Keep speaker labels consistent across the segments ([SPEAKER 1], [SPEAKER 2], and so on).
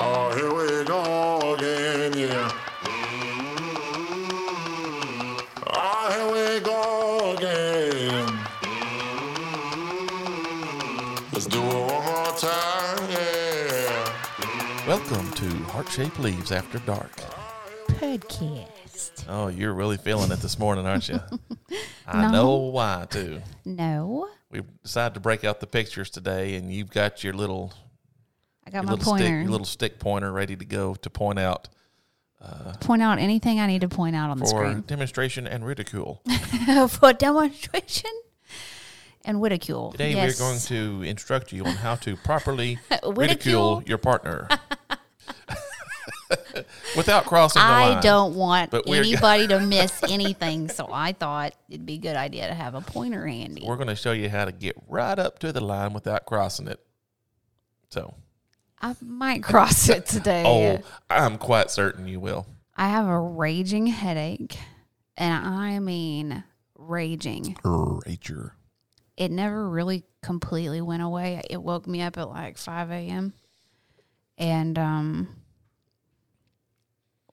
[SPEAKER 1] Oh, here we go again, yeah. Ah, here we go again. Let's do it one more time, yeah.
[SPEAKER 2] Welcome to Heart Shaped Leaves After Dark.
[SPEAKER 3] podcast.
[SPEAKER 2] Oh, you're really feeling it this morning, aren't you? I know why, too.
[SPEAKER 3] No,
[SPEAKER 2] We decided to break out the pictures today, and you've got your little,
[SPEAKER 3] I
[SPEAKER 2] your
[SPEAKER 3] got my
[SPEAKER 2] little stick,
[SPEAKER 3] pointer.
[SPEAKER 2] your little stick pointer ready to go to point out
[SPEAKER 3] point out anything I need to point out on the
[SPEAKER 2] for
[SPEAKER 3] screen
[SPEAKER 2] demonstration and ridicule.
[SPEAKER 3] for demonstration and ridicule.
[SPEAKER 2] Today,
[SPEAKER 3] Yes.
[SPEAKER 2] we're going to instruct you on how to properly
[SPEAKER 3] Ridicule.
[SPEAKER 2] ridicule your partner without crossing the line.
[SPEAKER 3] I don't want
[SPEAKER 2] But we're-
[SPEAKER 3] anybody to miss anything, so I thought it'd be a good idea to have a pointer handy.
[SPEAKER 2] We're going to show you how to get right up to the line without crossing it. So,
[SPEAKER 3] I might cross it today.
[SPEAKER 2] oh, I'm quite certain you will.
[SPEAKER 3] I have a raging headache, and I mean raging.
[SPEAKER 2] Rachel.
[SPEAKER 3] It never really completely went away. It woke me up at like 5 a.m. And, um,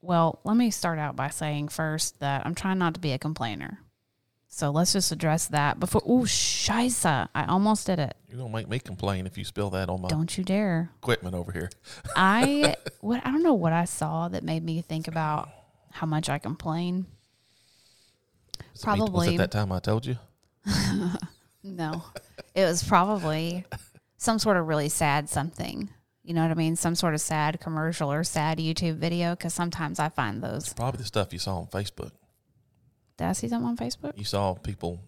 [SPEAKER 3] well, let me start out by saying first that I'm trying not to be a complainer. So let's just address that before. Oh, scheiße. I almost did it.
[SPEAKER 2] You're gonna make me complain if you spill that on my
[SPEAKER 3] Don't you dare.
[SPEAKER 2] equipment over here.
[SPEAKER 3] I what I don't know what I saw that made me think about how much I complain.
[SPEAKER 2] Was it me- was
[SPEAKER 3] Probably.
[SPEAKER 2] it that time I told you?
[SPEAKER 3] No, it was probably some sort of really sad something. You know what I mean? Some sort of sad commercial or sad YouTube video. Because sometimes I find those.
[SPEAKER 2] Probably the stuff you saw on Facebook.
[SPEAKER 3] Did I see them on Facebook?
[SPEAKER 2] You saw people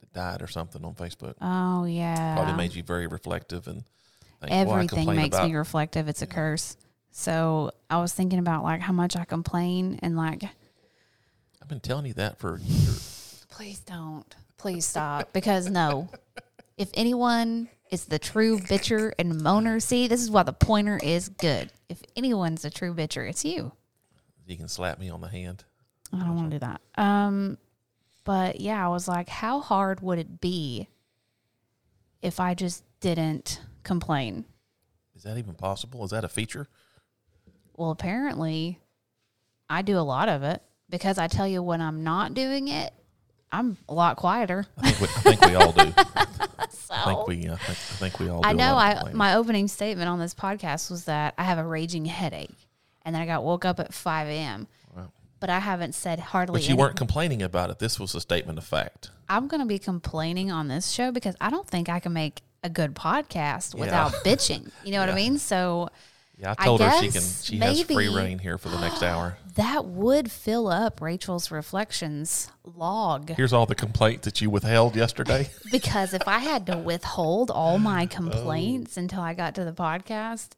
[SPEAKER 2] that died or something on Facebook.
[SPEAKER 3] Oh yeah.
[SPEAKER 2] Probably made you very reflective and think, well, I
[SPEAKER 3] Everything
[SPEAKER 2] complain
[SPEAKER 3] makes
[SPEAKER 2] about
[SPEAKER 3] me reflective. It's a curse. So I was thinking about like how much I complain and like,
[SPEAKER 2] I've been telling you that for years.
[SPEAKER 3] please don't, please stop. Because no, if anyone is the true bitcher and moaner, see, this is why the pointer is good. If anyone's a true bitcher, it's you.
[SPEAKER 2] You can slap me on the hand.
[SPEAKER 3] I don't want to do that. Um, but yeah, I was like, how hard would it be if I just didn't complain?
[SPEAKER 2] Is that even possible? Is that a feature?
[SPEAKER 3] Well, apparently, I do a lot of it because I tell you when I'm not doing it, I'm a lot quieter.
[SPEAKER 2] I think we, I think we all do.
[SPEAKER 3] So
[SPEAKER 2] I think we. I think, I think we all. Do
[SPEAKER 3] I
[SPEAKER 2] a lot
[SPEAKER 3] know.
[SPEAKER 2] of
[SPEAKER 3] I
[SPEAKER 2] complaining.
[SPEAKER 3] my opening statement on this podcast was that I have a raging headache, and then I got woke up at five a.m.
[SPEAKER 2] Wow.
[SPEAKER 3] But I haven't said hardly.
[SPEAKER 2] But you
[SPEAKER 3] any-
[SPEAKER 2] weren't complaining about it. This was a statement of fact.
[SPEAKER 3] I'm going to be complaining on this show because I don't think I can make a good podcast without bitching. You know what I
[SPEAKER 2] Yeah.
[SPEAKER 3] mean? So
[SPEAKER 2] Yeah, I
[SPEAKER 3] I
[SPEAKER 2] told her she can.
[SPEAKER 3] guess
[SPEAKER 2] She has free
[SPEAKER 3] maybe-
[SPEAKER 2] reign here for the next hour.
[SPEAKER 3] that would fill up Rachel's reflections log
[SPEAKER 2] Here's all the complaint that you withheld yesterday.
[SPEAKER 3] because if I had to withhold all my
[SPEAKER 2] Oh.
[SPEAKER 3] complaints until I got to the podcast,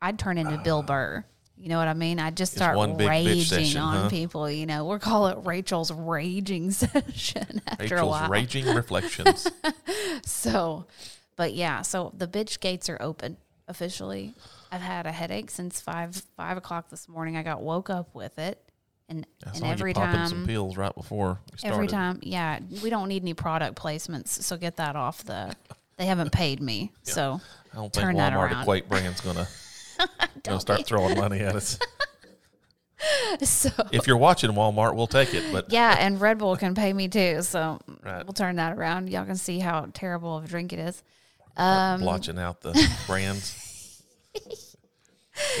[SPEAKER 3] I'd turn into Bill Burr. You know what I mean? I'd just start
[SPEAKER 2] Ah. one big bitch
[SPEAKER 3] raging
[SPEAKER 2] session,
[SPEAKER 3] on
[SPEAKER 2] huh?
[SPEAKER 3] people. You know, we'll call it Rachel's raging session after a
[SPEAKER 2] Rachel's
[SPEAKER 3] while.
[SPEAKER 2] raging reflections.
[SPEAKER 3] So, but yeah, so the bitch gates are open officially. I've had a headache since five five o'clock this morning. I got woke up with it, and
[SPEAKER 2] I
[SPEAKER 3] and
[SPEAKER 2] saw you
[SPEAKER 3] every
[SPEAKER 2] popping some
[SPEAKER 3] time,
[SPEAKER 2] pills right before we started.
[SPEAKER 3] every time, yeah, we don't need any product placements, so get that off the. They haven't paid me, so
[SPEAKER 2] I don't think
[SPEAKER 3] turn that
[SPEAKER 2] Walmart
[SPEAKER 3] around.
[SPEAKER 2] Equate brand's gonna, gonna start throwing money at us.
[SPEAKER 3] so
[SPEAKER 2] If you're watching Walmart, we'll take it. But
[SPEAKER 3] yeah, and Red Bull can pay me too, so
[SPEAKER 2] Right.
[SPEAKER 3] we'll turn that around. Y'all can see how terrible of a drink it is. um,
[SPEAKER 2] blotching out the brands.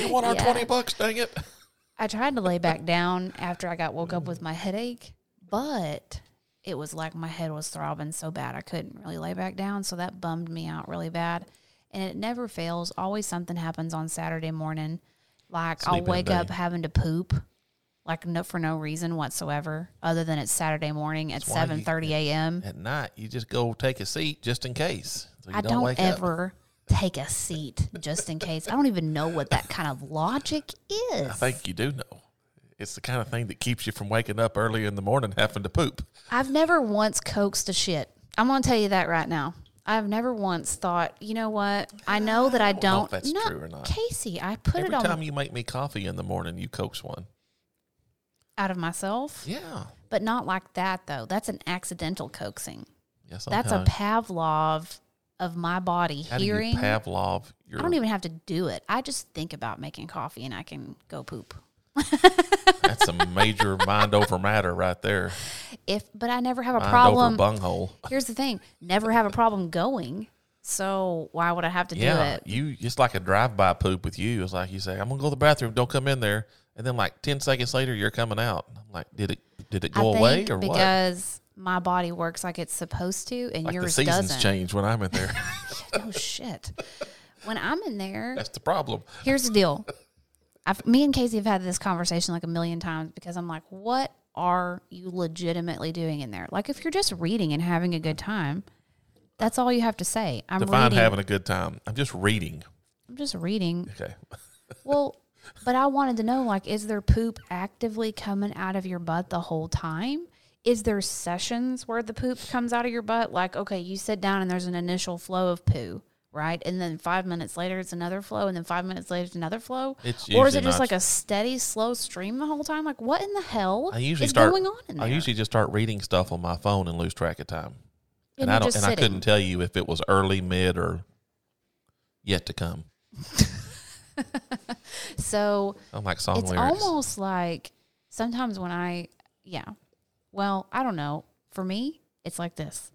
[SPEAKER 2] you want our
[SPEAKER 3] Yeah.
[SPEAKER 2] twenty bucks? Dang it!
[SPEAKER 3] I tried to lay back down after I got woke up with my headache, but it was like my head was throbbing so bad I couldn't really lay back down. So that bummed me out really bad. And it never fails. Always something happens on Saturday morning. Like
[SPEAKER 2] Sleep in
[SPEAKER 3] I'll
[SPEAKER 2] the
[SPEAKER 3] wake up
[SPEAKER 2] day.
[SPEAKER 3] having to poop, like no for no reason whatsoever, other than it's Saturday morning at
[SPEAKER 2] That's why you-
[SPEAKER 3] seven thirty a.m.
[SPEAKER 2] At night, you just go take a seat just in case. So you
[SPEAKER 3] I
[SPEAKER 2] don't,
[SPEAKER 3] don't,
[SPEAKER 2] wake up.
[SPEAKER 3] ever take a seat just in case. I don't even know what that kind of logic is.
[SPEAKER 2] I think you do know. It's the kind of thing that keeps you from waking up early in the morning having to poop.
[SPEAKER 3] I've never once coaxed a shit. I'm gonna tell you that right now. I've never once thought, you know what? I know that I
[SPEAKER 2] know if
[SPEAKER 3] don't.
[SPEAKER 2] that's
[SPEAKER 3] no,
[SPEAKER 2] true or not.
[SPEAKER 3] Casey, I put
[SPEAKER 2] Every
[SPEAKER 3] it on
[SPEAKER 2] time you make me coffee in the morning, you coax one.
[SPEAKER 3] out of myself,
[SPEAKER 2] Yeah.
[SPEAKER 3] but not like that though. That's an accidental coaxing.
[SPEAKER 2] Yes.
[SPEAKER 3] That's a Pavlov of my body
[SPEAKER 2] How
[SPEAKER 3] hearing.
[SPEAKER 2] do you Pavlov your
[SPEAKER 3] I don't even have to do it. I just think about making coffee and I can go poop.
[SPEAKER 2] That's a major mind over matter right there.
[SPEAKER 3] If but I never have a
[SPEAKER 2] Mind
[SPEAKER 3] problem.
[SPEAKER 2] over bunghole.
[SPEAKER 3] Here's the thing: never have a problem going. So why would I have to do
[SPEAKER 2] Yeah,
[SPEAKER 3] it?
[SPEAKER 2] you it's like a drive-by poop with you. It's like you say, "I'm gonna go to the bathroom. Don't come in there." And then, like ten seconds later, you're coming out. I'm like, "Did it? Did it go
[SPEAKER 3] I
[SPEAKER 2] away
[SPEAKER 3] think
[SPEAKER 2] or what?"
[SPEAKER 3] because my body works like it's supposed to, and
[SPEAKER 2] Like the
[SPEAKER 3] yours
[SPEAKER 2] seasons
[SPEAKER 3] doesn't.
[SPEAKER 2] change when I'm in there.
[SPEAKER 3] Oh shit! When I'm in there,
[SPEAKER 2] That's the problem.
[SPEAKER 3] here's the deal. I've, me and Casey have had this conversation like a million times because I'm like, what are you legitimately doing in there? Like, if you're just reading and having a good time, that's all you have to say. I'm
[SPEAKER 2] Define
[SPEAKER 3] reading.
[SPEAKER 2] having a good time. I'm just reading.
[SPEAKER 3] I'm just reading.
[SPEAKER 2] Okay,
[SPEAKER 3] Well, but I wanted to know, like, is there poop actively coming out of your butt the whole time? Is there sessions where the poop comes out of your butt? Like, okay, you sit down and there's an initial flow of poo, right? And then five minutes later, it's another flow, and then five minutes later, it's another flow.
[SPEAKER 2] It's
[SPEAKER 3] or is
[SPEAKER 2] usually
[SPEAKER 3] it just
[SPEAKER 2] not-
[SPEAKER 3] like a steady, slow stream the whole time? Like, what in the hell
[SPEAKER 2] I usually
[SPEAKER 3] is
[SPEAKER 2] start
[SPEAKER 3] going on in there?
[SPEAKER 2] I usually just start reading stuff on my phone and lose track of time.
[SPEAKER 3] And
[SPEAKER 2] and I
[SPEAKER 3] you're
[SPEAKER 2] don't.
[SPEAKER 3] just
[SPEAKER 2] And I
[SPEAKER 3] sitting.
[SPEAKER 2] couldn't tell you if it was early, mid, or yet to come.
[SPEAKER 3] so
[SPEAKER 2] I'm like song
[SPEAKER 3] it's
[SPEAKER 2] lyrics.
[SPEAKER 3] almost like sometimes when I, yeah, well, I don't know. For me, it's like this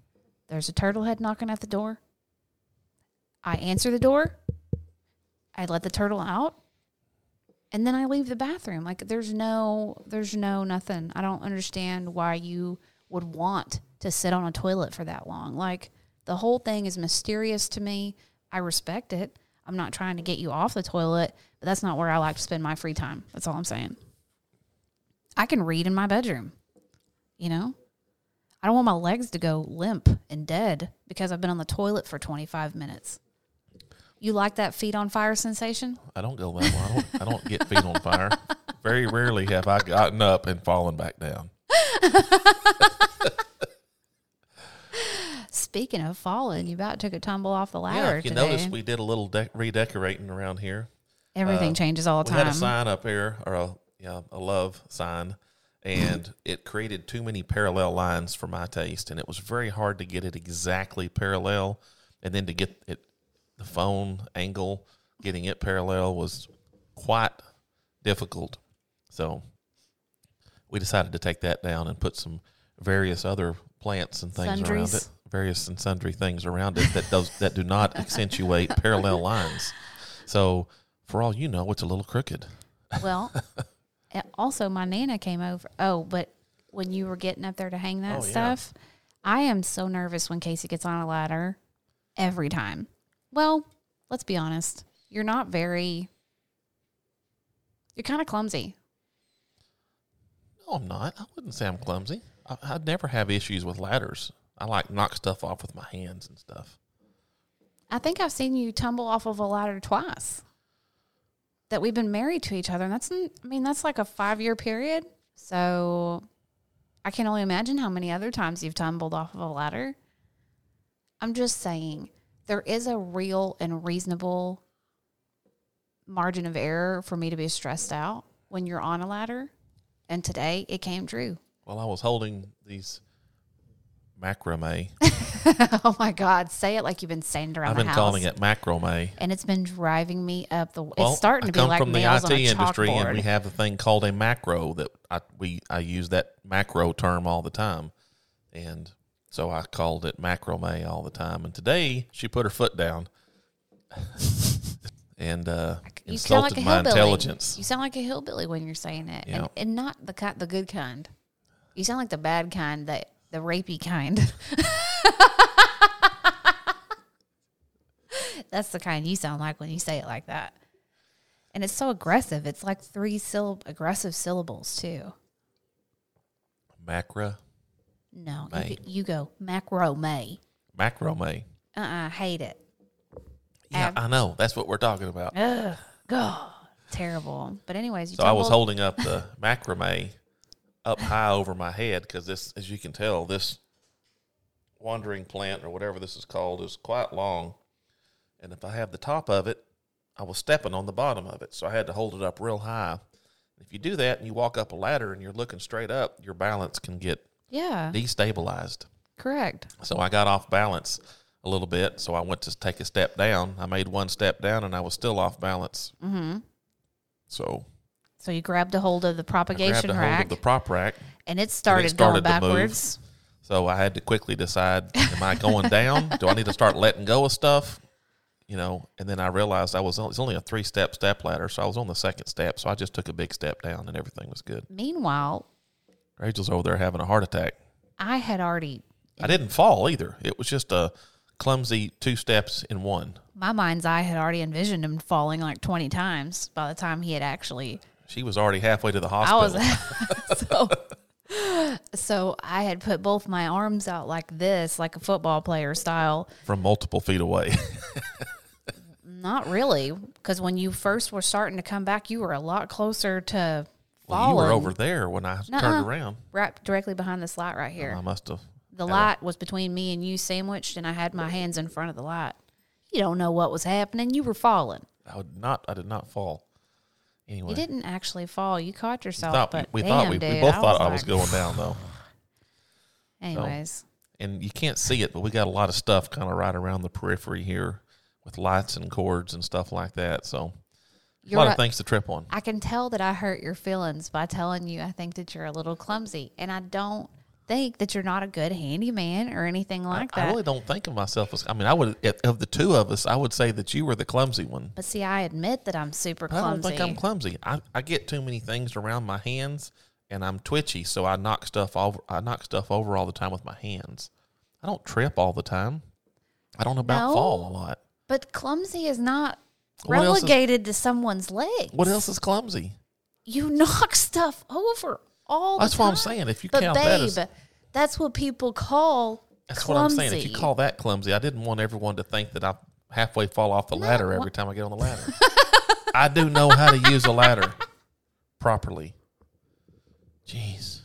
[SPEAKER 3] there's a turtle head knocking at the door. I answer the door, I let the turtle out. And then I leave the bathroom. Like there's no, there's no nothing. I don't understand why you would want to sit on a toilet for that long. Like the whole thing is mysterious to me. I respect it. I'm not trying to get you off the toilet, but that's not where I like to spend my free time. That's all I'm saying. I can read in my bedroom. You know, I don't want my legs to go limp and dead because I've been on the toilet for 25 minutes. You like that feet on fire sensation?
[SPEAKER 2] I don't go that well. I don't, I don't get feet on fire. Very rarely have I gotten up and fallen back down.
[SPEAKER 3] Speaking of falling, you about took a tumble off the
[SPEAKER 2] Yeah,
[SPEAKER 3] ladder
[SPEAKER 2] if you
[SPEAKER 3] today.
[SPEAKER 2] notice, we did a little de- redecorating around here.
[SPEAKER 3] Everything changes all the
[SPEAKER 2] We had a
[SPEAKER 3] time.
[SPEAKER 2] sign up here, or a yeah, a love sign, and it created too many parallel lines for my taste, and it was very hard to get it exactly parallel, and then to get it the phone angle, getting it parallel was quite difficult. So we decided to take that down and put some various other plants and things around it,
[SPEAKER 3] Sundries.
[SPEAKER 2] various and sundry things around it that does that do not accentuate parallel lines. So for all you know, it's a little crooked.
[SPEAKER 3] Well, and also my nana came over. Oh, but when you were getting up there to hang that
[SPEAKER 2] Oh, yeah.
[SPEAKER 3] stuff, I am so nervous when Casey gets on a ladder every time. Well, let's be honest. You're not very you're kind of clumsy.
[SPEAKER 2] No, I'm not. I wouldn't say I'm clumsy. I, I'd never have issues with ladders. I like knock stuff off with my hands and stuff.
[SPEAKER 3] I think I've seen you tumble off of a ladder twice. That we've been married to each other, and that's n- I mean that's like a five year period. So I can only imagine how many other times you've tumbled off of a ladder. I'm just saying there is a real and reasonable margin of error for me to be stressed out when you're on a ladder. And today it came true.
[SPEAKER 2] Well, I was holding these macrame.
[SPEAKER 3] oh my God! Say it like you've been saying it around
[SPEAKER 2] I've
[SPEAKER 3] the
[SPEAKER 2] been
[SPEAKER 3] house.
[SPEAKER 2] calling it macrame.
[SPEAKER 3] and it's been driving me up the.
[SPEAKER 2] Well,
[SPEAKER 3] it's starting
[SPEAKER 2] I
[SPEAKER 3] to be
[SPEAKER 2] come
[SPEAKER 3] like
[SPEAKER 2] from the
[SPEAKER 3] nails
[SPEAKER 2] IT
[SPEAKER 3] on a
[SPEAKER 2] industry,
[SPEAKER 3] chalkboard.
[SPEAKER 2] and we have a thing called a macro that I we I use that macro term all the time, and so I called it macrame all the time. And today she put her foot down and uh,
[SPEAKER 3] you sound
[SPEAKER 2] insulted
[SPEAKER 3] like a
[SPEAKER 2] my
[SPEAKER 3] hillbilly.
[SPEAKER 2] intelligence.
[SPEAKER 3] You sound like a hillbilly when you're saying it,
[SPEAKER 2] Yeah.
[SPEAKER 3] and, and not the kind, the good kind. You sound like the bad kind, the the rapey kind. That's the kind you sound like when you say it like that. And it's so aggressive. It's like three syllable aggressive syllables too.
[SPEAKER 2] Macra
[SPEAKER 3] No, you,
[SPEAKER 2] May.
[SPEAKER 3] go- you go macro may.
[SPEAKER 2] macrame.
[SPEAKER 3] Uh, uh hate it.
[SPEAKER 2] Yeah,
[SPEAKER 3] Ab-
[SPEAKER 2] I know. That's what we're talking about.
[SPEAKER 3] Ugh, God, terrible. But anyways, you
[SPEAKER 2] So I was
[SPEAKER 3] tumbled-
[SPEAKER 2] holding up the macrame up high over my head because this, as you can tell, this wandering plant or whatever this is called is quite long. And if I have the top of it, I was stepping on the bottom of it. So I had to hold it up real high. If you do that and you walk up a ladder and you're looking straight up, your balance can get
[SPEAKER 3] Yeah,
[SPEAKER 2] destabilized.
[SPEAKER 3] correct.
[SPEAKER 2] So I got off balance. a little bit. So I went to take a step down. I made one step down and I was still off balance. Mm-hmm. So
[SPEAKER 3] So you grabbed a hold of the
[SPEAKER 2] I grabbed
[SPEAKER 3] propagation
[SPEAKER 2] a hold
[SPEAKER 3] rack
[SPEAKER 2] of the prop rack.
[SPEAKER 3] and it started,
[SPEAKER 2] started
[SPEAKER 3] going
[SPEAKER 2] to move.
[SPEAKER 3] backwards.
[SPEAKER 2] So I had to quickly decide am I going down? Do I need to start letting go of stuff? You know, and then I realized I was on, it's only a three step step ladder. So I was on the second step. So I just took a big step down and everything was good.
[SPEAKER 3] Meanwhile,
[SPEAKER 2] Rachel's over there having a heart attack.
[SPEAKER 3] I had already
[SPEAKER 2] I didn't fall either. It was just a clumsy two steps in one.
[SPEAKER 3] my mind's eye had already envisioned him falling like 20 times by the time he had actually
[SPEAKER 2] She was already halfway to the
[SPEAKER 3] I
[SPEAKER 2] hospital.
[SPEAKER 3] was so so I had put both my arms out like this like a football player style
[SPEAKER 2] from multiple feet away.
[SPEAKER 3] not really because when you first were starting to come back you were a lot closer to
[SPEAKER 2] well, you
[SPEAKER 3] falling
[SPEAKER 2] were over there when I turned around.
[SPEAKER 3] right directly behind this light right here
[SPEAKER 2] I must have.
[SPEAKER 3] the light was between me and you sandwiched and I had my hands in front of the light you don't know what was happening you were falling
[SPEAKER 2] I would not. I did not fall. Anyway,
[SPEAKER 3] you didn't actually fall you caught yourself
[SPEAKER 2] thought,
[SPEAKER 3] but
[SPEAKER 2] we
[SPEAKER 3] damn,
[SPEAKER 2] thought we,
[SPEAKER 3] dude,
[SPEAKER 2] we both thought I
[SPEAKER 3] like-
[SPEAKER 2] was going down though,
[SPEAKER 3] anyways
[SPEAKER 2] and you can't see it, but we got a lot of stuff kind of right around the periphery here with lights and cords and stuff like that. So a
[SPEAKER 3] You're
[SPEAKER 2] lot of
[SPEAKER 3] right.
[SPEAKER 2] things to trip on.
[SPEAKER 3] I can tell that I hurt your feelings by telling you I think that you're a little clumsy, and I don't think that you're not a good handyman or anything like that.
[SPEAKER 2] I really don't think of myself as. I mean, I would of the two of us, I would say that you were the clumsy one.
[SPEAKER 3] but see, I admit that I'm super
[SPEAKER 2] I don't
[SPEAKER 3] clumsy.
[SPEAKER 2] think I'm clumsy. I, I get too many things around my hands and I'm twitchy, so I knock stuff over I knock stuff over all the time with my hands. I don't trip all the time. I don't about
[SPEAKER 3] No.
[SPEAKER 2] fall a lot.
[SPEAKER 3] but clumsy is not
[SPEAKER 2] What else is-
[SPEAKER 3] relegated to someone's legs.
[SPEAKER 2] What else is clumsy?
[SPEAKER 3] You knock stuff over all. the
[SPEAKER 2] That's what I'm
[SPEAKER 3] time.
[SPEAKER 2] saying. If you
[SPEAKER 3] But
[SPEAKER 2] count
[SPEAKER 3] babe,
[SPEAKER 2] that as-
[SPEAKER 3] that's what people call.
[SPEAKER 2] That's
[SPEAKER 3] clumsy.
[SPEAKER 2] what I'm saying. If you call that clumsy, I didn't want everyone to think that I halfway fall off the ladder every time I get on the ladder. I do know how to use a ladder properly. Jeez.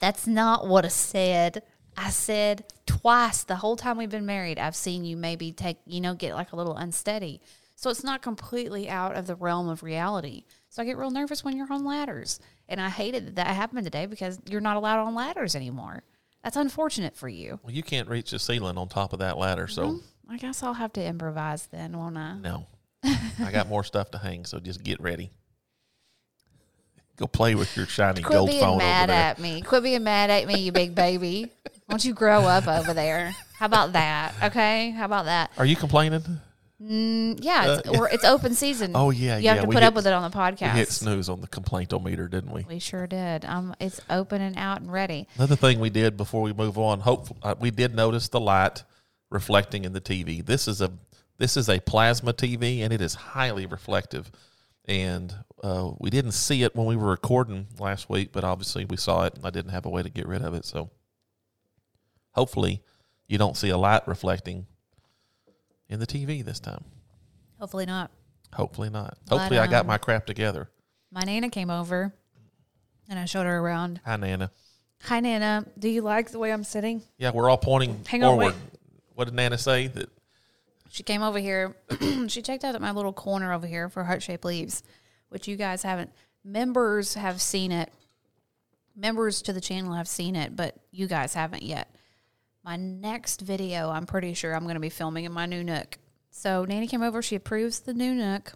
[SPEAKER 3] That's not what I said. I said twice the whole time we've been married, I've seen you maybe take, you know, get like a little unsteady. So it's not completely out of the realm of reality. So I get real nervous when you're on ladders. And I hated that that happened today because you're not allowed on ladders anymore. That's unfortunate for you.
[SPEAKER 2] Well, you can't reach the ceiling on top of that ladder, so
[SPEAKER 3] I guess I'll have to improvise then, won't I?
[SPEAKER 2] No. I got more stuff to hang, so just get ready. Go play with your shiny
[SPEAKER 3] Quit
[SPEAKER 2] gold
[SPEAKER 3] being
[SPEAKER 2] phone over
[SPEAKER 3] mad
[SPEAKER 2] there.
[SPEAKER 3] at me. Quit being mad at me, you big baby. Won't you grow up over there? How about that? Okay. How about that? Mm,
[SPEAKER 2] Are you complaining?
[SPEAKER 3] Yeah, it's, we're, it's open season.
[SPEAKER 2] Uh, Oh, yeah,
[SPEAKER 3] you have
[SPEAKER 2] yeah,
[SPEAKER 3] to
[SPEAKER 2] we
[SPEAKER 3] put
[SPEAKER 2] hit-
[SPEAKER 3] up with it on the
[SPEAKER 2] We
[SPEAKER 3] podcast. We,
[SPEAKER 2] hit snooze on the complaint o meter, didn't we?
[SPEAKER 3] sure did. Um, it's open and out and ready.
[SPEAKER 2] Another thing we did before we move on, hope uh, we did notice the light reflecting in the TV. This is a this is a plasma TV, and it is highly reflective. And uh, we didn't see it when we were recording last week, but obviously we saw it. and I didn't have a way to get rid of it, so hopefully you don't see a light reflecting in the TV this time.
[SPEAKER 3] Hopefully not.
[SPEAKER 2] Hopefully not.
[SPEAKER 3] Light
[SPEAKER 2] Hopefully I got
[SPEAKER 3] on.
[SPEAKER 2] my crap together.
[SPEAKER 3] My nana came over, and I showed her around.
[SPEAKER 2] Hi, Nana.
[SPEAKER 3] Hi, nana. Do you like the way I'm sitting?
[SPEAKER 2] Yeah, we're all pointing
[SPEAKER 3] Hang on,
[SPEAKER 2] forward.
[SPEAKER 3] wait.
[SPEAKER 2] What did Nana say? That
[SPEAKER 3] She came over here. she checked out at my little corner over here for heart shaped leaves, which you guys haven't. Members have seen it. Members to the channel have seen it, but you guys haven't yet. My next video, I'm pretty sure I'm going to be filming in my new Nook. So Nanny came over. She approves the new Nook.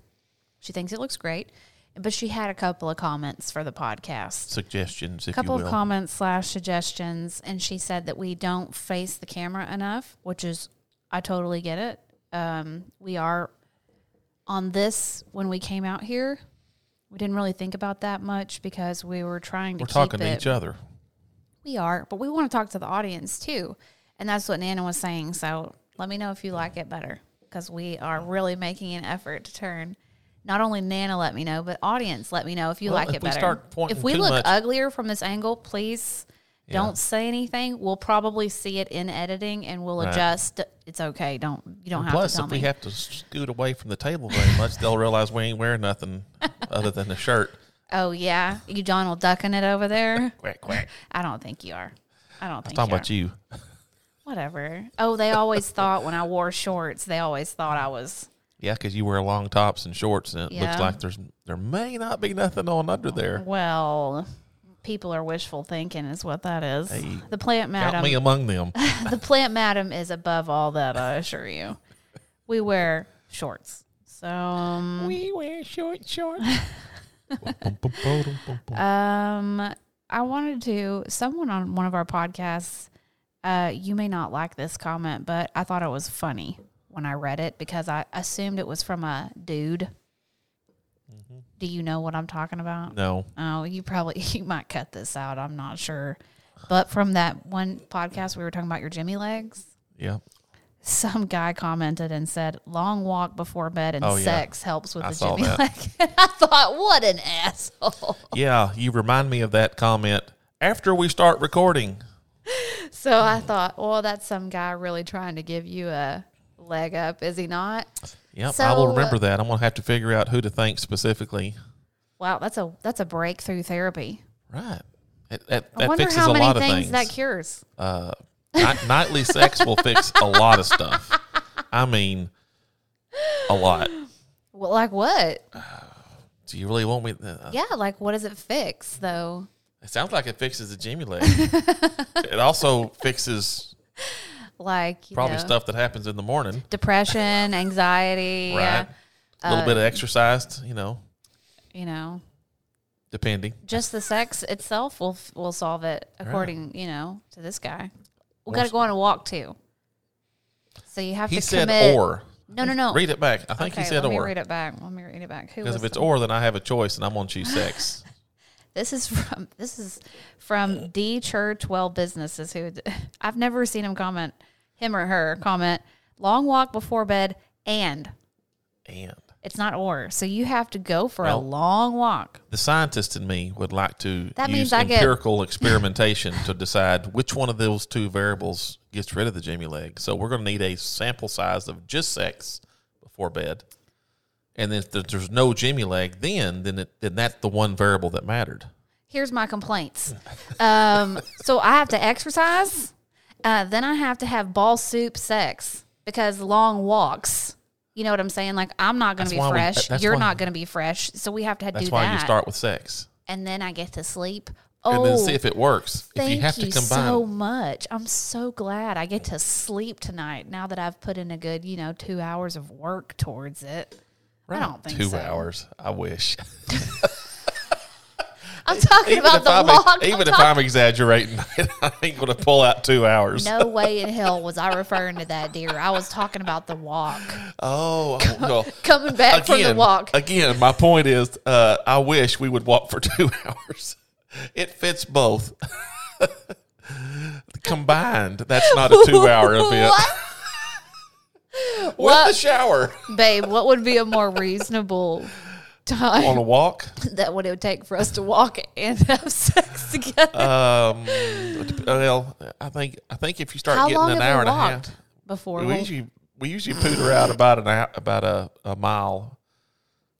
[SPEAKER 3] She thinks it looks great, but she had a couple of comments for the podcast
[SPEAKER 2] suggestions, if
[SPEAKER 3] couple
[SPEAKER 2] you will.
[SPEAKER 3] of comments slash suggestions and she said that we don't face the camera enough which is i totally get it um, we are on this when we came out here we didn't really think about that much because we were trying to
[SPEAKER 2] We're
[SPEAKER 3] keep
[SPEAKER 2] talking
[SPEAKER 3] it
[SPEAKER 2] to each other.
[SPEAKER 3] we are, but we want to talk to the audience too. And that's what Nana was saying. So let me know if you like it better because we are really making an effort to turn. Not only Nana let me know, but audience let me know if you
[SPEAKER 2] Well,
[SPEAKER 3] like
[SPEAKER 2] if
[SPEAKER 3] it
[SPEAKER 2] we
[SPEAKER 3] better.
[SPEAKER 2] start pointing
[SPEAKER 3] if we
[SPEAKER 2] too
[SPEAKER 3] look
[SPEAKER 2] much-
[SPEAKER 3] uglier from this angle, please don't say anything. We'll probably see it in editing and we'll adjust. It's okay. Don't you don't have to
[SPEAKER 2] Plus,
[SPEAKER 3] tell
[SPEAKER 2] if we
[SPEAKER 3] me.
[SPEAKER 2] have to scoot away from the table very much, they'll realize we ain't wearing nothing other than the shirt.
[SPEAKER 3] oh yeah, you Donald ducking it over there.
[SPEAKER 2] Quack quack.
[SPEAKER 3] I don't think you are. I don't think.
[SPEAKER 2] Talking
[SPEAKER 3] you are.
[SPEAKER 2] about you.
[SPEAKER 3] Whatever. Oh, they always thought when I wore shorts, they always thought I was.
[SPEAKER 2] Yeah, because you wear long tops and shorts, and it
[SPEAKER 3] Yeah. Oh,
[SPEAKER 2] looks like there's there may not be nothing on under there.
[SPEAKER 3] Well, people are wishful thinking, is what that is.
[SPEAKER 2] Hey,
[SPEAKER 3] the plant
[SPEAKER 2] Count
[SPEAKER 3] madam,
[SPEAKER 2] me among them.
[SPEAKER 3] the plant madam is above all that. I assure you. We wear shorts, so um,
[SPEAKER 2] we wear short shorts. I
[SPEAKER 3] Um, I wanted to. Someone on one of our podcasts, uh, you may not like this comment, but I thought it was funny when I read it because I assumed it was from a dude.
[SPEAKER 2] Mm-hmm.
[SPEAKER 3] Do you know what I'm talking about?
[SPEAKER 2] no.
[SPEAKER 3] Oh, you probably you might cut this out. I'm not sure, but from that one podcast we were talking about your Jimmy legs.
[SPEAKER 2] Yeah.
[SPEAKER 3] Some guy commented and said, "Long walk before bed and
[SPEAKER 2] Oh, yeah.
[SPEAKER 3] sex helps with
[SPEAKER 2] I
[SPEAKER 3] the
[SPEAKER 2] saw
[SPEAKER 3] Jimmy
[SPEAKER 2] that.
[SPEAKER 3] leg." I thought, what an asshole.
[SPEAKER 2] Yeah. You remind me of that comment after we start recording.
[SPEAKER 3] So I thought, well, that's some guy really trying to give you a leg up, is he not?
[SPEAKER 2] Yep.
[SPEAKER 3] So,
[SPEAKER 2] I will
[SPEAKER 3] uh,
[SPEAKER 2] remember that. I'm going to have to figure out who to thank specifically.
[SPEAKER 3] Wow, that's a that's a breakthrough therapy.
[SPEAKER 2] Right. That, that,
[SPEAKER 3] I
[SPEAKER 2] that
[SPEAKER 3] wonder
[SPEAKER 2] fixes
[SPEAKER 3] how
[SPEAKER 2] a
[SPEAKER 3] many
[SPEAKER 2] lot of
[SPEAKER 3] things,
[SPEAKER 2] things.
[SPEAKER 3] that cures.
[SPEAKER 2] uh, night, nightly sex will fix a lot of stuff. I mean, a lot.
[SPEAKER 3] Well, like what?
[SPEAKER 2] Uh, Do you really want me? Uh,
[SPEAKER 3] Yeah, like what does it fix though?
[SPEAKER 2] It sounds like it fixes the Jimmy leg. it also fixes
[SPEAKER 3] Like you
[SPEAKER 2] probably
[SPEAKER 3] know,
[SPEAKER 2] stuff that happens in the morning,
[SPEAKER 3] depression, anxiety,
[SPEAKER 2] right? A little bit of exercise, you know,
[SPEAKER 3] uh, you know,
[SPEAKER 2] depending.
[SPEAKER 3] just the sex itself will f- will solve it according, you know, to this guy. We got to go on a walk too. So you have
[SPEAKER 2] He
[SPEAKER 3] to
[SPEAKER 2] said
[SPEAKER 3] commit.
[SPEAKER 2] or.
[SPEAKER 3] No, no, no.
[SPEAKER 2] Read it back. I think
[SPEAKER 3] okay,
[SPEAKER 2] he said
[SPEAKER 3] let me
[SPEAKER 2] or.
[SPEAKER 3] read it back. Let me read it back. Who
[SPEAKER 2] Because
[SPEAKER 3] was
[SPEAKER 2] if it's
[SPEAKER 3] the-
[SPEAKER 2] or, then I have a choice and I'm going to choose sex.
[SPEAKER 3] This is from this is from D Church Well Businesses who I've never seen him comment him or her comment long walk before bed and
[SPEAKER 2] and
[SPEAKER 3] it's not or so you have to go for a
[SPEAKER 2] Well-
[SPEAKER 3] long walk.
[SPEAKER 2] the scientist in me would like to
[SPEAKER 3] That
[SPEAKER 2] use
[SPEAKER 3] means I get-
[SPEAKER 2] empirical experimentation to decide which one of those two variables gets rid of the Jimmy leg. So we're going to need a sample size of just sex before bed. And then if there- there's no Jimmy leg, then then it, then that's the one variable that mattered.
[SPEAKER 3] Here's my complaints. Um, so I have to exercise, uh, then I have to have ball soup sex because long walks. You know what I'm saying? Like I'm not going
[SPEAKER 2] That's
[SPEAKER 3] to be
[SPEAKER 2] why we-
[SPEAKER 3] fresh.
[SPEAKER 2] that's
[SPEAKER 3] You're
[SPEAKER 2] why-
[SPEAKER 3] not going to be fresh. So we have to
[SPEAKER 2] That's
[SPEAKER 3] do
[SPEAKER 2] why
[SPEAKER 3] that,
[SPEAKER 2] you start with sex
[SPEAKER 3] and then I get to sleep.
[SPEAKER 2] and
[SPEAKER 3] Oh,
[SPEAKER 2] then see if it works. If
[SPEAKER 3] Thank
[SPEAKER 2] you
[SPEAKER 3] you,
[SPEAKER 2] have to combine,
[SPEAKER 3] so much. I'm so glad I get to sleep tonight now that I've put in a good, you know, two hours of work towards it. I don't think
[SPEAKER 2] two
[SPEAKER 3] so.
[SPEAKER 2] hours, I wish.
[SPEAKER 3] I'm talking
[SPEAKER 2] even
[SPEAKER 3] about
[SPEAKER 2] if,
[SPEAKER 3] the
[SPEAKER 2] I'm,
[SPEAKER 3] walk.
[SPEAKER 2] even if I'm exaggerating, I ain't going to pull out two hours.
[SPEAKER 3] no way in hell was I referring to that, dear. I was talking about the walk.
[SPEAKER 2] Oh, well,
[SPEAKER 3] Coming back from the walk.
[SPEAKER 2] Again, my point is, uh, I wish we would walk for two hours. It fits both. Combined, that's not a two-hour event.
[SPEAKER 3] What?
[SPEAKER 2] With the
[SPEAKER 3] What?
[SPEAKER 2] shower
[SPEAKER 3] Babe, what would be a more reasonable
[SPEAKER 2] on
[SPEAKER 3] time
[SPEAKER 2] a walk,
[SPEAKER 3] that what it would take for us to walk and have sex together?
[SPEAKER 2] um, well, I think I think if you start
[SPEAKER 3] How
[SPEAKER 2] getting
[SPEAKER 3] long
[SPEAKER 2] an
[SPEAKER 3] have
[SPEAKER 2] hour
[SPEAKER 3] we
[SPEAKER 2] and a
[SPEAKER 3] walked Uh-huh.
[SPEAKER 2] half,
[SPEAKER 3] before?
[SPEAKER 2] we
[SPEAKER 3] Well,
[SPEAKER 2] usually we usually pooter out about an hour, about a, a mile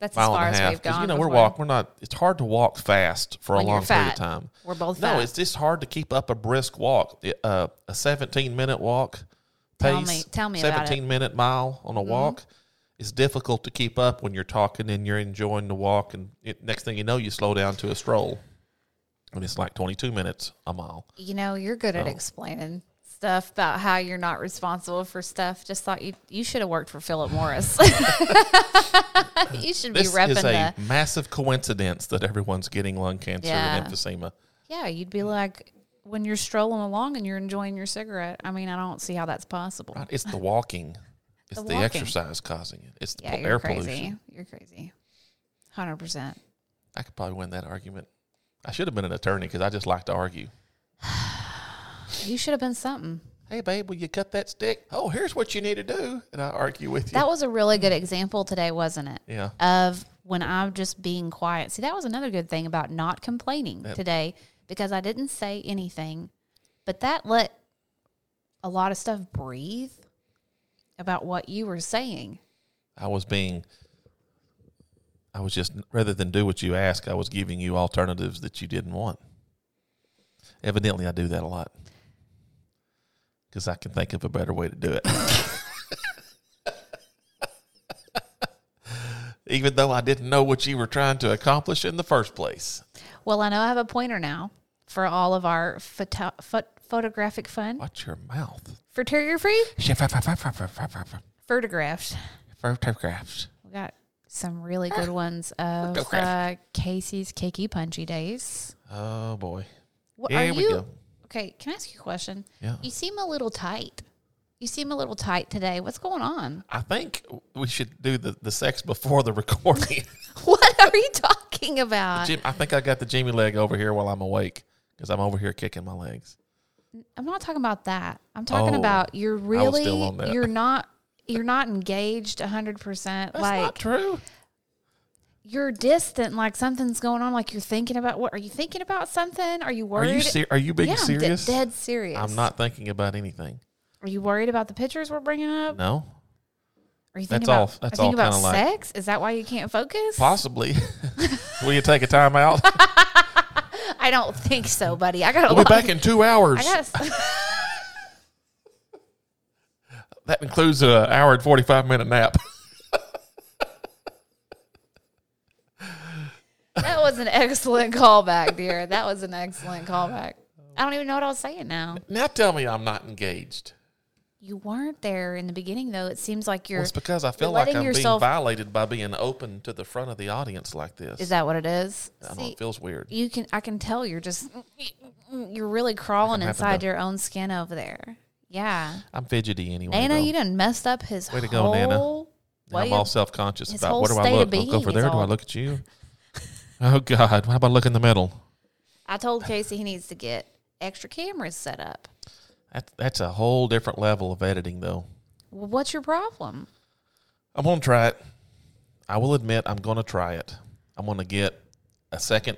[SPEAKER 3] that's as
[SPEAKER 2] mile
[SPEAKER 3] far
[SPEAKER 2] and a
[SPEAKER 3] as
[SPEAKER 2] half
[SPEAKER 3] we've gone.
[SPEAKER 2] you know we're
[SPEAKER 3] before.
[SPEAKER 2] walk we're not. It's hard to walk fast for
[SPEAKER 3] When
[SPEAKER 2] a
[SPEAKER 3] you're
[SPEAKER 2] long period of
[SPEAKER 3] fat.
[SPEAKER 2] time.
[SPEAKER 3] We're both
[SPEAKER 2] No,
[SPEAKER 3] fat.
[SPEAKER 2] it's just hard to keep up a brisk walk. Uh, a 17 minute walk
[SPEAKER 3] Tell
[SPEAKER 2] pace.
[SPEAKER 3] me- tell me about it. Mm-hmm.
[SPEAKER 2] 17 minute mile on a walk is difficult to keep up when you're talking and you're enjoying the walk. And it, next thing you know, you slow down to a stroll. And it's like 22 minutes a mile.
[SPEAKER 3] You know, you're good
[SPEAKER 2] Oh.
[SPEAKER 3] at explaining stuff about how you're not responsible for stuff. Just thought you you should have worked for Philip Morris. you should
[SPEAKER 2] This
[SPEAKER 3] be repping
[SPEAKER 2] is a
[SPEAKER 3] the
[SPEAKER 2] massive coincidence that everyone's getting lung cancer
[SPEAKER 3] Yeah.
[SPEAKER 2] and emphysema.
[SPEAKER 3] yeah. You'd be like when you're strolling along and you're enjoying your cigarette. I mean, I don't see how that's possible.
[SPEAKER 2] Right? It's the walking. It's the,
[SPEAKER 3] walking.
[SPEAKER 2] exercise causing it. It's the
[SPEAKER 3] Yeah,
[SPEAKER 2] pol-
[SPEAKER 3] you're
[SPEAKER 2] air
[SPEAKER 3] crazy.
[SPEAKER 2] pollution.
[SPEAKER 3] You're crazy. Hundred percent.
[SPEAKER 2] I could probably win that argument. I should have been an attorney because I just like to argue.
[SPEAKER 3] You should have been something.
[SPEAKER 2] Hey, babe, will you cut that stick? Oh, here's what you need to do. And I argue with you.
[SPEAKER 3] That was a really good example today, wasn't it?
[SPEAKER 2] yeah.
[SPEAKER 3] of when I'm just being quiet. See, that was another good thing about not complaining today because I didn't say anything, but that let a lot of stuff breathe about what you were saying.
[SPEAKER 2] I was being, I was just, rather than do what you ask, I was giving you alternatives that you didn't want. Evidently, I do that a lot because I can think of a better way to do it. even though I didn't know what you were trying to accomplish in the first place.
[SPEAKER 3] Well, I know I have a pointer now for all of our photo- pho- photographic fun.
[SPEAKER 2] Watch your mouth.
[SPEAKER 3] For terrier free?
[SPEAKER 2] Photographs.
[SPEAKER 3] Photographed. We got some really good ones of uh,
[SPEAKER 2] Ah, Photographed.
[SPEAKER 3] Casey's Cakey Punchy Days.
[SPEAKER 2] Oh boy.
[SPEAKER 3] What,
[SPEAKER 2] Here
[SPEAKER 3] are
[SPEAKER 2] we
[SPEAKER 3] you?
[SPEAKER 2] go.
[SPEAKER 3] Okay, can I ask you a question?
[SPEAKER 2] Yeah.
[SPEAKER 3] You seem a little tight. You seem a little tight today. What's going on?
[SPEAKER 2] I think we should do the, the sex before the recording.
[SPEAKER 3] What are you talking about?
[SPEAKER 2] Jim, I think I got the Jimmy leg over here while I'm awake because I'm over here kicking my legs.
[SPEAKER 3] I'm not talking about that. I'm talking
[SPEAKER 2] Oh,
[SPEAKER 3] about you're
[SPEAKER 2] was
[SPEAKER 3] really
[SPEAKER 2] still on that.
[SPEAKER 3] you're not you're not engaged 100%
[SPEAKER 2] That's
[SPEAKER 3] like
[SPEAKER 2] not true.
[SPEAKER 3] you're distant like something's going on like you're thinking about what are you thinking about something? Are you
[SPEAKER 2] Are
[SPEAKER 3] worried?
[SPEAKER 2] you ser- are you being
[SPEAKER 3] yeah, I'm de-
[SPEAKER 2] serious?
[SPEAKER 3] dead serious.
[SPEAKER 2] I'm not thinking about anything.
[SPEAKER 3] Are you worried about the pictures we're bringing up?
[SPEAKER 2] No,
[SPEAKER 3] Are you
[SPEAKER 2] That's
[SPEAKER 3] thinking about
[SPEAKER 2] all- that's
[SPEAKER 3] are you thinking
[SPEAKER 2] all
[SPEAKER 3] about
[SPEAKER 2] kinda like-
[SPEAKER 3] sex? Is that why you can't focus?
[SPEAKER 2] possibly. Will you take a time out?
[SPEAKER 3] I don't think so, buddy. I got a
[SPEAKER 2] We'll
[SPEAKER 3] lot.
[SPEAKER 2] be back in two hours.
[SPEAKER 3] I got a-
[SPEAKER 2] That includes an hour and forty five minute nap.
[SPEAKER 3] That was an excellent callback, dear. That was an excellent callback. I don't even know what I was saying now.
[SPEAKER 2] now tell me I'm not engaged.
[SPEAKER 3] You weren't there in the beginning, though. It seems like you're.
[SPEAKER 2] Well, it's because I feel
[SPEAKER 3] you're
[SPEAKER 2] like
[SPEAKER 3] letting
[SPEAKER 2] I'm
[SPEAKER 3] yourself-
[SPEAKER 2] being violated by being open to the front of the audience like this.
[SPEAKER 3] is that what it is?
[SPEAKER 2] I don't know.
[SPEAKER 3] See,
[SPEAKER 2] It feels weird.
[SPEAKER 3] you can. I can tell you're just. You're really crawling
[SPEAKER 2] Nothing happened
[SPEAKER 3] inside
[SPEAKER 2] to-
[SPEAKER 3] your own skin over there. Yeah,
[SPEAKER 2] I'm fidgety anyway.
[SPEAKER 3] Nana,
[SPEAKER 2] though.
[SPEAKER 3] you done messed up his
[SPEAKER 2] Way to go,
[SPEAKER 3] whole.
[SPEAKER 2] Nana. And
[SPEAKER 3] way
[SPEAKER 2] I'm all
[SPEAKER 3] of-
[SPEAKER 2] self conscious
[SPEAKER 3] his
[SPEAKER 2] about
[SPEAKER 3] whole
[SPEAKER 2] what do I
[SPEAKER 3] state
[SPEAKER 2] look?
[SPEAKER 3] of
[SPEAKER 2] Look over
[SPEAKER 3] being
[SPEAKER 2] there.
[SPEAKER 3] is
[SPEAKER 2] Do I
[SPEAKER 3] all-
[SPEAKER 2] look at you? oh God! What about look in the middle?
[SPEAKER 3] I told Casey he needs to get extra cameras set up.
[SPEAKER 2] That, that's a whole different level of editing, though.
[SPEAKER 3] Well, what's your problem?
[SPEAKER 2] I'm gonna try it. I will admit, I'm gonna try it. I'm gonna get a second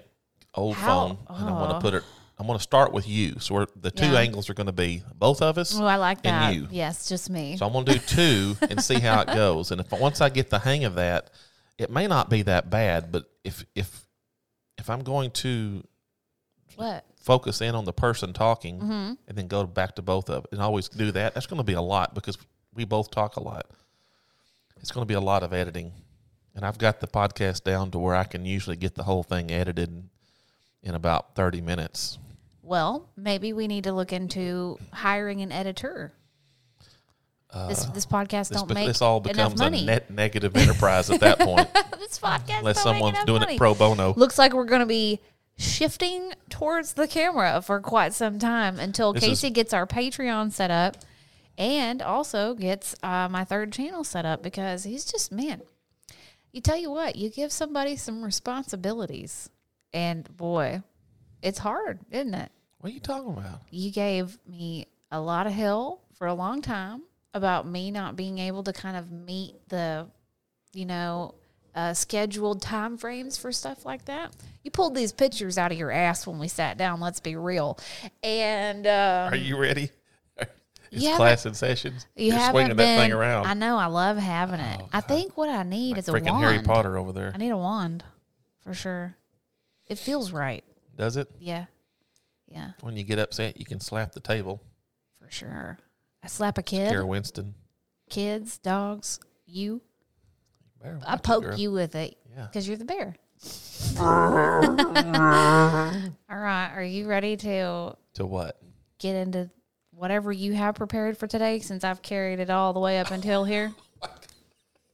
[SPEAKER 2] old
[SPEAKER 3] How-
[SPEAKER 2] phone, and I'm gonna
[SPEAKER 3] oh.
[SPEAKER 2] put it. I'm gonna start with you. So we're, the two
[SPEAKER 3] Yeah.
[SPEAKER 2] angles are gonna be both of us.
[SPEAKER 3] Oh, I like
[SPEAKER 2] And
[SPEAKER 3] that.
[SPEAKER 2] you.
[SPEAKER 3] Yes, just me.
[SPEAKER 2] So I'm gonna do two and see how it goes. And if once I get the hang of that, it may not be that bad. But if if if I'm going to
[SPEAKER 3] what?
[SPEAKER 2] focus in on the person talking
[SPEAKER 3] Mm-hmm.
[SPEAKER 2] and then go back to both of it and always do that that's going to be a lot because we both talk a lot it's going to be a lot of editing and i've got the podcast down to where i can usually get the whole thing edited in, in about 30 minutes
[SPEAKER 3] Well, maybe we need to look into hiring an editor. this this podcast
[SPEAKER 2] Uh, this,
[SPEAKER 3] don't
[SPEAKER 2] be-
[SPEAKER 3] make
[SPEAKER 2] this all
[SPEAKER 3] enough
[SPEAKER 2] becomes a
[SPEAKER 3] money.
[SPEAKER 2] net negative enterprise at that point
[SPEAKER 3] this podcast
[SPEAKER 2] unless
[SPEAKER 3] don't make
[SPEAKER 2] someone's
[SPEAKER 3] enough
[SPEAKER 2] doing
[SPEAKER 3] money.
[SPEAKER 2] it pro bono
[SPEAKER 3] Looks like we're going to be shifting towards the camera for quite some time until
[SPEAKER 2] This is-
[SPEAKER 3] Casey gets our Patreon set up and also gets uh, my third channel set up because he's just man. You tell you what, you give somebody some responsibilities, and boy, it's hard, isn't it?
[SPEAKER 2] what are you talking about
[SPEAKER 3] you gave me a lot of hell for a long time about me not being able to kind of meet the you know uh, scheduled time frames for stuff like that you pulled these pictures out of your ass when we sat down let's be real and uh,
[SPEAKER 2] are you ready it's
[SPEAKER 3] haven't-
[SPEAKER 2] class in sessions
[SPEAKER 3] you
[SPEAKER 2] are
[SPEAKER 3] haven't
[SPEAKER 2] swinging
[SPEAKER 3] been
[SPEAKER 2] that thing around Oh,
[SPEAKER 3] i know i love having it i think what i need
[SPEAKER 2] like
[SPEAKER 3] is a
[SPEAKER 2] freaking
[SPEAKER 3] wand
[SPEAKER 2] harry potter over there
[SPEAKER 3] i need a wand for sure it feels right
[SPEAKER 2] does it
[SPEAKER 3] yeah yeah
[SPEAKER 2] when you get upset you can slap the table
[SPEAKER 3] for sure i slap a kid
[SPEAKER 2] Kara Winston.
[SPEAKER 3] kids dogs you
[SPEAKER 2] Bear
[SPEAKER 3] I
[SPEAKER 2] watch it,
[SPEAKER 3] poke
[SPEAKER 2] girl.
[SPEAKER 3] you with it
[SPEAKER 2] Yeah.
[SPEAKER 3] because you're the bear. All right. Are you ready to
[SPEAKER 2] To what?
[SPEAKER 3] get into whatever you have prepared for today since I've carried it all the way up until here?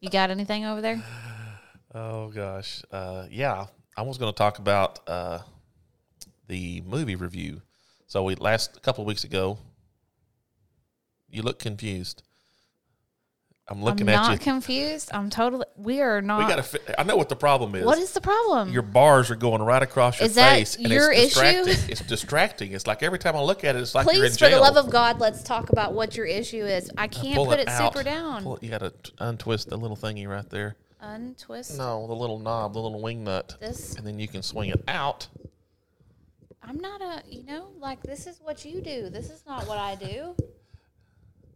[SPEAKER 3] You got anything over there?
[SPEAKER 2] Oh gosh. Uh, yeah. I was going to talk about uh, the movie review. So we last a couple of weeks ago. You look confused. I'm looking
[SPEAKER 3] I'm
[SPEAKER 2] at
[SPEAKER 3] not
[SPEAKER 2] you.
[SPEAKER 3] confused. I'm totally. We are not.
[SPEAKER 2] we got to. I know what the problem is.
[SPEAKER 3] what is the problem?
[SPEAKER 2] your bars are going right across your
[SPEAKER 3] Is that
[SPEAKER 2] face, and
[SPEAKER 3] your
[SPEAKER 2] it's
[SPEAKER 3] issue?
[SPEAKER 2] distracting. It's distracting. It's like every time I look at it, it's like you're in
[SPEAKER 3] Please, for
[SPEAKER 2] jail. Uh,
[SPEAKER 3] the love of God, let's talk about what your issue is. I can't
[SPEAKER 2] Pull
[SPEAKER 3] put it,
[SPEAKER 2] out.
[SPEAKER 3] super down.
[SPEAKER 2] Pull it- you got to untwist the little thingy right there.
[SPEAKER 3] Untwist.
[SPEAKER 2] No, the little knob, the little wing nut.
[SPEAKER 3] This-
[SPEAKER 2] And then you can swing it out.
[SPEAKER 3] I'm not a, you know, like this is what you do. This is not what I do.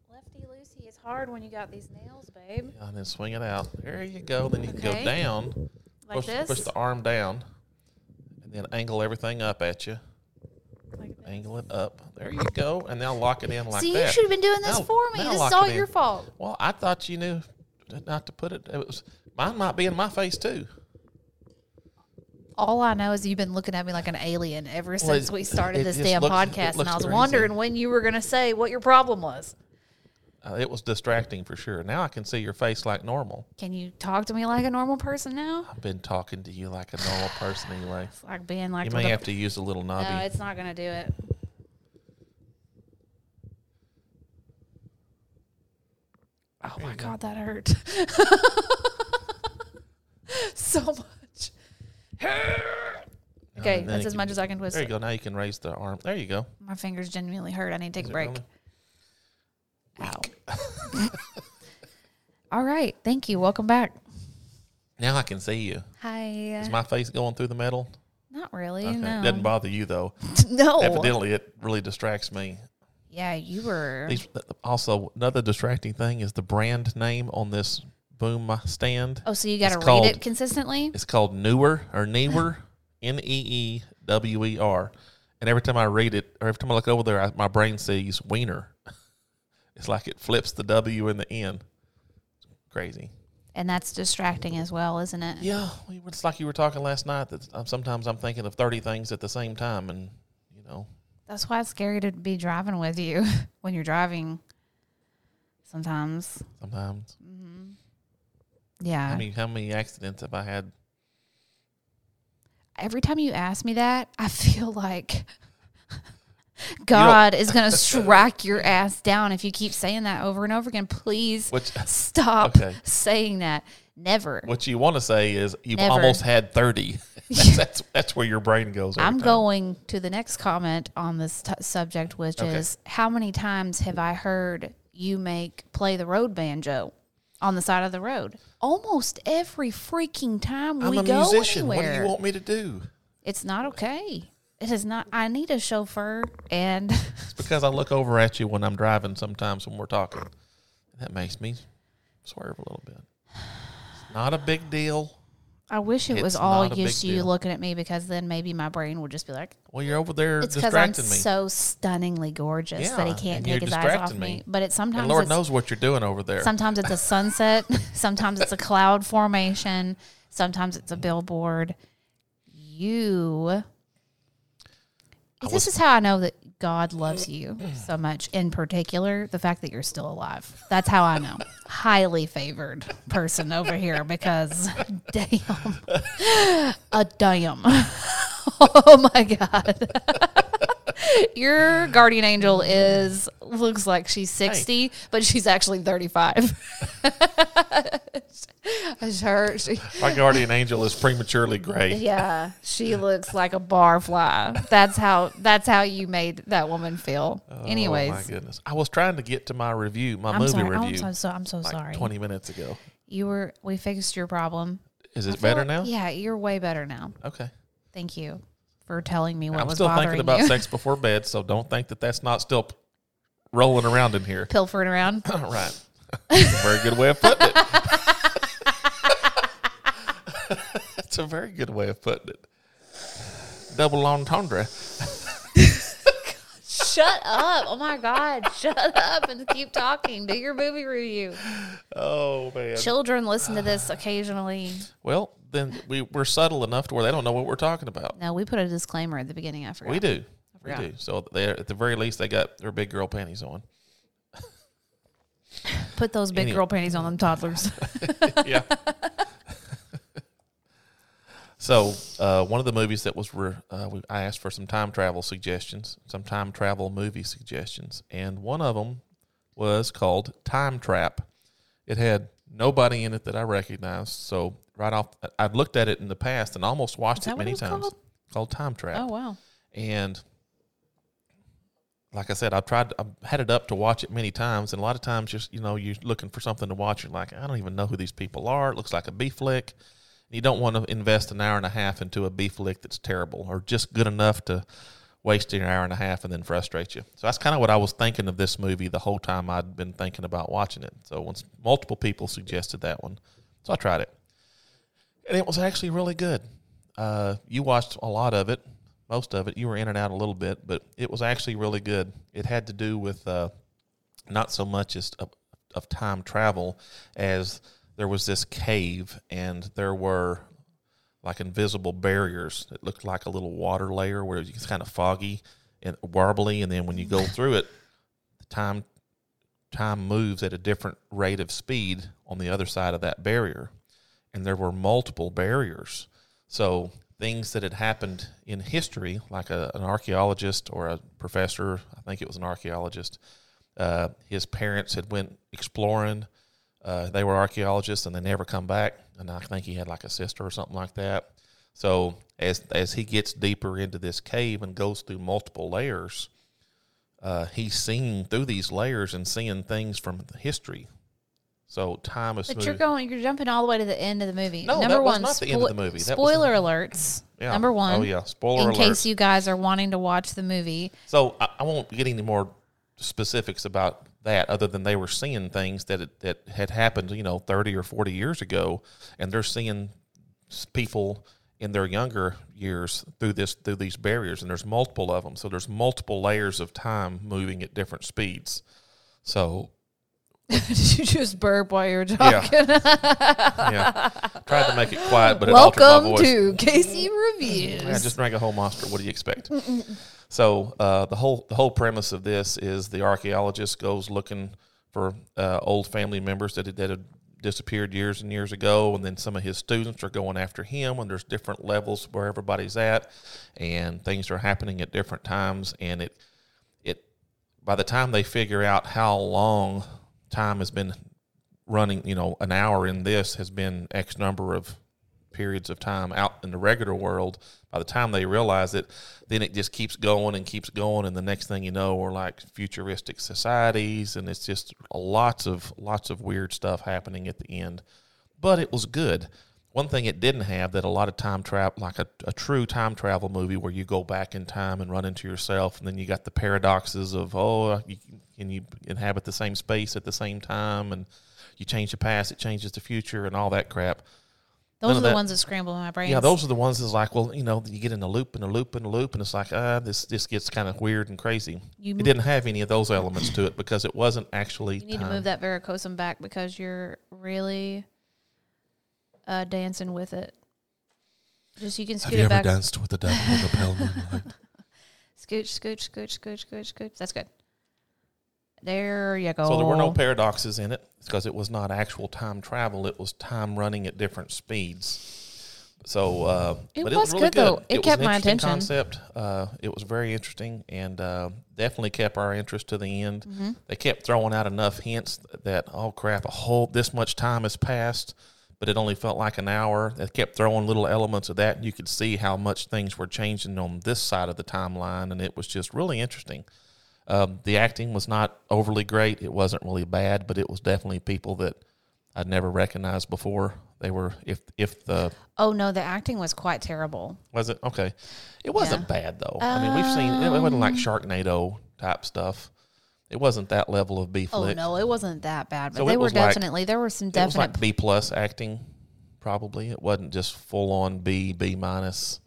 [SPEAKER 3] Lefty loosey is hard when you got these nails, babe.
[SPEAKER 2] And then swing it out. There you go. Then you can
[SPEAKER 3] Okay.
[SPEAKER 2] go down.
[SPEAKER 3] Like
[SPEAKER 2] push,
[SPEAKER 3] this.
[SPEAKER 2] push the arm down. And then angle everything up at you.
[SPEAKER 3] Like this.
[SPEAKER 2] Angle it up. There you go. And now lock it in like
[SPEAKER 3] See,
[SPEAKER 2] that.
[SPEAKER 3] you should have been doing this
[SPEAKER 2] Now-
[SPEAKER 3] for me.
[SPEAKER 2] now
[SPEAKER 3] This
[SPEAKER 2] lock
[SPEAKER 3] is all
[SPEAKER 2] it in.
[SPEAKER 3] your fault.
[SPEAKER 2] Well, I thought you knew not to put it. It was Mine might be in my face too.
[SPEAKER 3] All I know is you've been looking at me like an alien ever
[SPEAKER 2] Well,
[SPEAKER 3] since
[SPEAKER 2] it-
[SPEAKER 3] we started
[SPEAKER 2] it
[SPEAKER 3] this
[SPEAKER 2] just
[SPEAKER 3] damn
[SPEAKER 2] looks- it
[SPEAKER 3] podcast, and
[SPEAKER 2] looks
[SPEAKER 3] I was
[SPEAKER 2] crazy.
[SPEAKER 3] wondering when you were going to say what your problem was.
[SPEAKER 2] Uh, it was distracting for sure. Now I can see your face like normal.
[SPEAKER 3] Can you talk to me like a normal person now?
[SPEAKER 2] I've been talking to you like a normal person anyway.
[SPEAKER 3] It's like being like
[SPEAKER 2] You
[SPEAKER 3] with
[SPEAKER 2] may
[SPEAKER 3] a-
[SPEAKER 2] have to use a little knobby.
[SPEAKER 3] no, it's not going to do it. Oh my god, that hurt so much. okay,
[SPEAKER 2] then
[SPEAKER 3] that's
[SPEAKER 2] it
[SPEAKER 3] as
[SPEAKER 2] can
[SPEAKER 3] much
[SPEAKER 2] be-
[SPEAKER 3] as I can twist.
[SPEAKER 2] there you
[SPEAKER 3] it.
[SPEAKER 2] go. Now you can raise the arm. There you go.
[SPEAKER 3] My fingers genuinely hurt. I need to take
[SPEAKER 2] Is it
[SPEAKER 3] a break.
[SPEAKER 2] really?
[SPEAKER 3] Ow. All right. Thank you. Welcome back.
[SPEAKER 2] Now I can see you.
[SPEAKER 3] Hi.
[SPEAKER 2] Is my face going through the metal?
[SPEAKER 3] Not really.
[SPEAKER 2] Okay.
[SPEAKER 3] No.
[SPEAKER 2] Doesn't bother you though.
[SPEAKER 3] no.
[SPEAKER 2] Evidently, it really distracts me.
[SPEAKER 3] Yeah, you were.
[SPEAKER 2] These, also, another distracting thing is the brand name on this boom stand.
[SPEAKER 3] oh, so you got to
[SPEAKER 2] it's
[SPEAKER 3] read
[SPEAKER 2] called-
[SPEAKER 3] it consistently?
[SPEAKER 2] It's called Newer or Newer, N E E W E R. And every time I read it, or every time I look over there, I, my brain sees wiener. It's like it flips the W and the N. Crazy.
[SPEAKER 3] And that's distracting as well, isn't it?
[SPEAKER 2] Yeah, we were- it's like you were talking last night. That um, sometimes I'm thinking of thirty things at the same time, and you know,
[SPEAKER 3] That's why it's scary to be driving with you when you're driving sometimes.
[SPEAKER 2] sometimes.
[SPEAKER 3] Yeah.
[SPEAKER 2] I mean, how many accidents have I had?
[SPEAKER 3] Every time you ask me that, I feel like God is going to strike your ass down if you keep saying that over and over again. Please
[SPEAKER 2] Which,
[SPEAKER 3] stop
[SPEAKER 2] Okay.
[SPEAKER 3] saying that. Never.
[SPEAKER 2] what you want to say is you've
[SPEAKER 3] Never.
[SPEAKER 2] almost had thirty. that's, that's that's where your brain goes. every
[SPEAKER 3] I'm
[SPEAKER 2] time.
[SPEAKER 3] going to the next comment on this t- subject, which
[SPEAKER 2] Okay.
[SPEAKER 3] is how many times have I heard you make play the road banjo on the side of the road? Almost every freaking time
[SPEAKER 2] I'm
[SPEAKER 3] we
[SPEAKER 2] a
[SPEAKER 3] go
[SPEAKER 2] musician.
[SPEAKER 3] anywhere.
[SPEAKER 2] What do you want me to do?
[SPEAKER 3] It's not okay. It is not. I need a chauffeur and.
[SPEAKER 2] It's because I look over at you when I'm driving. Sometimes when we're talking, that makes me swerve a little bit. It's not a big deal.
[SPEAKER 3] I wish it was
[SPEAKER 2] It's
[SPEAKER 3] all
[SPEAKER 2] not a big
[SPEAKER 3] just you
[SPEAKER 2] deal.
[SPEAKER 3] looking at me because then maybe my brain would just be like,
[SPEAKER 2] Well, you're over there
[SPEAKER 3] it's because I'm
[SPEAKER 2] distracting me.
[SPEAKER 3] so stunningly gorgeous that he
[SPEAKER 2] Yeah,
[SPEAKER 3] can't
[SPEAKER 2] and you're
[SPEAKER 3] take his eyes off
[SPEAKER 2] distracting
[SPEAKER 3] me.
[SPEAKER 2] me.
[SPEAKER 3] But it sometimes
[SPEAKER 2] and Lord
[SPEAKER 3] it's,
[SPEAKER 2] knows what you're doing over there.
[SPEAKER 3] sometimes it's a sunset, sometimes it's a cloud formation, sometimes it's a billboard. You. this is how I know that God loves you so much. In particular, the fact that you're still alive. That's how I know. Highly favored person over here because damn, a damn. Oh my god. Your guardian angel is looks like she's 60, but she's actually 35. Her, she,
[SPEAKER 2] My guardian angel is prematurely gray.
[SPEAKER 3] yeah, she looks like a barfly. That's how that's how you made that woman feel. Anyways,
[SPEAKER 2] Oh my goodness. I was trying to get to my review, my
[SPEAKER 3] I'm
[SPEAKER 2] movie
[SPEAKER 3] sorry.
[SPEAKER 2] review.
[SPEAKER 3] I'm so, so I'm so sorry.
[SPEAKER 2] 20 minutes ago.
[SPEAKER 3] You were we fixed your problem.
[SPEAKER 2] Is it better now?
[SPEAKER 3] Yeah, you're way better now.
[SPEAKER 2] Okay.
[SPEAKER 3] Thank you for telling me what
[SPEAKER 2] I'm
[SPEAKER 3] was
[SPEAKER 2] still
[SPEAKER 3] bothering
[SPEAKER 2] thinking about
[SPEAKER 3] you.
[SPEAKER 2] sex before bed, so don't think that that's not still p- rolling around in here.
[SPEAKER 3] Pilfering around.
[SPEAKER 2] All right. That's a very good way of putting it. That's a very good way of putting it. Double entendre.
[SPEAKER 3] Shut up. Oh my God. Shut up and keep talking. Do your movie review.
[SPEAKER 2] Oh, man.
[SPEAKER 3] Children listen to this occasionally.
[SPEAKER 2] Well, then we, we're subtle enough to where they don't know what we're talking about.
[SPEAKER 3] No, we put a disclaimer at the beginning. I forgot.
[SPEAKER 2] We do. We
[SPEAKER 3] forgot.
[SPEAKER 2] do. So they at the very least they got their big girl panties on.
[SPEAKER 3] Put those big
[SPEAKER 2] Anyway.
[SPEAKER 3] girl panties on them toddlers.
[SPEAKER 2] yeah. so uh, one of the movies that was re- uh, we, I asked for some time travel suggestions, some time travel movie suggestions, and one of them was called Time Trap. It had nobody in it that I recognized, so right off, I've looked at it in the past and almost watched
[SPEAKER 3] that
[SPEAKER 2] it
[SPEAKER 3] what it
[SPEAKER 2] many
[SPEAKER 3] was
[SPEAKER 2] times.
[SPEAKER 3] called?
[SPEAKER 2] Called Time Trap
[SPEAKER 3] oh, wow.
[SPEAKER 2] and like I said, I've tried, I've had it up to watch it many times, and a lot of times, just you know, you're looking for something to watch, and like I don't even know who these people are. It looks like a B flick. You don't want to invest an hour and a half into a B flick that's terrible or just good enough to waste an hour and a half and then frustrate you. So that's kind of what I was thinking of this movie the whole time I'd been thinking about watching it. So once multiple people suggested that one, so I tried it, and it was actually really good. Uh, you watched a lot of it, most of it. You were in and out a little bit, but it was actually really good. It had to do with uh, not so much as of, of time travel as there was this cave and there were like invisible barriers. It looked like a little water layer where it's kind of foggy and warbly, and then when you go through it, the time time moves at a different rate of speed on the other side of that barrier, and there were multiple barriers. So things that had happened in history, like a, an archaeologist or a professor, I think it was an archaeologist. Uh, his parents had went exploring. Uh, they were archaeologists and they never come back. And I think he had like a sister or something like that. So as as he gets deeper into this cave and goes through multiple layers, uh, he's seeing through these layers and seeing things from history. So time is.
[SPEAKER 3] But
[SPEAKER 2] smooth.
[SPEAKER 3] you're going, you're jumping all the way to the end of the movie.
[SPEAKER 2] No,
[SPEAKER 3] number
[SPEAKER 2] that was
[SPEAKER 3] one,
[SPEAKER 2] not the end of the movie. That was-
[SPEAKER 3] spoiler alerts.
[SPEAKER 2] Yeah.
[SPEAKER 3] Number one.
[SPEAKER 2] Oh yeah, spoiler alert.
[SPEAKER 3] in case you guys are wanting to watch the movie,
[SPEAKER 2] So I, I won't get any more specifics about that, other than they were seeing things that it, that had happened, you know, thirty or forty years ago, and they're seeing s- people in their younger years through this through these barriers, and there's multiple of them. So there's multiple layers of time moving at different speeds. So
[SPEAKER 3] did you just burp while you were
[SPEAKER 2] yeah,
[SPEAKER 3] talking?
[SPEAKER 2] yeah. Tried to make it quiet, but it altered my
[SPEAKER 3] Welcome
[SPEAKER 2] voice.
[SPEAKER 3] to Casey Reviews.
[SPEAKER 2] Yeah, just drank a whole monster. What do you expect? so uh, the whole the whole premise of this is the archaeologist goes looking for uh, old family members that had, that had disappeared years and years ago, and then some of his students are going after him. And there's different levels where everybody's at, and things are happening at different times. And it it by the time they figure out how long time has been running, you know, an hour in this has been X number of periods of time out in the regular world. By the time they realize it, then it just keeps going and keeps going, and the next thing you know, we're like futuristic societies, and it's just lots of lots of weird stuff happening at the end. But it was good. One thing it didn't have that a lot of time travel, like a, a true time travel movie where you go back in time and run into yourself, and then you got the paradoxes of oh, you, can you inhabit the same space at the same time, and you change the past, it changes the future, and all that crap.
[SPEAKER 3] Those
[SPEAKER 2] of
[SPEAKER 3] are the
[SPEAKER 2] that-
[SPEAKER 3] ones that scramble in my brain.
[SPEAKER 2] Yeah, those are the ones that's like, well, you know, you get in a loop and a loop and a loop, and it's like, ah, this this gets kind of weird and crazy.
[SPEAKER 3] You
[SPEAKER 2] it didn't have any of those elements to it because it wasn't actually.
[SPEAKER 3] You need to move that varicosum back because you're really uh, dancing with it. Just you can scoot it back.
[SPEAKER 2] danced with the devil in the pale moonlight?
[SPEAKER 3] Scooch, scooch, scooch, scooch, scooch, scooch. That's good. There you go.
[SPEAKER 2] so there were no paradoxes in it because it was not actual time travel; it was time running at different speeds. So uh,
[SPEAKER 3] It
[SPEAKER 2] but
[SPEAKER 3] was good, though. It
[SPEAKER 2] was
[SPEAKER 3] kept
[SPEAKER 2] an
[SPEAKER 3] my
[SPEAKER 2] interesting
[SPEAKER 3] attention.
[SPEAKER 2] Concept. Uh, it was very interesting and uh, definitely kept our interest to the end.
[SPEAKER 3] Mm-hmm.
[SPEAKER 2] They kept throwing out enough hints that oh crap, a whole this much time has passed, but it only felt like an hour. They kept throwing little elements of that, and you could see how much things were changing on this side of the timeline, and it was just really interesting. Um, the acting was not overly great. It wasn't really bad, but it was definitely people that I'd never recognized before. They were if if the
[SPEAKER 3] oh no, the acting was quite terrible.
[SPEAKER 2] was it okay? It wasn't
[SPEAKER 3] Yeah. Um.
[SPEAKER 2] bad though. I mean, we've seen it wasn't like Sharknado type stuff. It wasn't that level of B
[SPEAKER 3] Oh
[SPEAKER 2] flick.
[SPEAKER 3] no, it wasn't that bad, but
[SPEAKER 2] So
[SPEAKER 3] they
[SPEAKER 2] it
[SPEAKER 3] were
[SPEAKER 2] was like-
[SPEAKER 3] definitely there were some
[SPEAKER 2] it was
[SPEAKER 3] definite.
[SPEAKER 2] like B plus acting, probably. It wasn't just full on B B minus.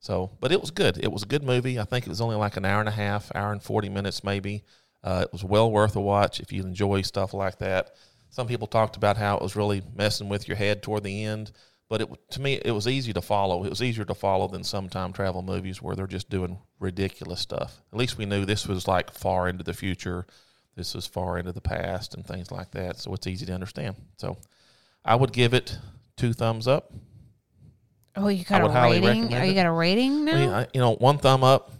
[SPEAKER 2] So, but it was good. It was a good movie. I think it was only like an hour and a half, hour and forty minutes maybe. Uh, it was well worth a watch if you enjoy stuff like that. Some people talked about how it was really messing with your head toward the end, but it to me it was easy to follow. It was easier to follow than some time travel movies where they're just doing ridiculous stuff. At least we knew this was like far into the future. This was far into the past and things like that, so it's easy to understand. So, I would give it two thumbs up.
[SPEAKER 3] oh, you got
[SPEAKER 2] I would
[SPEAKER 3] a
[SPEAKER 2] highly
[SPEAKER 3] rating?
[SPEAKER 2] recommend
[SPEAKER 3] Oh, you
[SPEAKER 2] it.
[SPEAKER 3] got a rating now?
[SPEAKER 2] I mean, I, you know, one thumb up,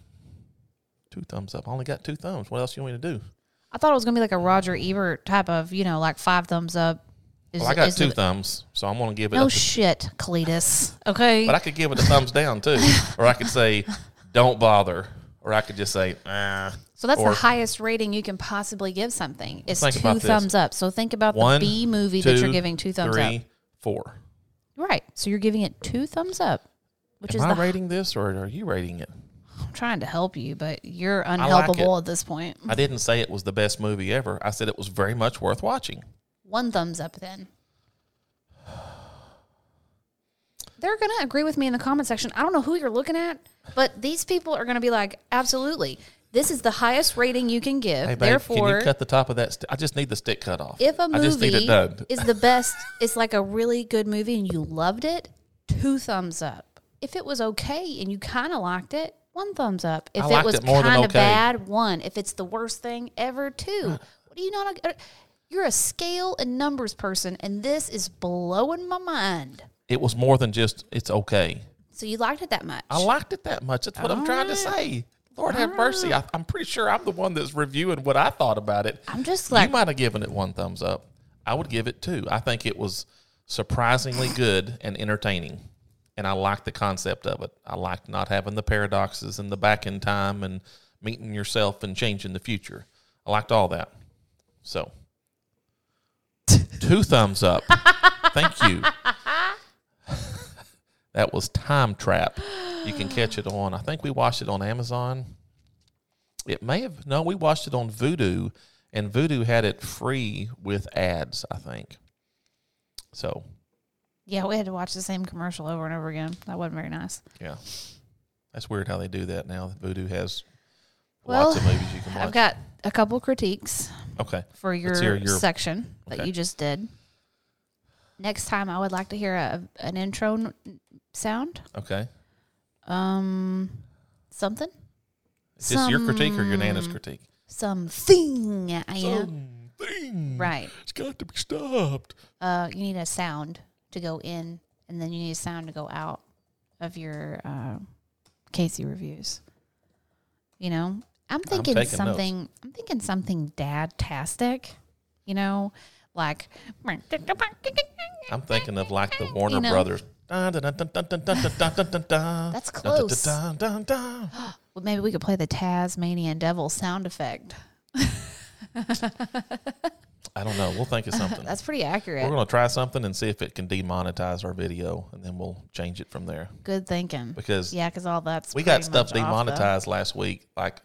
[SPEAKER 2] two thumbs up. I only got two thumbs. What else you want me to do?
[SPEAKER 3] I thought it was gonna be like a Roger Ebert type of, you know, like five thumbs up. Is,
[SPEAKER 2] Well, I got
[SPEAKER 3] is
[SPEAKER 2] two
[SPEAKER 3] it-
[SPEAKER 2] thumbs, so I'm going to give it.
[SPEAKER 3] No
[SPEAKER 2] a th-
[SPEAKER 3] shit, Cletus. Okay.
[SPEAKER 2] but I could give it a thumbs down too, or I could say, "Don't bother," or I could just say, "Ah."
[SPEAKER 3] so that's
[SPEAKER 2] or-
[SPEAKER 3] the highest rating you can possibly give something. It's
[SPEAKER 2] Think
[SPEAKER 3] two
[SPEAKER 2] about this.
[SPEAKER 3] thumbs up. So think about
[SPEAKER 2] One,
[SPEAKER 3] the B movie that you're giving two thumbs
[SPEAKER 2] three,
[SPEAKER 3] up.
[SPEAKER 2] four.
[SPEAKER 3] Right. So you're giving it two thumbs up, which
[SPEAKER 2] Am
[SPEAKER 3] is
[SPEAKER 2] I
[SPEAKER 3] the
[SPEAKER 2] rating this, or are you rating it?
[SPEAKER 3] I'm trying to help you, but you're
[SPEAKER 2] like it.
[SPEAKER 3] unhelpable at this point.
[SPEAKER 2] I didn't say it was the best movie ever. I said it was very much worth watching.
[SPEAKER 3] One thumbs up then. They're going to agree with me in the comment section. I don't know who you're looking at, but these people are going to be like, absolutely. This is the highest rating you can give.
[SPEAKER 2] Hey, babe,
[SPEAKER 3] Therefore,
[SPEAKER 2] can you cut the top of that? St- I just need the stick cut off.
[SPEAKER 3] if a movie
[SPEAKER 2] I just need it done.
[SPEAKER 3] is the best, it's like a really good movie and you loved it, two thumbs up. If it was okay and you kind of liked it, one thumbs up. If
[SPEAKER 2] I
[SPEAKER 3] it
[SPEAKER 2] liked
[SPEAKER 3] was
[SPEAKER 2] it more than
[SPEAKER 3] kind of
[SPEAKER 2] okay.
[SPEAKER 3] bad, one. If it's the worst thing ever, two. What do you not? You're a scale and numbers person, and this is blowing my mind.
[SPEAKER 2] It was more than just it's okay.
[SPEAKER 3] So you liked it that much?
[SPEAKER 2] I liked it that much. That's what I'm trying to
[SPEAKER 3] Ah.
[SPEAKER 2] say. Lord have mercy. I, I'm pretty sure I'm the one that's reviewing what I thought about it.
[SPEAKER 3] I'm just like,
[SPEAKER 2] you might have given it one thumbs up. I would give it two. I think it was surprisingly good and entertaining. And I liked the concept of it. I liked not having the paradoxes and the back in time and meeting yourself and changing the future. I liked all that. So, two thumbs up. Thank you. that was Time Trap. You can catch it on, I think we watched it on Amazon. It may have, no, we watched it on Voodoo, and Voodoo had it free with ads, I think. So,
[SPEAKER 3] yeah, we had to watch the same commercial over and over again. That wasn't very nice.
[SPEAKER 2] yeah. That's weird how they do that now. Voodoo has
[SPEAKER 3] Well,
[SPEAKER 2] lots of movies you can watch.
[SPEAKER 3] I've got a couple critiques
[SPEAKER 2] okay.
[SPEAKER 3] for your,
[SPEAKER 2] hear your-
[SPEAKER 3] section that
[SPEAKER 2] okay.
[SPEAKER 3] you just did. Next time, I would like to hear a, an intro n- sound.
[SPEAKER 2] Okay.
[SPEAKER 3] Um, something,
[SPEAKER 2] Is this your critique or your Nana's
[SPEAKER 3] Some-
[SPEAKER 2] critique?
[SPEAKER 3] something. I am
[SPEAKER 2] Something.
[SPEAKER 3] right.
[SPEAKER 2] It's got to be stopped.
[SPEAKER 3] Uh, you need a sound to go in, and then you need a sound to go out of your uh, Casey reviews. You know, I'm
[SPEAKER 2] taking
[SPEAKER 3] thinking
[SPEAKER 2] notes.
[SPEAKER 3] something. I'm thinking something dad-tastic. You know, like
[SPEAKER 2] I'm thinking of like the Warner
[SPEAKER 3] You know.
[SPEAKER 2] Brothers. Dun, dun, dun, dun, dun, dun, dun, dun, dun, dun, dun.
[SPEAKER 3] That's
[SPEAKER 2] Dun, dun,
[SPEAKER 3] close.
[SPEAKER 2] dun, dun, dun, dun.
[SPEAKER 3] Well, maybe we could play the Tasmanian devil sound effect.
[SPEAKER 2] I don't know. We'll think of something.
[SPEAKER 3] That's pretty
[SPEAKER 2] We're
[SPEAKER 3] accurate.
[SPEAKER 2] going to try something and see if it can demonetize our video, and then we'll change it from there.
[SPEAKER 3] Good thinking.
[SPEAKER 2] Because
[SPEAKER 3] Yeah, because all that's
[SPEAKER 2] we got
[SPEAKER 3] pretty
[SPEAKER 2] stuff
[SPEAKER 3] much off, though.
[SPEAKER 2] demonetized last week, like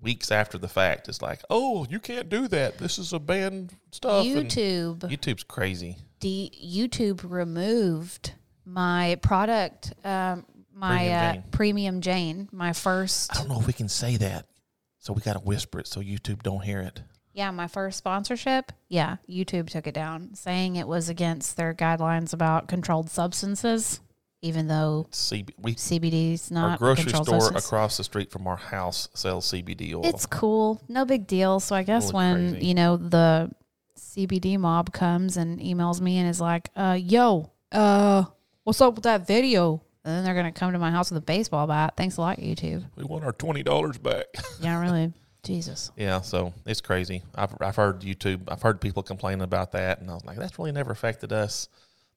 [SPEAKER 2] weeks after the fact. It's like, oh, you can't do that. This is a banned stuff. and
[SPEAKER 3] YouTube,
[SPEAKER 2] YouTube's crazy.
[SPEAKER 3] D- YouTube removed my product, um, my
[SPEAKER 2] Premium
[SPEAKER 3] uh,
[SPEAKER 2] Jane. Oh.
[SPEAKER 3] premium Jane, my first,
[SPEAKER 2] I don't know if we can say that, so we got to whisper it so YouTube don't hear it.
[SPEAKER 3] yeah, my first sponsorship. Yeah, YouTube took it down, saying it was against their guidelines about controlled substances, even though
[SPEAKER 2] CB, we
[SPEAKER 3] CBD is not
[SPEAKER 2] our grocery store
[SPEAKER 3] controlled substance.
[SPEAKER 2] across the street from our house sells CBD oil.
[SPEAKER 3] It's cool. No big deal. So I guess
[SPEAKER 2] look
[SPEAKER 3] when,
[SPEAKER 2] crazy.
[SPEAKER 3] you know, the CBD mob comes and emails me and is like, uh, yo, uh, what's up with that video? And then they're going to come to my house with a baseball bat. Thanks a lot, YouTube.
[SPEAKER 2] we want our twenty dollars back.
[SPEAKER 3] Yeah, really. Jesus.
[SPEAKER 2] yeah, so it's crazy. I've I've heard YouTube. I've heard people complaining about that, and I was like, that's really never affected us.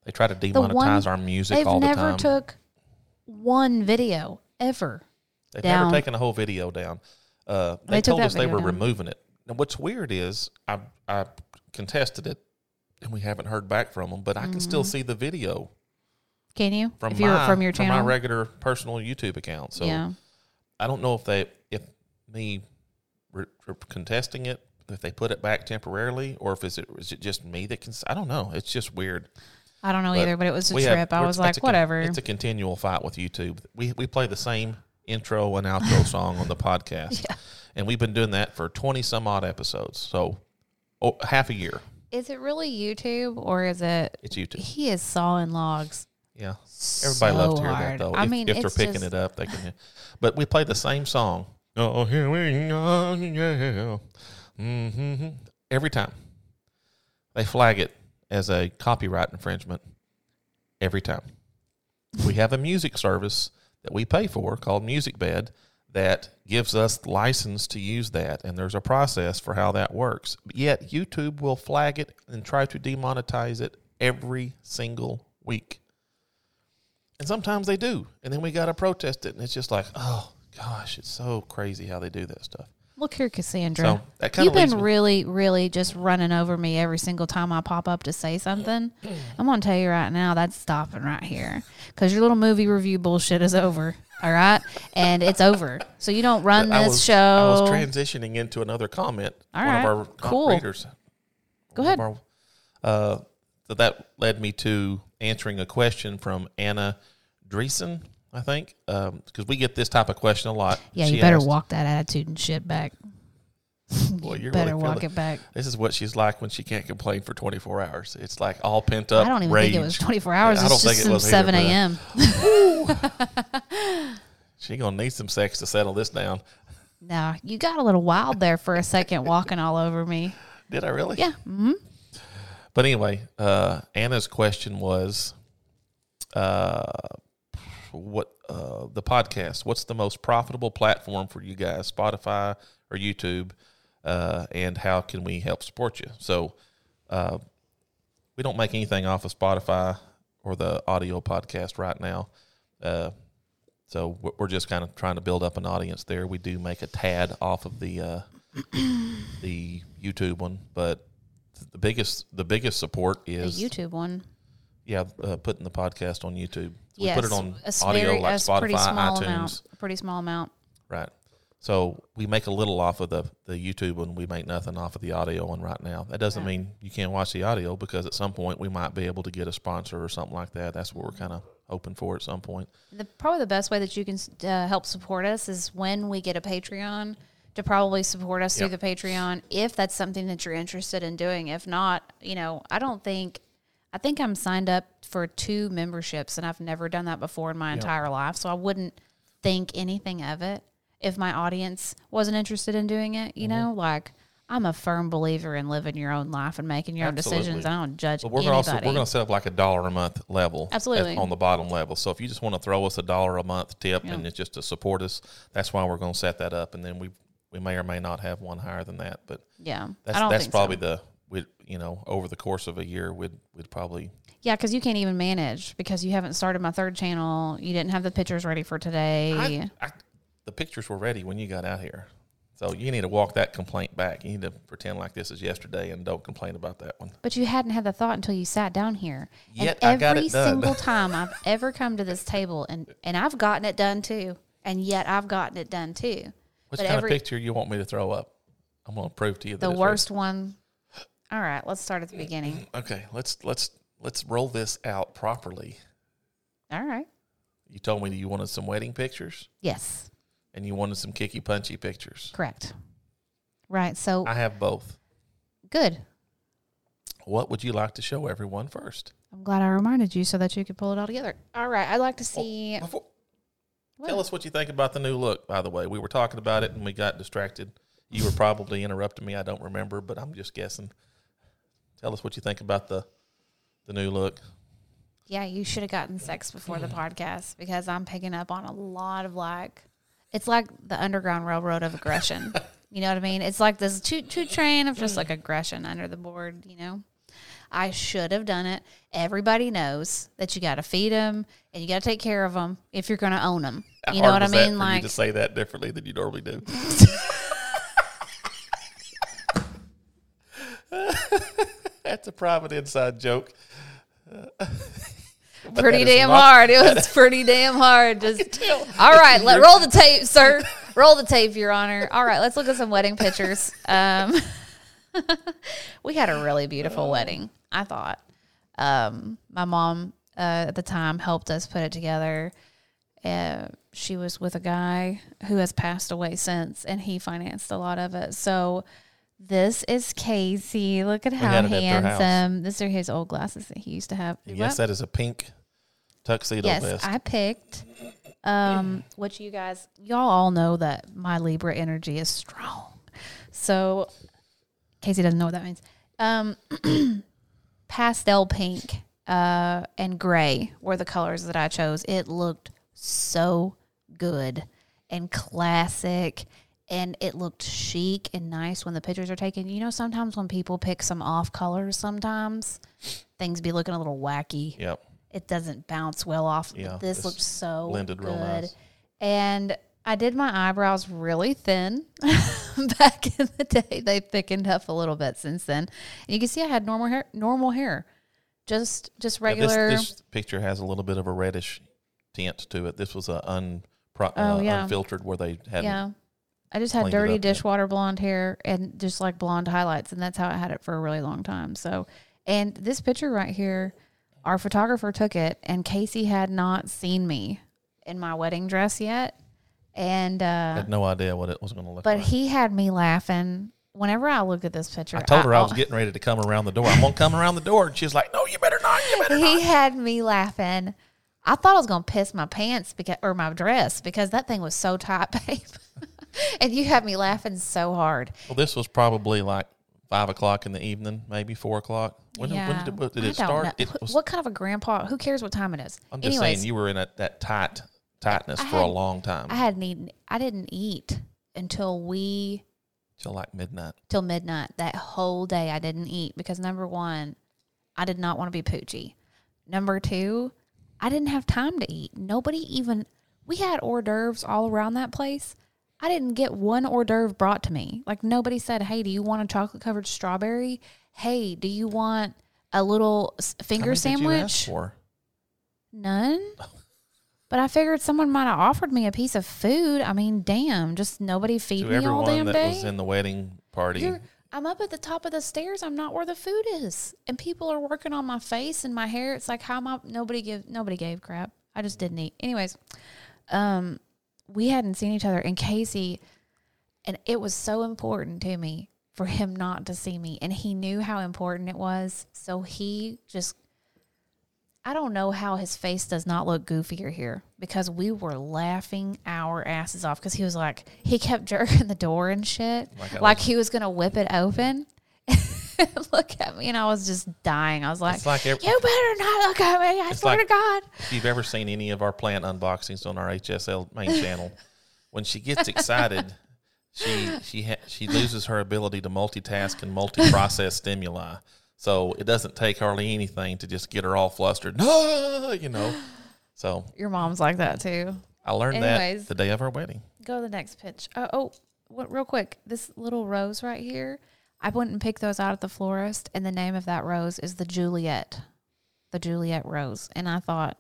[SPEAKER 2] They try to demonetize
[SPEAKER 3] one-
[SPEAKER 2] our music
[SPEAKER 3] They've
[SPEAKER 2] all the
[SPEAKER 3] never
[SPEAKER 2] time.
[SPEAKER 3] took one video ever.
[SPEAKER 2] They've
[SPEAKER 3] down.
[SPEAKER 2] never taken a whole video down. Uh,
[SPEAKER 3] They
[SPEAKER 2] they,
[SPEAKER 3] took
[SPEAKER 2] told
[SPEAKER 3] that
[SPEAKER 2] us they
[SPEAKER 3] video
[SPEAKER 2] were
[SPEAKER 3] down.
[SPEAKER 2] removing it. Now, what's weird is I I contested it, and we haven't heard back from them. But I can still see the video
[SPEAKER 3] Can you?
[SPEAKER 2] from
[SPEAKER 3] Mm-hmm. if you're
[SPEAKER 2] my,
[SPEAKER 3] from your channel.
[SPEAKER 2] my regular personal YouTube account. So
[SPEAKER 3] yeah.
[SPEAKER 2] I don't know if they if me re- re- contesting it if they put it back temporarily or if is it is it just me that can s- I don't know. It's just weird.
[SPEAKER 3] I don't know
[SPEAKER 2] But
[SPEAKER 3] either, but it was a
[SPEAKER 2] We
[SPEAKER 3] trip.
[SPEAKER 2] have-
[SPEAKER 3] I
[SPEAKER 2] we're-
[SPEAKER 3] was
[SPEAKER 2] it's
[SPEAKER 3] like,
[SPEAKER 2] a con-
[SPEAKER 3] whatever.
[SPEAKER 2] It's a continual fight with YouTube. We we play the same intro and outro song on the podcast, and we've been doing that for twenty some odd episodes. So, oh, half a year.
[SPEAKER 3] is it really YouTube or is it?
[SPEAKER 2] It's YouTube.
[SPEAKER 3] He is sawing logs.
[SPEAKER 2] Yeah, everybody loves to
[SPEAKER 3] so
[SPEAKER 2] hear
[SPEAKER 3] hard.
[SPEAKER 2] that though.
[SPEAKER 3] I
[SPEAKER 2] if,
[SPEAKER 3] mean,
[SPEAKER 2] if they're
[SPEAKER 3] it's
[SPEAKER 2] picking
[SPEAKER 3] just-
[SPEAKER 2] it up, they can. But we play the same song. Oh, here we go, yeah. hmm Every time they flag it as a copyright infringement. Every time we have a music service that we pay for called MusicBed that gives us license to use that, and there's a process for how that works. Yet YouTube will flag it and try to demonetize it every single week. And sometimes they do. And then we got to protest it. And it's just like, oh, gosh, it's so crazy how they do that stuff.
[SPEAKER 3] Look here, Cassandra.
[SPEAKER 2] So that kind
[SPEAKER 3] You've
[SPEAKER 2] of leads
[SPEAKER 3] been
[SPEAKER 2] me-
[SPEAKER 3] really, really just running over me every single time I pop up to say something. I'm gonna tell you right now, that's stopping right here because your little movie review bullshit is over. All right, and it's over. So you don't run
[SPEAKER 2] I
[SPEAKER 3] this
[SPEAKER 2] was,
[SPEAKER 3] show.
[SPEAKER 2] I was transitioning into another comment.
[SPEAKER 3] All
[SPEAKER 2] one
[SPEAKER 3] right,
[SPEAKER 2] of our co-
[SPEAKER 3] cool.
[SPEAKER 2] readers.
[SPEAKER 3] Go
[SPEAKER 2] one of
[SPEAKER 3] ahead.
[SPEAKER 2] our- uh, so that led me to answering a question from Anna Dreesen. I think, because we get this type of question a lot.
[SPEAKER 3] Yeah,
[SPEAKER 2] She
[SPEAKER 3] you better
[SPEAKER 2] asked-
[SPEAKER 3] walk that attitude and shit back.
[SPEAKER 2] Boy, you're
[SPEAKER 3] better
[SPEAKER 2] really feeling-
[SPEAKER 3] walk it back.
[SPEAKER 2] This is what she's like when she can't complain for 24 hours. It's like all pent up.
[SPEAKER 3] I don't even
[SPEAKER 2] rage.
[SPEAKER 3] think it was 24 hours.
[SPEAKER 2] I
[SPEAKER 3] it's
[SPEAKER 2] don't
[SPEAKER 3] just
[SPEAKER 2] think it
[SPEAKER 3] some
[SPEAKER 2] was either,
[SPEAKER 3] 7
[SPEAKER 2] but-
[SPEAKER 3] a.m.
[SPEAKER 2] She gonna need some sex to settle this down.
[SPEAKER 3] No, you got a little wild there for a second, walking all over me.
[SPEAKER 2] Did I really?
[SPEAKER 3] Yeah, hmm
[SPEAKER 2] But anyway, uh, Anna's question was, uh, what uh, the podcast? What's the most profitable platform for you guys? Spotify or YouTube? Uh, and how can we help support you? So, uh, we don't make anything off of Spotify or the audio podcast right now. Uh, so we're- we're just kind of trying to build up an audience there. We do make a tad off of the uh, the YouTube one, but the biggest the biggest support
[SPEAKER 3] the
[SPEAKER 2] is
[SPEAKER 3] YouTube one.
[SPEAKER 2] yeah uh, putting the podcast on YouTube. We
[SPEAKER 3] yes,
[SPEAKER 2] put it on
[SPEAKER 3] a s-
[SPEAKER 2] audio
[SPEAKER 3] very- a
[SPEAKER 2] like
[SPEAKER 3] s-
[SPEAKER 2] Spotify,
[SPEAKER 3] pretty small
[SPEAKER 2] iTunes,
[SPEAKER 3] amount. a Pretty small amount.
[SPEAKER 2] right? So we make a little off of the the YouTube one. We make nothing off of the audio one right now. That doesn't
[SPEAKER 3] Right.
[SPEAKER 2] mean you can't watch the audio because at some point we might be able to get a sponsor or something like that. That's what we're kind of hoping for at some point.
[SPEAKER 3] The probably the best way that you can uh, help support us is when we get a Patreon to probably support us through
[SPEAKER 2] Yep.
[SPEAKER 3] the Patreon if that's something that you're interested in doing. If not, you know, I don't think I think I'm signed up for two memberships and I've never done that before in my entire life, so I wouldn't think anything of it if my audience wasn't interested in doing it,
[SPEAKER 2] Mm-hmm.
[SPEAKER 3] you know, like I'm a firm believer in living your own life and making your own decisions.
[SPEAKER 2] Absolutely.
[SPEAKER 3] I don't judge
[SPEAKER 2] But we're gonna
[SPEAKER 3] anybody.
[SPEAKER 2] also we're going to set up like a dollar a month level at-
[SPEAKER 3] Absolutely.
[SPEAKER 2] on the bottom level. So if you just want to throw us a dollar a month tip and it's just to support us, that's why we're going to set that up. And then we we may or may not have one higher than that, but
[SPEAKER 3] yeah,
[SPEAKER 2] that's
[SPEAKER 3] I don't
[SPEAKER 2] that's
[SPEAKER 3] think so.
[SPEAKER 2] probably the we you know over the course of a year we'd we'd probably
[SPEAKER 3] Yeah, because you can't even manage because you haven't started my third channel. You didn't have the pictures ready for today.
[SPEAKER 2] I, I, the pictures were ready when you got out here. So you need to walk that complaint back. You need to pretend like this is yesterday and don't complain about that one.
[SPEAKER 3] but you hadn't had the thought until you sat down here.
[SPEAKER 2] Yet I
[SPEAKER 3] and
[SPEAKER 2] got
[SPEAKER 3] every
[SPEAKER 2] it done.
[SPEAKER 3] single time I've ever come to this table and and I've gotten it done too. And yet I've gotten it done too.
[SPEAKER 2] Which
[SPEAKER 3] but
[SPEAKER 2] kind
[SPEAKER 3] every
[SPEAKER 2] of picture you want me to throw up? I'm going to prove to you that
[SPEAKER 3] the
[SPEAKER 2] it's
[SPEAKER 3] worst one. All right, let's start at the beginning.
[SPEAKER 2] ready. Okay, let's let's let's roll this out properly.
[SPEAKER 3] All right.
[SPEAKER 2] You told me that you wanted some wedding pictures
[SPEAKER 3] Yes,
[SPEAKER 2] and you wanted some kicky punchy pictures.
[SPEAKER 3] correct. Right. So
[SPEAKER 2] I have both.
[SPEAKER 3] good.
[SPEAKER 2] What would you like to show everyone first?
[SPEAKER 3] I'm glad I reminded you so that you could pull it all together. All right. I'd like to see.
[SPEAKER 2] Before,
[SPEAKER 3] What?
[SPEAKER 2] Oh, Tell us what you think about the new look, by the way. We were talking about it and we got distracted. You were probably interrupting me. I don't remember, but I'm just guessing. Tell us what you think about the the new look.
[SPEAKER 3] Yeah, you should have gotten sex before the podcast because I'm picking up on a lot of like, it's like the underground railroad of aggression. you know what I mean? It's like this toot toot train of just like aggression under the board. You know, I should have done it. Everybody knows that you got to feed them and you got to take care of them if you're going to own them.
[SPEAKER 2] How
[SPEAKER 3] You know
[SPEAKER 2] hard
[SPEAKER 3] what I
[SPEAKER 2] was that
[SPEAKER 3] mean?
[SPEAKER 2] for
[SPEAKER 3] Like,
[SPEAKER 2] you to say that differently than you normally do. That's a private inside joke. that
[SPEAKER 3] pretty
[SPEAKER 2] is
[SPEAKER 3] damn
[SPEAKER 2] not-
[SPEAKER 3] hard. It was pretty damn hard. Just all right. Let roll the tape, sir. Roll the tape, Your Honor. All right, let's look at some wedding pictures. Um, we had a really
[SPEAKER 2] Uh.
[SPEAKER 3] beautiful wedding. I thought. Um, my mom uh, at the time helped us put it together. Uh, she was with a guy who has passed away since, and he financed a lot of it. So. This is Casey. Look at how
[SPEAKER 2] had it at their house.
[SPEAKER 3] handsome. These are his old glasses that he used to have.
[SPEAKER 2] Yes,
[SPEAKER 3] What?
[SPEAKER 2] that is a pink tuxedo
[SPEAKER 3] Yes,
[SPEAKER 2] vest.
[SPEAKER 3] I picked. Um, which you guys, y'all all know that my Libra energy is strong. So, Casey doesn't know what that means. Um, pastel pink uh, and gray were the colors that I chose. It looked so good and classic. And it looked chic and nice when the pictures are taken. You know, sometimes when people pick some off colors, sometimes things be looking a little wacky
[SPEAKER 2] yep.
[SPEAKER 3] it doesn't bounce well off.
[SPEAKER 2] Yeah,
[SPEAKER 3] but this
[SPEAKER 2] this
[SPEAKER 3] looks so
[SPEAKER 2] blended
[SPEAKER 3] Oh, good.
[SPEAKER 2] real nice.
[SPEAKER 3] And I did my eyebrows really thin back in the day. They thickened up a little bit since then. And you can see I had normal hair, normal hair, just just
[SPEAKER 2] Yeah, this-
[SPEAKER 3] regular.
[SPEAKER 2] This, picture has a little bit of a reddish tint to it. This was a un pro,
[SPEAKER 3] Oh,
[SPEAKER 2] uh,
[SPEAKER 3] yeah.
[SPEAKER 2] unfiltered where they hadn't.
[SPEAKER 3] yeah, I just had
[SPEAKER 2] cleaned it
[SPEAKER 3] dirty
[SPEAKER 2] up yet.
[SPEAKER 3] dishwater blonde hair and just like blonde highlights, and that's how I had it for a really long time. So, and this picture right here, our photographer took it, and Casey had not seen me in my wedding dress yet. And
[SPEAKER 2] I
[SPEAKER 3] uh,
[SPEAKER 2] had no idea what it was going to look
[SPEAKER 3] but
[SPEAKER 2] like.
[SPEAKER 3] he had me laughing whenever I look at this picture.
[SPEAKER 2] I told her I
[SPEAKER 3] al-
[SPEAKER 2] was getting ready to come around the door. I'm going to come around the door. And she's like, no, you better not. You better
[SPEAKER 3] he
[SPEAKER 2] not.
[SPEAKER 3] had me laughing. I thought I was gonna piss my pants because or my dress because that thing was so tight, babe. and you had me laughing so hard.
[SPEAKER 2] Well, this was probably like five o'clock in the evening, maybe four o'clock. When, did- when did, it, did
[SPEAKER 3] I
[SPEAKER 2] it
[SPEAKER 3] don't
[SPEAKER 2] start?
[SPEAKER 3] know.
[SPEAKER 2] It
[SPEAKER 3] Wh-
[SPEAKER 2] was,
[SPEAKER 3] what kind of a grandpa? Who cares what time it is?
[SPEAKER 2] I'm just
[SPEAKER 3] Anyways,
[SPEAKER 2] saying you were in a, that tight tightness
[SPEAKER 3] I
[SPEAKER 2] for a
[SPEAKER 3] had-
[SPEAKER 2] long time
[SPEAKER 3] I hadn't eaten. I didn't eat until we
[SPEAKER 2] till like midnight.
[SPEAKER 3] till midnight that whole day. I didn't eat because number one, I did not want to be poochy. Number two, I didn't have time to eat. Nobody even we had hors d'oeuvres all around that place. I didn't get one hors d'oeuvre brought to me. Like nobody said, "Hey, do you want a chocolate covered strawberry? Hey, do you want a little s-
[SPEAKER 2] How
[SPEAKER 3] finger
[SPEAKER 2] many did you ask
[SPEAKER 3] sandwich?"
[SPEAKER 2] for?
[SPEAKER 3] None. But I figured someone might have offered me a piece of food. I mean, damn, just nobody feed
[SPEAKER 2] to
[SPEAKER 3] me all
[SPEAKER 2] everyone
[SPEAKER 3] damn
[SPEAKER 2] that
[SPEAKER 3] day.
[SPEAKER 2] was in the wedding party.
[SPEAKER 3] You're, I'm up at the top of the stairs. I'm not where the food is, and people are working on my face and my hair. It's like how am I? Nobody give nobody gave crap. I just didn't eat. Anyways, um, we hadn't seen each other, and Casey, and it was so important to me for him not to see me, and he knew how important it was, so he just. I don't know how his face does not look goofier here because we were laughing our asses off because he was like he kept jerking the door and shit
[SPEAKER 2] Like I
[SPEAKER 3] like he was gonna whip it open. look at me, and I was just dying. I was like,
[SPEAKER 2] It's like every-
[SPEAKER 3] "You better not look at me! I
[SPEAKER 2] It's
[SPEAKER 3] swear
[SPEAKER 2] like-
[SPEAKER 3] to God."
[SPEAKER 2] if you've ever seen any of our plant unboxings on our HSL main channel, when she gets excited, she she ha- she loses her ability to multitask and multi-process stimuli. So it doesn't take hardly anything to just get her all flustered. No, you know. So
[SPEAKER 3] Your mom's like that too.
[SPEAKER 2] I learned
[SPEAKER 3] Anyways.
[SPEAKER 2] that the day of our wedding.
[SPEAKER 3] Go to the next pitch. Oh, oh, what, real quick, this little rose right here. I went and picked those out at the florist, and the name of that rose is the Juliet, the Juliet rose. And I thought,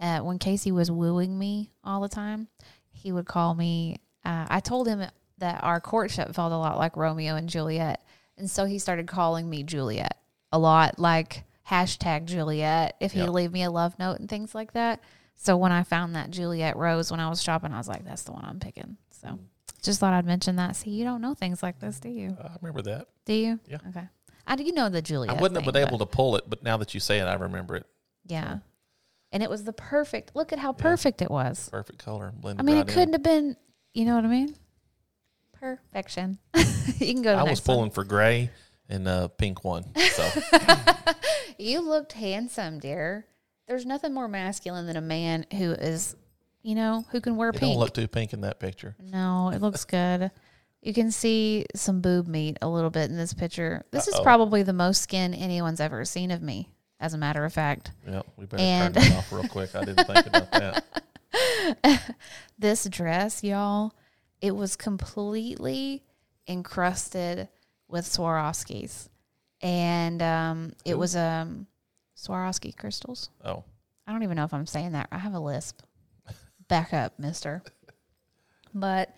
[SPEAKER 3] uh, when Casey was wooing me all the time, he would call me. Uh, I told him that our courtship felt a lot like Romeo and Juliet, and so he started calling me Juliet a lot, like hashtag Juliet. If he
[SPEAKER 2] Yeah.
[SPEAKER 3] would leave me a love note and things like that. So when I found that Juliet rose when I was shopping, I was like, "That's the one I'm picking."
[SPEAKER 2] Mm.
[SPEAKER 3] So just thought I'd mention that. See, you don't know things like this, do you?
[SPEAKER 2] I remember that.
[SPEAKER 3] Do you?
[SPEAKER 2] Yeah.
[SPEAKER 3] Okay. I do you know the Juliet.
[SPEAKER 2] I wouldn't have
[SPEAKER 3] thing,
[SPEAKER 2] been
[SPEAKER 3] but-
[SPEAKER 2] able to pull it, but now that you say it, I remember it.
[SPEAKER 3] Yeah. And it was the perfect. Look at how perfect it was.
[SPEAKER 2] Perfect color, blended.
[SPEAKER 3] I mean,
[SPEAKER 2] right
[SPEAKER 3] it
[SPEAKER 2] in.
[SPEAKER 3] couldn't have been. You know what I mean? Perfection. you can go. To
[SPEAKER 2] I
[SPEAKER 3] the
[SPEAKER 2] was
[SPEAKER 3] next one.
[SPEAKER 2] pulling for gray and uh, pink one. So
[SPEAKER 3] You looked handsome, dear. There's nothing more masculine than a man who is, you know, who can wear
[SPEAKER 2] it
[SPEAKER 3] pink.
[SPEAKER 2] don't look too pink in that picture.
[SPEAKER 3] no, it looks good. You can see some boob meat a little bit in this picture. This is
[SPEAKER 2] Uh-oh.
[SPEAKER 3] probably the most skin anyone's ever seen of me, as a matter of fact.
[SPEAKER 2] Yeah, we better
[SPEAKER 3] And-
[SPEAKER 2] turn that off real quick. I didn't think about that.
[SPEAKER 3] this dress, y'all, it was completely encrusted with Swarovskis, and um, it
[SPEAKER 2] Who?
[SPEAKER 3] was um, Swarovski crystals.
[SPEAKER 2] Oh,
[SPEAKER 3] I don't even know if I'm saying that. I have a lisp. Back up, mister. But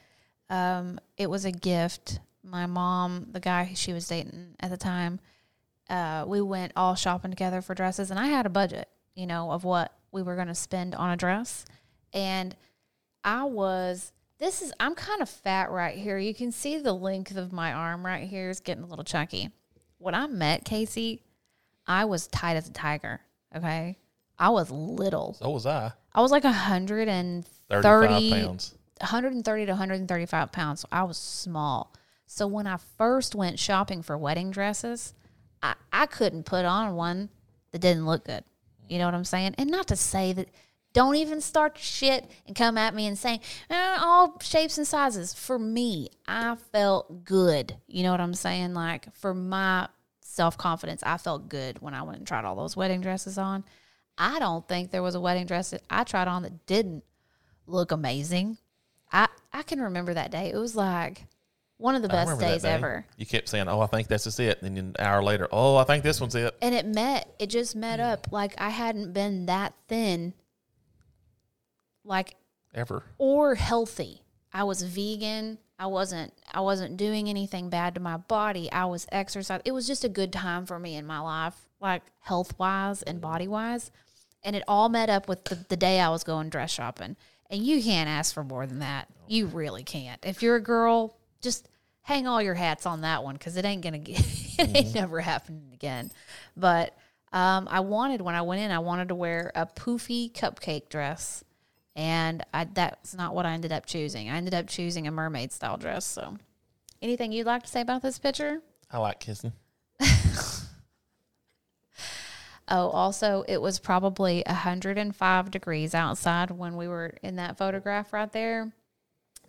[SPEAKER 3] um, it was a gift. My mom, the guy who she was dating at the time, uh, we went all shopping together for dresses, and I had a budget, you know, of what we were going to spend on a dress. And I was, this is, I'm kind of fat right here. You can see the length of my arm right here is getting a little chunky. When I met Casey, I was tight as a tiger. Okay. I was little.
[SPEAKER 2] so was I.
[SPEAKER 3] I was like 130
[SPEAKER 2] Thirty-five pounds.
[SPEAKER 3] 130 to 135 pounds. So I was small. So when I first went shopping for wedding dresses, I, I couldn't put on one that didn't look good. You know what I'm saying? And not to say that, don't even start shit and come at me and saying, "Eh, all shapes and sizes. For me, I felt good. You know what I'm saying? Like for my self confidence, I felt good when I went and tried all those wedding dresses on. I don't think there was a wedding dress that I tried on that didn't look amazing. I I can remember that day. It was like one of the
[SPEAKER 2] I
[SPEAKER 3] best
[SPEAKER 2] remember that
[SPEAKER 3] days
[SPEAKER 2] day.
[SPEAKER 3] ever.
[SPEAKER 2] You kept saying, "Oh, I think this is it," and then an hour later, "Oh, I think this one's it."
[SPEAKER 3] And it met, it just met up. Like I hadn't been that thin, like
[SPEAKER 2] Ever.
[SPEAKER 3] or healthy. I was vegan. I wasn't I wasn't doing anything bad to my body. I was exercising. It was just a good time for me in my life, like health wise and body wise. and it all met up with the, the day I was going dress shopping. And you can't ask for more than that. You really can't. If you're a girl, just hang all your hats on that one because it ain't gonna get, it ain't never happening again. But um, I wanted when I went in, I wanted to wear a poofy cupcake dress, and I, that's not what I ended up choosing. I ended up choosing a mermaid style dress. So, anything you'd like to say about this picture?
[SPEAKER 2] I like kissing.
[SPEAKER 3] Oh, also, it was probably 105 degrees outside when we were in that photograph right there.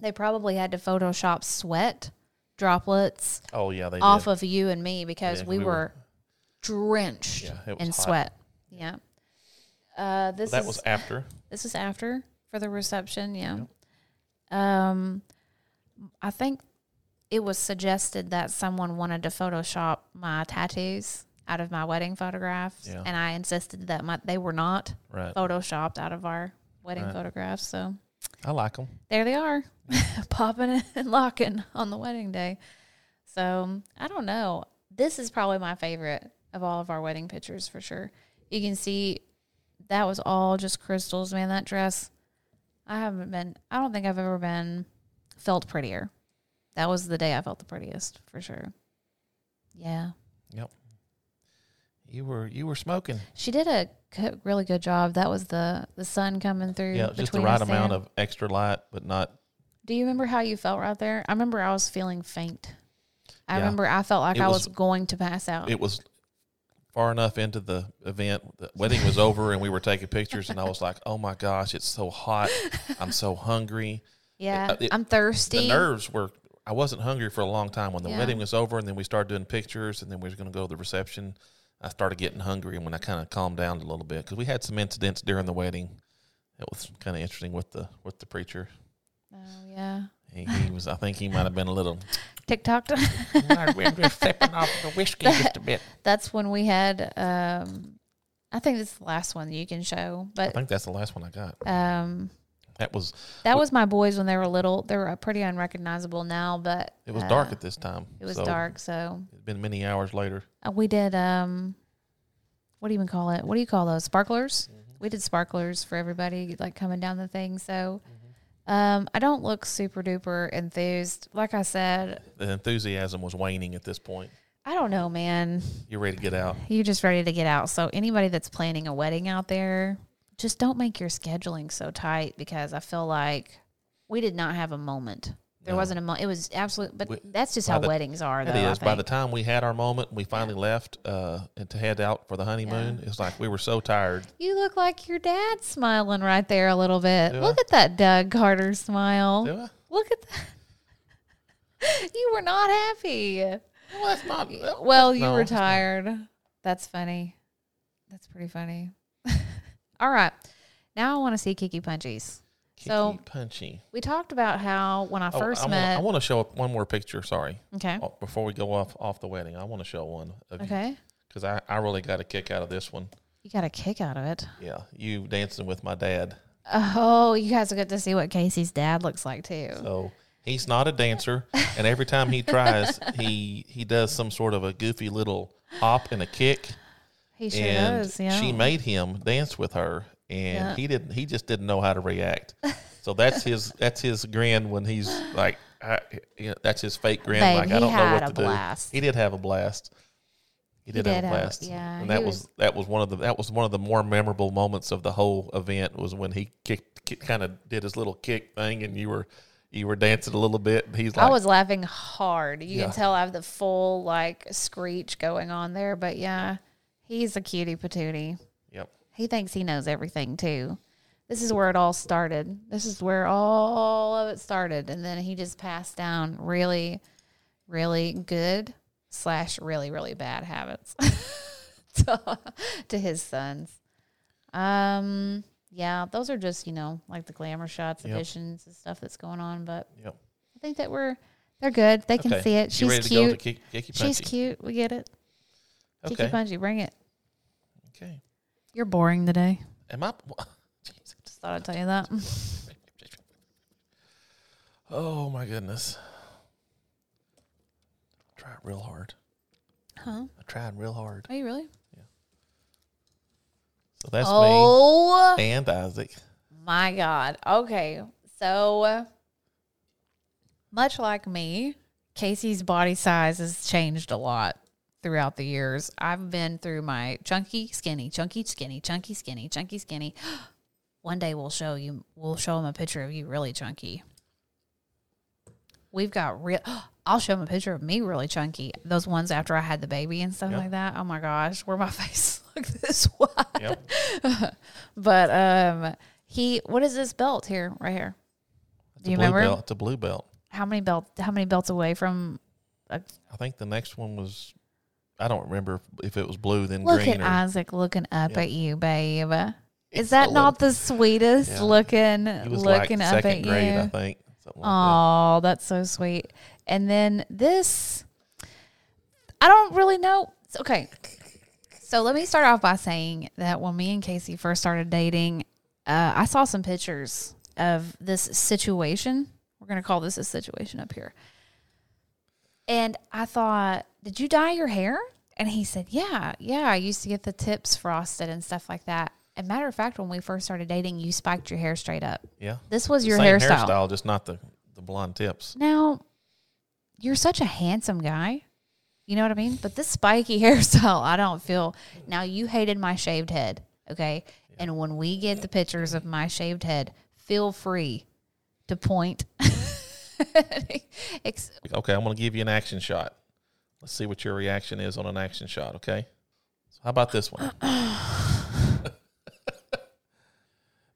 [SPEAKER 3] They probably had to Photoshop sweat droplets
[SPEAKER 2] Oh yeah, they
[SPEAKER 3] off
[SPEAKER 2] did.
[SPEAKER 3] of you and me because
[SPEAKER 2] Yeah,
[SPEAKER 3] we,
[SPEAKER 2] we
[SPEAKER 3] were,
[SPEAKER 2] were-
[SPEAKER 3] drenched
[SPEAKER 2] Yeah, it was
[SPEAKER 3] in
[SPEAKER 2] hot.
[SPEAKER 3] sweat. Yeah. Uh, this
[SPEAKER 2] that
[SPEAKER 3] is,
[SPEAKER 2] was after.
[SPEAKER 3] this was after for the reception. Yeah. Um, I think it was suggested that someone wanted to Photoshop my tattoos out of my wedding photographs,
[SPEAKER 2] Yeah.
[SPEAKER 3] and I insisted that my they were not
[SPEAKER 2] Right.
[SPEAKER 3] photoshopped out of our wedding
[SPEAKER 2] Right.
[SPEAKER 3] photographs. So
[SPEAKER 2] I like them.
[SPEAKER 3] there they are, popping and locking on the wedding day. So um, I don't know. This is probably my favorite of all of our wedding pictures for sure. You can see that was all just crystals, man. That dress, I haven't been, I don't think I've ever been felt prettier. That was the day I felt the prettiest for sure. Yeah.
[SPEAKER 2] You were you were smoking.
[SPEAKER 3] She did a co- really good job. That was the the sun coming through.
[SPEAKER 2] Yeah, it was just the
[SPEAKER 3] between
[SPEAKER 2] right
[SPEAKER 3] us
[SPEAKER 2] amount
[SPEAKER 3] there.
[SPEAKER 2] of extra light, but not.
[SPEAKER 3] Do you remember how you felt right there? I remember I was feeling faint. I
[SPEAKER 2] Yeah.
[SPEAKER 3] remember I felt like
[SPEAKER 2] It
[SPEAKER 3] I
[SPEAKER 2] was-
[SPEAKER 3] was going to pass out.
[SPEAKER 2] It was far enough into the event. The wedding was over, and we were taking pictures, and I was like, "Oh my gosh, it's so hot! I'm so hungry."
[SPEAKER 3] yeah,
[SPEAKER 2] uh, it-
[SPEAKER 3] I'm thirsty.
[SPEAKER 2] The nerves were. I wasn't hungry for a long time when the
[SPEAKER 3] Yeah.
[SPEAKER 2] wedding was over, and then we started doing pictures, and then we were going to go to the reception. I started getting hungry, and when I kind of calmed down a little bit, because we had some incidents during the wedding, it was kind of interesting with the with the preacher.
[SPEAKER 3] Oh yeah,
[SPEAKER 2] He, he was. I think he might have been a little.
[SPEAKER 3] TikTok.
[SPEAKER 2] we're just flipping off the whiskey just a bit.
[SPEAKER 3] That's when we had. um I think it's the last one you can show,
[SPEAKER 2] I
[SPEAKER 3] but
[SPEAKER 2] think that's the last one I got.
[SPEAKER 3] um
[SPEAKER 2] That was.
[SPEAKER 3] that was my boys when they were little. They were pretty unrecognizable now, but
[SPEAKER 2] It was
[SPEAKER 3] uh,
[SPEAKER 2] dark at this time.
[SPEAKER 3] It was
[SPEAKER 2] so
[SPEAKER 3] dark, so
[SPEAKER 2] It's been many hours later.
[SPEAKER 3] uh, we did. um What do you even call it? What do you call those sparklers?
[SPEAKER 2] Mm-hmm.
[SPEAKER 3] We did sparklers for everybody, like coming down the thing. So.
[SPEAKER 2] Mm-hmm.
[SPEAKER 3] Um, I don't look super duper enthused. Like I said,
[SPEAKER 2] The enthusiasm was waning at this point.
[SPEAKER 3] I don't know, man.
[SPEAKER 2] You're ready to get out.
[SPEAKER 3] You're just ready to get out. So anybody that's planning a wedding out there, just don't make your scheduling so tight because I feel like we did not have a moment. There
[SPEAKER 2] No.
[SPEAKER 3] wasn't a moment. It was absolute, but
[SPEAKER 2] We-
[SPEAKER 3] that's just
[SPEAKER 2] by
[SPEAKER 3] how
[SPEAKER 2] the-
[SPEAKER 3] weddings are, though.
[SPEAKER 2] That
[SPEAKER 3] I
[SPEAKER 2] is, by the
[SPEAKER 3] think.
[SPEAKER 2] time we had our moment and we finally left uh, and to head out for the honeymoon, it's like we were so tired.
[SPEAKER 3] you look like your dad's smiling right there a little bit.
[SPEAKER 2] Do
[SPEAKER 3] Look at that Doug Carter smile.
[SPEAKER 2] Do I?
[SPEAKER 3] Look at that. you were not happy.
[SPEAKER 2] Well, that's not.
[SPEAKER 3] Well, you
[SPEAKER 2] No,
[SPEAKER 3] were
[SPEAKER 2] it's not.
[SPEAKER 3] tired. That's funny. That's pretty funny. All right. Now I want to see Kiki Punchies.
[SPEAKER 2] Kiki
[SPEAKER 3] So-
[SPEAKER 2] punchy.
[SPEAKER 3] We talked about how when I
[SPEAKER 2] Oh,
[SPEAKER 3] first
[SPEAKER 2] I wanna,
[SPEAKER 3] met.
[SPEAKER 2] I want to show one more picture. Sorry,
[SPEAKER 3] okay.
[SPEAKER 2] Oh, before we go off off the wedding, I want to show one of you
[SPEAKER 3] Okay.
[SPEAKER 2] because I I really got a kick out of this one.
[SPEAKER 3] You got a kick out of it.
[SPEAKER 2] Yeah, you dancing with my dad.
[SPEAKER 3] Oh, you guys get to see what Casey's dad looks like too.
[SPEAKER 2] So he's not a dancer, and every time he tries, he he does some sort of a goofy little hop and a kick,
[SPEAKER 3] He sure
[SPEAKER 2] and
[SPEAKER 3] does. Yeah.
[SPEAKER 2] she made him dance with her, and
[SPEAKER 3] Yeah.
[SPEAKER 2] he didn't. He just didn't know how to react. So that's his that's his grin when he's like, I, you know, that's his fake grin.
[SPEAKER 3] Babe,
[SPEAKER 2] like
[SPEAKER 3] he
[SPEAKER 2] I don't know
[SPEAKER 3] had
[SPEAKER 2] what
[SPEAKER 3] a
[SPEAKER 2] to
[SPEAKER 3] blast.
[SPEAKER 2] do. He did have a blast. He did, have
[SPEAKER 3] did
[SPEAKER 2] a
[SPEAKER 3] have-
[SPEAKER 2] blast.
[SPEAKER 3] yeah,
[SPEAKER 2] and that
[SPEAKER 3] he
[SPEAKER 2] was,
[SPEAKER 3] was-
[SPEAKER 2] that was one of the that was one of the more memorable moments of the whole event was when he kicked, kick, kind of did his little kick thing, and you were you were dancing a little bit. And he's like,
[SPEAKER 3] I was laughing hard. You
[SPEAKER 2] Yeah.
[SPEAKER 3] can tell I have the full like screech going on there, but yeah, he's a cutie patootie.
[SPEAKER 2] "Yep,
[SPEAKER 3] He thinks he knows everything too. This is where it all started. This is where all of it started. And then he just passed down really, really good slash really, really bad habits to, to his sons. Um, yeah, those are just, you know, like the glamour shots,
[SPEAKER 2] Yep.
[SPEAKER 3] additions and stuff that's going on. But
[SPEAKER 2] yep."
[SPEAKER 3] I think that we're they're good. They can
[SPEAKER 2] Okay,
[SPEAKER 3] see it.
[SPEAKER 2] you
[SPEAKER 3] She's
[SPEAKER 2] ready to go to
[SPEAKER 3] cute.
[SPEAKER 2] kick, kicky
[SPEAKER 3] She's
[SPEAKER 2] punchy?
[SPEAKER 3] cute. We get it. Kiki
[SPEAKER 2] Okay,
[SPEAKER 3] Punji, bring it.
[SPEAKER 2] okay.
[SPEAKER 3] You're boring today.
[SPEAKER 2] Am I?
[SPEAKER 3] Just thought I'd tell you that.
[SPEAKER 2] Oh my goodness. Try it real hard.
[SPEAKER 3] Huh?
[SPEAKER 2] I tried real hard.
[SPEAKER 3] Are you really?
[SPEAKER 2] So that's
[SPEAKER 3] oh
[SPEAKER 2] me and Isaac.
[SPEAKER 3] my God. Okay. So much like me, Casey's body size has changed a lot throughout the years. I've been through my chunky, skinny, chunky, skinny, chunky, skinny, chunky, skinny. One day we'll show you, we'll show him a picture of you really chunky. We've got real, I'll show him a picture of me really chunky. Those ones after I had the baby and stuff
[SPEAKER 2] Yep.
[SPEAKER 3] like that. Oh my gosh, where my face looked this wide.
[SPEAKER 2] Yep.
[SPEAKER 3] But um, he what is this belt here, right here? Do you
[SPEAKER 2] Blue
[SPEAKER 3] remember
[SPEAKER 2] Belt, it's a blue belt.
[SPEAKER 3] how many belt how many belts away from? Uh,
[SPEAKER 2] I think the next one was, I don't remember if it was blue, then
[SPEAKER 3] look
[SPEAKER 2] green.
[SPEAKER 3] at
[SPEAKER 2] Or,
[SPEAKER 3] Isaac looking up
[SPEAKER 2] Yeah.
[SPEAKER 3] at you, babe. Is
[SPEAKER 2] It's
[SPEAKER 3] that
[SPEAKER 2] a
[SPEAKER 3] not
[SPEAKER 2] little-
[SPEAKER 3] the sweetest
[SPEAKER 2] Yeah.
[SPEAKER 3] looking
[SPEAKER 2] He was
[SPEAKER 3] looking
[SPEAKER 2] like
[SPEAKER 3] up
[SPEAKER 2] second
[SPEAKER 3] at
[SPEAKER 2] grade, I
[SPEAKER 3] you?
[SPEAKER 2] think. Something like that.
[SPEAKER 3] Oh, that's so sweet. And then this, I don't really know. It's Okay. So let me start off by saying that when me and Casey first started dating, uh, I saw some pictures of this situation. We're going to call this a situation up here. And I thought, did you dye your hair? And he said, yeah, yeah. I used to get the tips frosted and stuff like that. And matter of fact, when we first started dating, you spiked your hair straight up.
[SPEAKER 2] Yeah.
[SPEAKER 3] This was
[SPEAKER 2] The
[SPEAKER 3] your
[SPEAKER 2] same
[SPEAKER 3] hairstyle.
[SPEAKER 2] just not the, the blonde tips.
[SPEAKER 3] Now, you're such a handsome guy. You know what I mean? But this spiky hairstyle, I don't feel. Now, you hated my shaved head, okay? And when we get the pictures of my shaved head, feel free to point. Ex-
[SPEAKER 2] Okay, I'm going to give you an action shot. Let's see what your reaction is on an action shot, okay? So how about this one?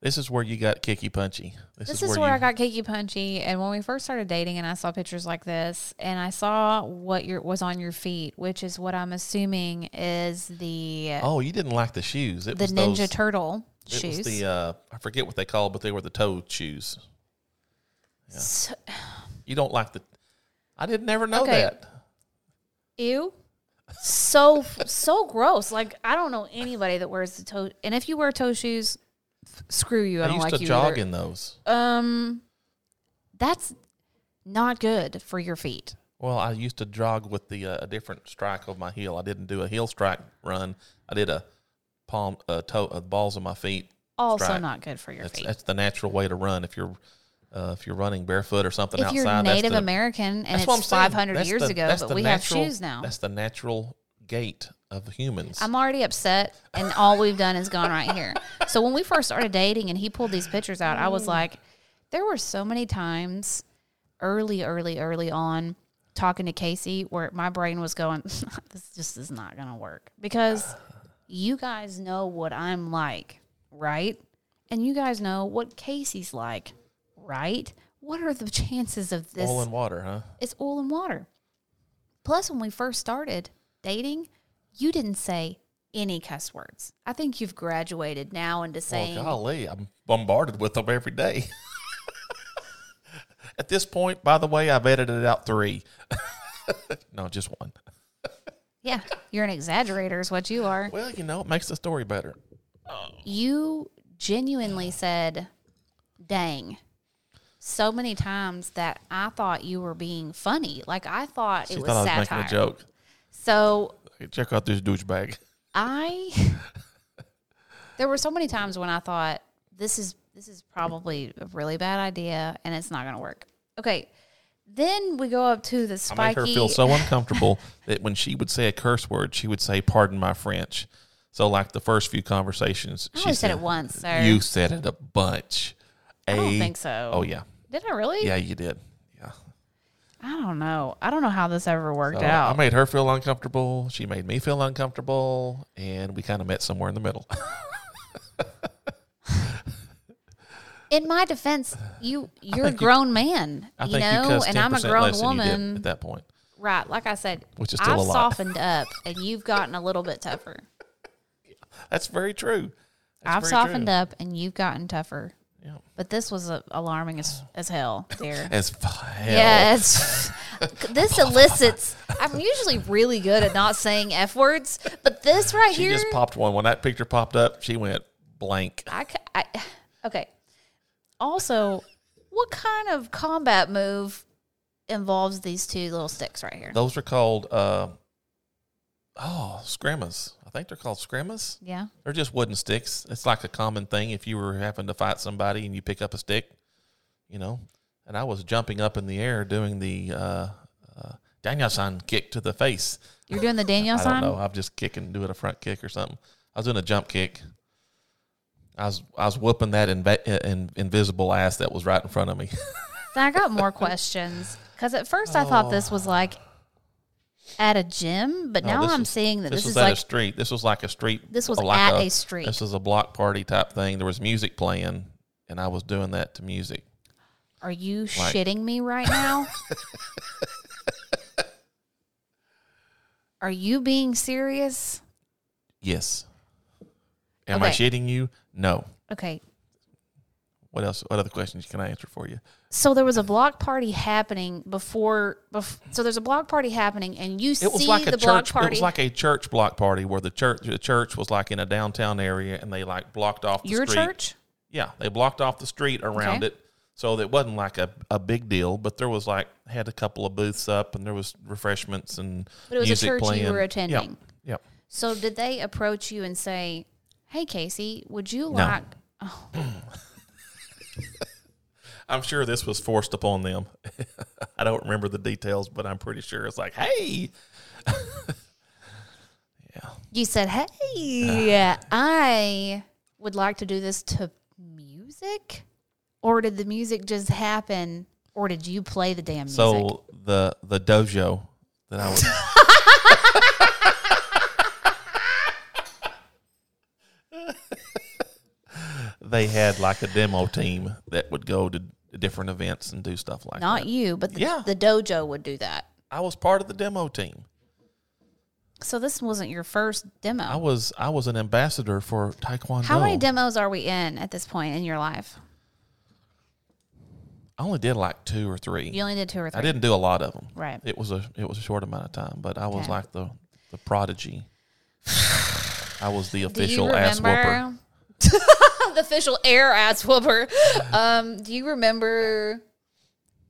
[SPEAKER 2] this is where you got kicky punchy. This,
[SPEAKER 3] this is, where, I got cakey punchy. And when we first started dating, and I saw pictures like this, and I saw what your was on your feet, which is what I'm assuming is the
[SPEAKER 2] Oh, you didn't like the shoes. It
[SPEAKER 3] the
[SPEAKER 2] was
[SPEAKER 3] Ninja
[SPEAKER 2] those,
[SPEAKER 3] Turtle
[SPEAKER 2] It
[SPEAKER 3] shoes.
[SPEAKER 2] was the uh, I forget what they call, but they were the toad shoes.
[SPEAKER 3] So-
[SPEAKER 2] You don't like the. I didn't never know
[SPEAKER 3] Okay.
[SPEAKER 2] that.
[SPEAKER 3] ew so so gross like i don't know anybody that wears the toe and if you wear toe shoes f- screw you i,
[SPEAKER 2] I
[SPEAKER 3] don't
[SPEAKER 2] used
[SPEAKER 3] like
[SPEAKER 2] to
[SPEAKER 3] you
[SPEAKER 2] jog
[SPEAKER 3] either.
[SPEAKER 2] in those.
[SPEAKER 3] um that's not good for your feet
[SPEAKER 2] Well, I used to jog with the uh, a different strike of my heel. I didn't do a heel strike run. I did a palm, a toe, uh balls of my feet.
[SPEAKER 3] also
[SPEAKER 2] Right.
[SPEAKER 3] not good for your
[SPEAKER 2] That's,
[SPEAKER 3] feet
[SPEAKER 2] that's the natural way to run if you're uh, if you're running barefoot or something
[SPEAKER 3] if
[SPEAKER 2] outside.
[SPEAKER 3] you're
[SPEAKER 2] that's
[SPEAKER 3] native
[SPEAKER 2] the-
[SPEAKER 3] american and
[SPEAKER 2] that's what I'm
[SPEAKER 3] it's
[SPEAKER 2] saying.
[SPEAKER 3] 500
[SPEAKER 2] That's
[SPEAKER 3] years
[SPEAKER 2] the-
[SPEAKER 3] ago
[SPEAKER 2] that's
[SPEAKER 3] but
[SPEAKER 2] the
[SPEAKER 3] we
[SPEAKER 2] natural-
[SPEAKER 3] have shoes now
[SPEAKER 2] That's the natural gait of humans.
[SPEAKER 3] I'm already upset, and all we've done is gone right here. So when we first started dating, and he pulled these pictures out, I was like, there were so many times, early, early, early on, talking to Casey, where my brain was going, this just is not gonna work because you guys know what I'm like, right? And you guys know what Casey's like, right? What are the chances of this?
[SPEAKER 2] oil and water, huh?
[SPEAKER 3] It's oil and water. Plus, when we first started dating, you didn't say any cuss words. I think you've graduated now into saying,
[SPEAKER 2] Well, Oh, golly, I'm bombarded with them every day. At this point, by the way, I've edited out three. no, just one.
[SPEAKER 3] yeah, you're an exaggerator, is what you are.
[SPEAKER 2] Well, you know, it makes the story better.
[SPEAKER 3] You genuinely said, dang. So many times that I thought you were being funny. Like I thought
[SPEAKER 2] She
[SPEAKER 3] it was
[SPEAKER 2] thought I was
[SPEAKER 3] satire.
[SPEAKER 2] making a joke.
[SPEAKER 3] So
[SPEAKER 2] Hey, Check out this douchebag.
[SPEAKER 3] I there were so many times when I thought this is this is probably a really bad idea and it's not going to work. Okay. Then we go up to
[SPEAKER 2] I
[SPEAKER 3] the
[SPEAKER 2] made
[SPEAKER 3] spiky
[SPEAKER 2] her feel so uncomfortable that when she would say a curse word, she would say, "Pardon my French." So, like the first few conversations,
[SPEAKER 3] I
[SPEAKER 2] she
[SPEAKER 3] only said it once, sir.
[SPEAKER 2] You said it a bunch. I
[SPEAKER 3] don't think so.
[SPEAKER 2] Oh yeah,
[SPEAKER 3] Did I really?
[SPEAKER 2] yeah, you did. Yeah.
[SPEAKER 3] I don't know. I don't know how this ever worked
[SPEAKER 2] So I
[SPEAKER 3] out.
[SPEAKER 2] made her feel uncomfortable. She made me feel uncomfortable, and we kind of met somewhere in the middle.
[SPEAKER 3] In my defense, you you're a grown man,
[SPEAKER 2] I
[SPEAKER 3] you
[SPEAKER 2] think you
[SPEAKER 3] know,
[SPEAKER 2] cussed
[SPEAKER 3] and
[SPEAKER 2] ten
[SPEAKER 3] I'm a
[SPEAKER 2] percent
[SPEAKER 3] grown
[SPEAKER 2] less than you did
[SPEAKER 3] woman.
[SPEAKER 2] at that point.
[SPEAKER 3] Right, like I said,
[SPEAKER 2] Which is still
[SPEAKER 3] I've
[SPEAKER 2] a lot.
[SPEAKER 3] softened up and you've gotten a little bit tougher.
[SPEAKER 2] That's very true.
[SPEAKER 3] I've softened up and you've gotten tougher.
[SPEAKER 2] Yeah.
[SPEAKER 3] But this was uh, alarming as, as hell, dear.
[SPEAKER 2] As f- hell.
[SPEAKER 3] Yes. this elicits. I'm usually really good at not saying F words, but this right
[SPEAKER 2] She
[SPEAKER 3] here.
[SPEAKER 2] just popped one. When that picture popped up, she went blank.
[SPEAKER 3] I, ca- I, okay. Also, what kind of combat move involves these two little sticks right here?
[SPEAKER 2] Those are called uh, oh, scrimmas. I think they're called scrimmas.
[SPEAKER 3] Yeah.
[SPEAKER 2] They're just wooden sticks. It's like a common thing if you were having to fight somebody and you pick up a stick, you know. And I was jumping up in the air doing the uh, uh, Danielson kick to the face.
[SPEAKER 3] You're doing the Daniel
[SPEAKER 2] I don't
[SPEAKER 3] sign?
[SPEAKER 2] know. I'm just kicking, doing a front kick or something. I was doing a jump kick. I was I was whooping that inv- uh, in, invisible ass that was right in front of me.
[SPEAKER 3] So I got more questions because at first I thought this was like at a gym, but
[SPEAKER 2] Oh. No,
[SPEAKER 3] now
[SPEAKER 2] Oh, this
[SPEAKER 3] I'm
[SPEAKER 2] was-
[SPEAKER 3] seeing that
[SPEAKER 2] this
[SPEAKER 3] this,
[SPEAKER 2] was
[SPEAKER 3] is
[SPEAKER 2] at
[SPEAKER 3] like
[SPEAKER 2] a street. This was like a street.
[SPEAKER 3] This was
[SPEAKER 2] like
[SPEAKER 3] at a street.
[SPEAKER 2] This was a block party type thing. There was music playing, and I was doing that to music.
[SPEAKER 3] Are you shitting me right now? Are you being serious?
[SPEAKER 2] Yes. Am I
[SPEAKER 3] Okay.
[SPEAKER 2] shitting you? No.
[SPEAKER 3] Okay.
[SPEAKER 2] What else? What other questions can I answer for you?
[SPEAKER 3] So there was a block party happening before, bef- so there's a block party happening and you
[SPEAKER 2] It was
[SPEAKER 3] see
[SPEAKER 2] like
[SPEAKER 3] the
[SPEAKER 2] a
[SPEAKER 3] block
[SPEAKER 2] church. It
[SPEAKER 3] party.
[SPEAKER 2] was like a church block party where the church the church was like in a downtown area, and they like blocked off the
[SPEAKER 3] your
[SPEAKER 2] street.
[SPEAKER 3] church?
[SPEAKER 2] Yeah, they blocked off the street around
[SPEAKER 3] Okay.
[SPEAKER 2] it. So it wasn't like a, a big deal, but there was like had a couple of booths up and there was refreshments and
[SPEAKER 3] But it was a
[SPEAKER 2] music
[SPEAKER 3] church you
[SPEAKER 2] playing.
[SPEAKER 3] were attending.
[SPEAKER 2] Yep.
[SPEAKER 3] So did they approach you and say, hey, Casey, would you like,
[SPEAKER 2] yep. I'm sure this was forced upon them. I don't remember the details, but I'm pretty sure it's like, hey,
[SPEAKER 3] you said, hey,
[SPEAKER 2] Ah.
[SPEAKER 3] I would like to do this to music? Or did the music just happen? Or did you play the damn music?
[SPEAKER 2] So the the dojo that I was. they had like a demo team that would go to different events and do stuff like
[SPEAKER 3] Not
[SPEAKER 2] that.
[SPEAKER 3] you, but the,
[SPEAKER 2] Yeah.
[SPEAKER 3] the dojo would do that.
[SPEAKER 2] I was part of the demo team.
[SPEAKER 3] So this wasn't your first demo.
[SPEAKER 2] I was I was an ambassador for Taekwondo.
[SPEAKER 3] How many demos are we in at this point in your life?
[SPEAKER 2] I only did like two or three.
[SPEAKER 3] You only did two or
[SPEAKER 2] I
[SPEAKER 3] three.
[SPEAKER 2] didn't do a lot of them.
[SPEAKER 3] Right.
[SPEAKER 2] It was a it was a short amount of time, but I was
[SPEAKER 3] Okay.
[SPEAKER 2] like the the prodigy. I was the
[SPEAKER 3] Do you
[SPEAKER 2] official ass whooper.
[SPEAKER 3] remember the official air ass whooper? Um, do you remember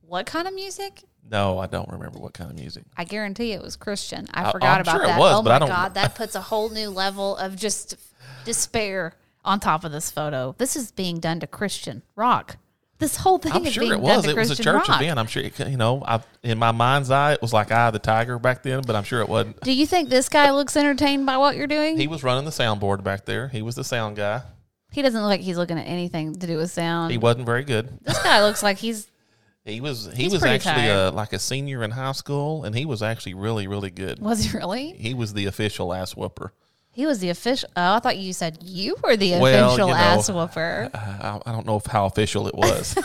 [SPEAKER 3] what kind of music?
[SPEAKER 2] No, I don't remember what kind of music.
[SPEAKER 3] I guarantee it was Christian. I
[SPEAKER 2] I-
[SPEAKER 3] forgot
[SPEAKER 2] I'm
[SPEAKER 3] about
[SPEAKER 2] sure it
[SPEAKER 3] that.
[SPEAKER 2] was,
[SPEAKER 3] oh
[SPEAKER 2] but
[SPEAKER 3] my
[SPEAKER 2] I don't-
[SPEAKER 3] god, that puts a whole new level of just despair on top of this photo. This is being done to Christian rock. This whole thing
[SPEAKER 2] I'm
[SPEAKER 3] is
[SPEAKER 2] sure
[SPEAKER 3] being
[SPEAKER 2] it was.
[SPEAKER 3] done to
[SPEAKER 2] It was
[SPEAKER 3] Christian
[SPEAKER 2] a church
[SPEAKER 3] rock.
[SPEAKER 2] event. I'm sure, it, you know, I, in my mind's eye, it was like Eye of the Tiger back then, but I'm sure it wasn't.
[SPEAKER 3] Do you think this guy looks entertained by what you're doing?
[SPEAKER 2] He was running the soundboard back there. He was the sound guy.
[SPEAKER 3] He doesn't look like he's looking at anything to do with sound.
[SPEAKER 2] He wasn't very good.
[SPEAKER 3] this guy looks like he's
[SPEAKER 2] He was he
[SPEAKER 3] He's
[SPEAKER 2] was
[SPEAKER 3] pretty
[SPEAKER 2] actually
[SPEAKER 3] tired.
[SPEAKER 2] a, like a senior in high school, and he was actually really really good.
[SPEAKER 3] was he really?
[SPEAKER 2] He was the official ass whooper.
[SPEAKER 3] He was the official. Oh, I thought you said you were the
[SPEAKER 2] Well,
[SPEAKER 3] official
[SPEAKER 2] you know,
[SPEAKER 3] ass whooper.
[SPEAKER 2] I, I don't know if how official it was.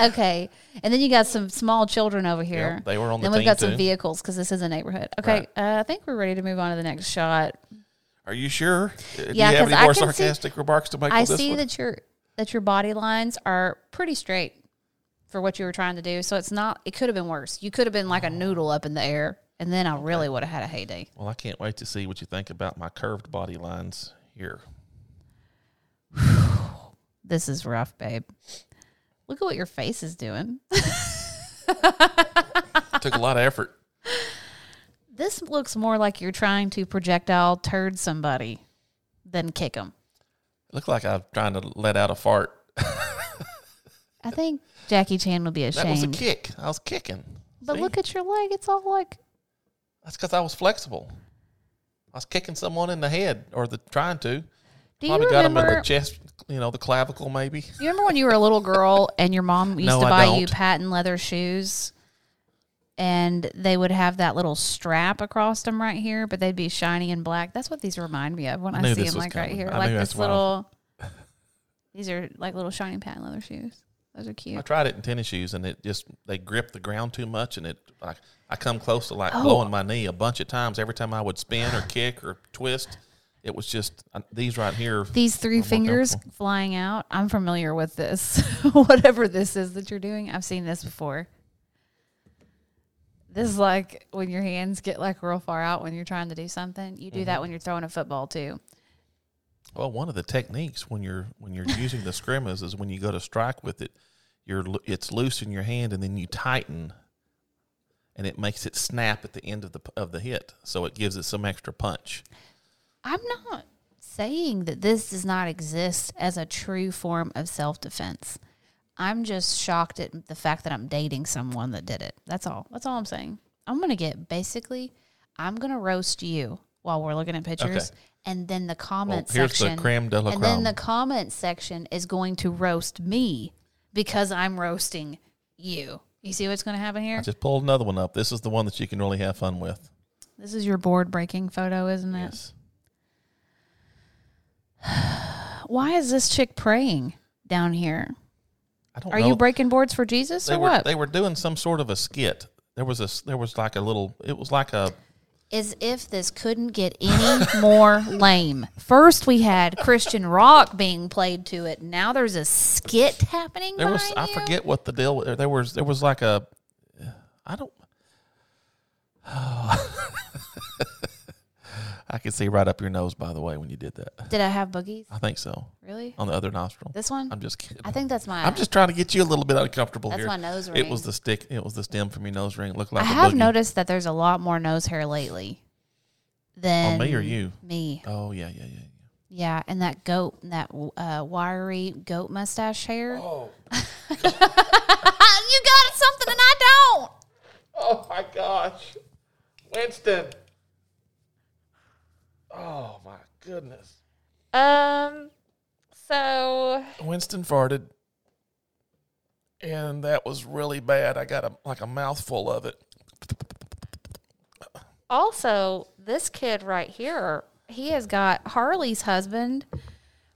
[SPEAKER 3] Okay, and then you got some small children over here.
[SPEAKER 2] they were on the
[SPEAKER 3] Then we've
[SPEAKER 2] team
[SPEAKER 3] got some
[SPEAKER 2] too.
[SPEAKER 3] vehicles because this is a neighborhood. Okay,
[SPEAKER 2] Right.
[SPEAKER 3] uh, I think we're ready to move on to the next shot.
[SPEAKER 2] Are you sure? Do you
[SPEAKER 3] Yeah,
[SPEAKER 2] have
[SPEAKER 3] 'cause
[SPEAKER 2] any
[SPEAKER 3] I
[SPEAKER 2] more
[SPEAKER 3] can see-
[SPEAKER 2] sarcastic remarks to make?
[SPEAKER 3] I
[SPEAKER 2] on this
[SPEAKER 3] see
[SPEAKER 2] one?
[SPEAKER 3] that your that your body lines are pretty straight for what you were trying to do. So it's not. It could have been worse. You could have been like a noodle up in the air, and then I really would have had a heyday.
[SPEAKER 2] Well, I can't wait to see what you think about my curved body lines here.
[SPEAKER 3] This is rough, babe. Look at what your face is doing.
[SPEAKER 2] Took a lot of effort.
[SPEAKER 3] This looks more like you're trying to projectile turd somebody than kick them.
[SPEAKER 2] It looked like I was trying to let out a fart.
[SPEAKER 3] I think Jackie Chan would be
[SPEAKER 2] That was a
[SPEAKER 3] ashamed.
[SPEAKER 2] kick. I was kicking.
[SPEAKER 3] But
[SPEAKER 2] See?
[SPEAKER 3] look at your leg; it's all like
[SPEAKER 2] that's because I was flexible. I was kicking someone in the head or the trying to.
[SPEAKER 3] Do you
[SPEAKER 2] Probably got him in the
[SPEAKER 3] remember?
[SPEAKER 2] chest, you know, the clavicle maybe.
[SPEAKER 3] You remember when you were a little girl and your mom used
[SPEAKER 2] No,
[SPEAKER 3] to
[SPEAKER 2] I
[SPEAKER 3] buy you
[SPEAKER 2] don't.
[SPEAKER 3] patent leather shoes, and they would have that little strap across them right here, but they'd be shiny and black. That's what these remind me of when
[SPEAKER 2] I
[SPEAKER 3] I,
[SPEAKER 2] knew
[SPEAKER 3] see
[SPEAKER 2] this
[SPEAKER 3] them,
[SPEAKER 2] was
[SPEAKER 3] like right
[SPEAKER 2] coming.
[SPEAKER 3] here,
[SPEAKER 2] I
[SPEAKER 3] like
[SPEAKER 2] knew
[SPEAKER 3] this
[SPEAKER 2] that's what I was-
[SPEAKER 3] little. These are like little shiny patent leather shoes. Those are
[SPEAKER 2] I
[SPEAKER 3] cute.
[SPEAKER 2] tried it in tennis shoes and it just they grip the ground too much and it like I come close to like
[SPEAKER 3] Oh.
[SPEAKER 2] blowing my knee a bunch of times every time I would spin or kick or twist. It was just uh, these right here.
[SPEAKER 3] These three fingers flying out. I'm familiar with this. Whatever this is that you're doing, I've seen this before. This is like when your hands get like real far out when you're trying to do something. You do that when you're throwing a football too.
[SPEAKER 2] Well, one of the techniques when you're when you're using the scrimmas is when you go to strike with it, you're lo- it's loose in your hand and then you tighten, and it makes it snap at the end of the of the hit, so it gives it some extra punch.
[SPEAKER 3] I'm not saying that this does not exist as a true form of self defense. I'm just shocked at the fact that I'm dating someone that did it. That's all. That's all I'm saying. I'm going to get basically, I'm going to roast you while we're looking at pictures.
[SPEAKER 2] Okay.
[SPEAKER 3] And then the comment
[SPEAKER 2] here's the
[SPEAKER 3] section.
[SPEAKER 2] creme de la creme.
[SPEAKER 3] and then the comment section is going to roast me because I'm roasting you. You see what's going to happen here?
[SPEAKER 2] I just pulled another one up. This is the one that you can really have fun with.
[SPEAKER 3] this is your board breaking photo, isn't it?
[SPEAKER 2] Yes.
[SPEAKER 3] Why is this chick praying down here?
[SPEAKER 2] I don't
[SPEAKER 3] Are
[SPEAKER 2] know.
[SPEAKER 3] you breaking boards for Jesus
[SPEAKER 2] they
[SPEAKER 3] or
[SPEAKER 2] were
[SPEAKER 3] what?
[SPEAKER 2] they were doing some sort of a skit. There was a s- there was like a little it was like a
[SPEAKER 3] As if this couldn't get any more lame. First, we had Christian rock being played to it. Now there's a skit happening.
[SPEAKER 2] there was I
[SPEAKER 3] behind you?
[SPEAKER 2] forget what the deal was. there was there was like a I don't I could see right up your nose by the way when you did that.
[SPEAKER 3] Did I have boogies?
[SPEAKER 2] I think so.
[SPEAKER 3] Really?
[SPEAKER 2] On the other nostril.
[SPEAKER 3] This one?
[SPEAKER 2] Oh, I'm just kidding.
[SPEAKER 3] I think that's my.
[SPEAKER 2] I'm just trying to get you a little bit uncomfortable
[SPEAKER 3] That's
[SPEAKER 2] here.
[SPEAKER 3] my nose
[SPEAKER 2] It was
[SPEAKER 3] ring.
[SPEAKER 2] the stick. It was the stem from your nose ring. It looked
[SPEAKER 3] I
[SPEAKER 2] like a
[SPEAKER 3] have
[SPEAKER 2] boogie.
[SPEAKER 3] noticed that there's a lot more nose hair lately. Than
[SPEAKER 2] On Oh, me or you?
[SPEAKER 3] Me.
[SPEAKER 2] Oh yeah, yeah, yeah. yeah.
[SPEAKER 3] Yeah, and that goat, that uh, wiry goat mustache hair. Oh. you got something and I don't.
[SPEAKER 2] Oh my gosh. Winston. Oh my goodness.
[SPEAKER 4] Um, so
[SPEAKER 2] Winston farted. And that was really bad. I got a, like a mouthful of it.
[SPEAKER 4] also this kid right here,
[SPEAKER 3] he has got Harley's husband,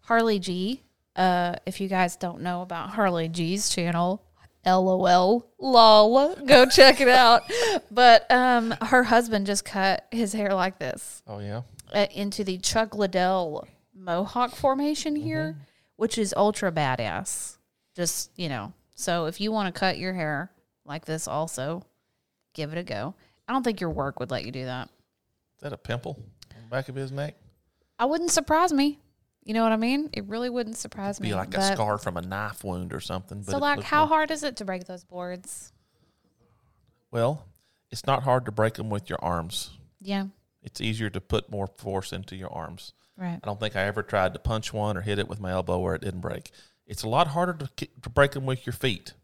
[SPEAKER 3] Harley G. Uh, if you guys don't know about Harley G's channel, LOL, lol, go check it out. But um, her husband just cut his hair like this
[SPEAKER 2] Oh yeah.
[SPEAKER 3] uh, into the Chuck Liddell mohawk formation here, which is ultra badass. Just, you know, so if you want to cut your hair like this, also give it a go. I don't think your work would let you do that.
[SPEAKER 2] Is that a pimple on the back of his neck?
[SPEAKER 3] I wouldn't surprise me. You know what I mean? It really wouldn't surprise me.
[SPEAKER 2] Be like a
[SPEAKER 3] but-
[SPEAKER 2] scar from a knife wound or something. But
[SPEAKER 3] So,
[SPEAKER 2] it
[SPEAKER 3] like,
[SPEAKER 2] looked
[SPEAKER 3] how
[SPEAKER 2] more-
[SPEAKER 3] hard is it to break those boards?
[SPEAKER 2] Well, it's not hard to break them with your arms.
[SPEAKER 3] Yeah,
[SPEAKER 2] It's easier to put more force into your arms.
[SPEAKER 3] right.
[SPEAKER 2] I don't think I ever tried to punch one or hit it with my elbow where it didn't break. It's a lot harder to, ki- to break them with your feet.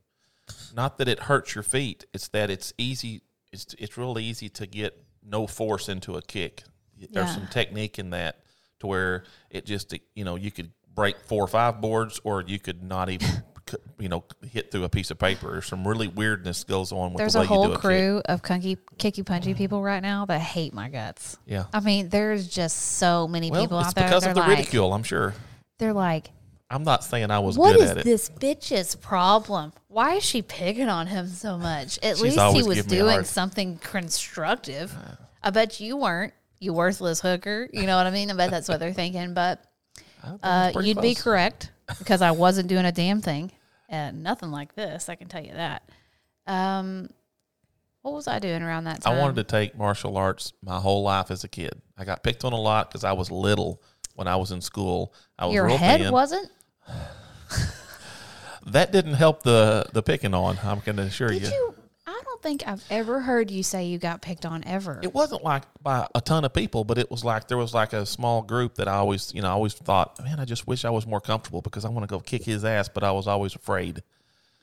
[SPEAKER 2] Not that it hurts your feet; it's that it's easy. It's it's real easy to get no force into a kick. There's
[SPEAKER 3] Yeah.
[SPEAKER 2] some technique in that to where it just you know you could break four or five boards, or you could not even c- you know hit through a piece of paper. There's some really weirdness goes on with
[SPEAKER 3] There's
[SPEAKER 2] the way
[SPEAKER 3] a whole
[SPEAKER 2] you do a kick.
[SPEAKER 3] crew of kunky, kicky, punchy people right now that hate my guts.
[SPEAKER 2] Yeah.
[SPEAKER 3] I mean, there's just so many
[SPEAKER 2] Well,
[SPEAKER 3] people
[SPEAKER 2] it's
[SPEAKER 3] out there.
[SPEAKER 2] because
[SPEAKER 3] they're
[SPEAKER 2] of the
[SPEAKER 3] like,
[SPEAKER 2] ridicule. I'm sure.
[SPEAKER 3] They're like,
[SPEAKER 2] I'm not saying I was
[SPEAKER 3] what
[SPEAKER 2] good
[SPEAKER 3] is
[SPEAKER 2] at it.
[SPEAKER 3] this bitch's problem? Why is she picking on him so much? At
[SPEAKER 2] She's
[SPEAKER 3] least he
[SPEAKER 2] always
[SPEAKER 3] was
[SPEAKER 2] giving me a
[SPEAKER 3] doing
[SPEAKER 2] hard-
[SPEAKER 3] something constructive. I bet you weren't, you worthless hooker. You know what I mean? I bet that's what they're thinking. But
[SPEAKER 2] I think it's
[SPEAKER 3] Uh,
[SPEAKER 2] pretty
[SPEAKER 3] you'd be
[SPEAKER 2] close.
[SPEAKER 3] correct because I wasn't doing a damn thing and nothing like this. I can tell you that. Um, what was I doing around that time?
[SPEAKER 2] I wanted to take martial arts my whole life as a kid. I got picked on a lot because I was little when I was in school. I was
[SPEAKER 3] Your
[SPEAKER 2] real
[SPEAKER 3] head
[SPEAKER 2] thin.
[SPEAKER 3] wasn't.
[SPEAKER 2] that didn't help the the picking on. I'm going to assure
[SPEAKER 3] Did you? I don't think I've ever heard you say you got picked on ever.
[SPEAKER 2] It wasn't like by a ton of people, but it was like there was like a small group that I always, you know, I always thought, man, I just wish I was more comfortable because I want to go kick his ass, but I was always afraid.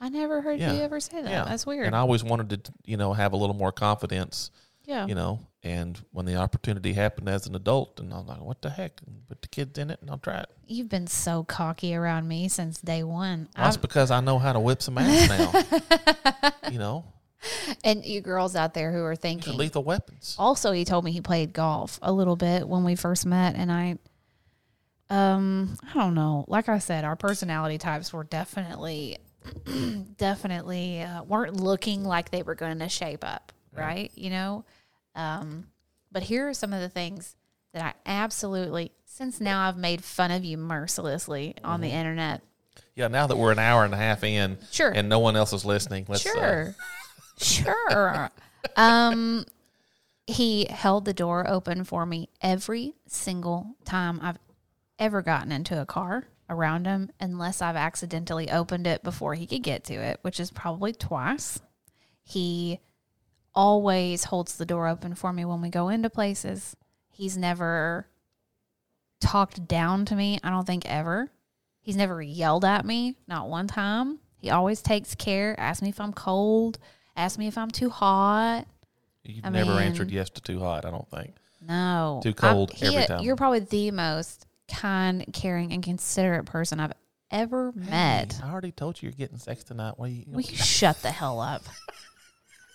[SPEAKER 3] I never heard
[SPEAKER 2] Yeah.
[SPEAKER 3] you ever say that. That's weird.
[SPEAKER 2] And I always wanted to, you know, have a little more confidence.
[SPEAKER 3] yeah.
[SPEAKER 2] you know. And when the opportunity happened as an adult, and I'm like, what the heck? And put the kids in it, and I'll try it.
[SPEAKER 3] You've been so cocky around me since day one.
[SPEAKER 2] Well,
[SPEAKER 3] I've-
[SPEAKER 2] That's because I know how to whip some ass now. you know,
[SPEAKER 3] and you girls out there who are
[SPEAKER 2] these are
[SPEAKER 3] thinking,
[SPEAKER 2] lethal weapons.
[SPEAKER 3] also he told me he played golf a little bit when we first met and i um i don't know like i said our personality types were definitely definitely uh, weren't looking like they were going to shape up right you know um but here are some of the things that i absolutely since now i've made fun of you mercilessly on
[SPEAKER 2] Mm-hmm.
[SPEAKER 3] the internet
[SPEAKER 2] Yeah, now that we're an hour and a half in,
[SPEAKER 3] Sure.
[SPEAKER 2] and no one else is listening, let's uh,
[SPEAKER 3] Sure. sure. Um he held the door open for me every single time I've ever gotten into a car around him unless I've accidentally opened it before he could get to it, which is probably twice. He always holds the door open for me when we go into places. He's never talked down to me, I don't think ever. He's never yelled at me, not one time. He always takes care, asks me if I'm cold, asks me if I'm too hot.
[SPEAKER 2] You've
[SPEAKER 3] I
[SPEAKER 2] never
[SPEAKER 3] mean-
[SPEAKER 2] answered yes to too hot, I don't think.
[SPEAKER 3] No.
[SPEAKER 2] Too cold
[SPEAKER 3] he-
[SPEAKER 2] every time.
[SPEAKER 3] You're probably the most kind, caring, and considerate person I've ever met.
[SPEAKER 2] Hey, I already told you you're getting sex tonight. What are you?
[SPEAKER 3] Will you shut the hell up?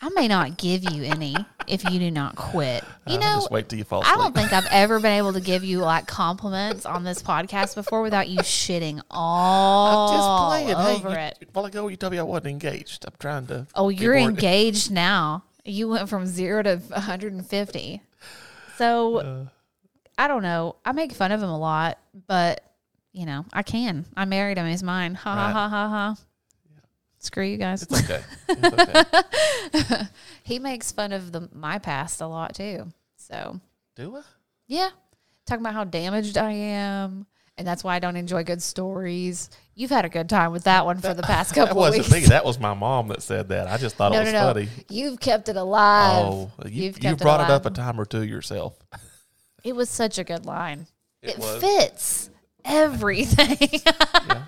[SPEAKER 3] I may not give you any if you do not quit. You
[SPEAKER 2] I'll
[SPEAKER 3] know,
[SPEAKER 2] Uh, just wait till you fall
[SPEAKER 3] I
[SPEAKER 2] asleep.
[SPEAKER 3] don't think I've ever been able to give you like compliments on this podcast before without you shitting all over
[SPEAKER 2] you,
[SPEAKER 3] it.
[SPEAKER 2] While ago, you told me I wasn't engaged. I'm trying to.
[SPEAKER 3] Oh,
[SPEAKER 2] get
[SPEAKER 3] you're
[SPEAKER 2] more-
[SPEAKER 3] engaged now. You went from zero to 150. So
[SPEAKER 2] Uh.
[SPEAKER 3] I don't know. I make fun of him a lot, but you know, I can. I married him. He's mine. Ha
[SPEAKER 2] Right.
[SPEAKER 3] ha ha ha ha. Screw you guys.
[SPEAKER 2] It's okay. It's okay.
[SPEAKER 3] he makes fun of the my past a lot too. So
[SPEAKER 2] Do I?
[SPEAKER 3] yeah, talking about how damaged I am. And that's why I don't enjoy good stories. You've had a good time with that one for the past couple
[SPEAKER 2] That wasn't
[SPEAKER 3] weeks.
[SPEAKER 2] me. That was my mom that said that. I just thought
[SPEAKER 3] no,
[SPEAKER 2] it was
[SPEAKER 3] no, no.
[SPEAKER 2] funny.
[SPEAKER 3] You've kept it alive.
[SPEAKER 2] Oh, you,
[SPEAKER 3] You've
[SPEAKER 2] you
[SPEAKER 3] kept it
[SPEAKER 2] brought it, up a
[SPEAKER 3] alive.
[SPEAKER 2] time or two yourself.
[SPEAKER 3] It was such a good line. It,
[SPEAKER 2] It was.
[SPEAKER 3] fits everything.
[SPEAKER 2] Yeah,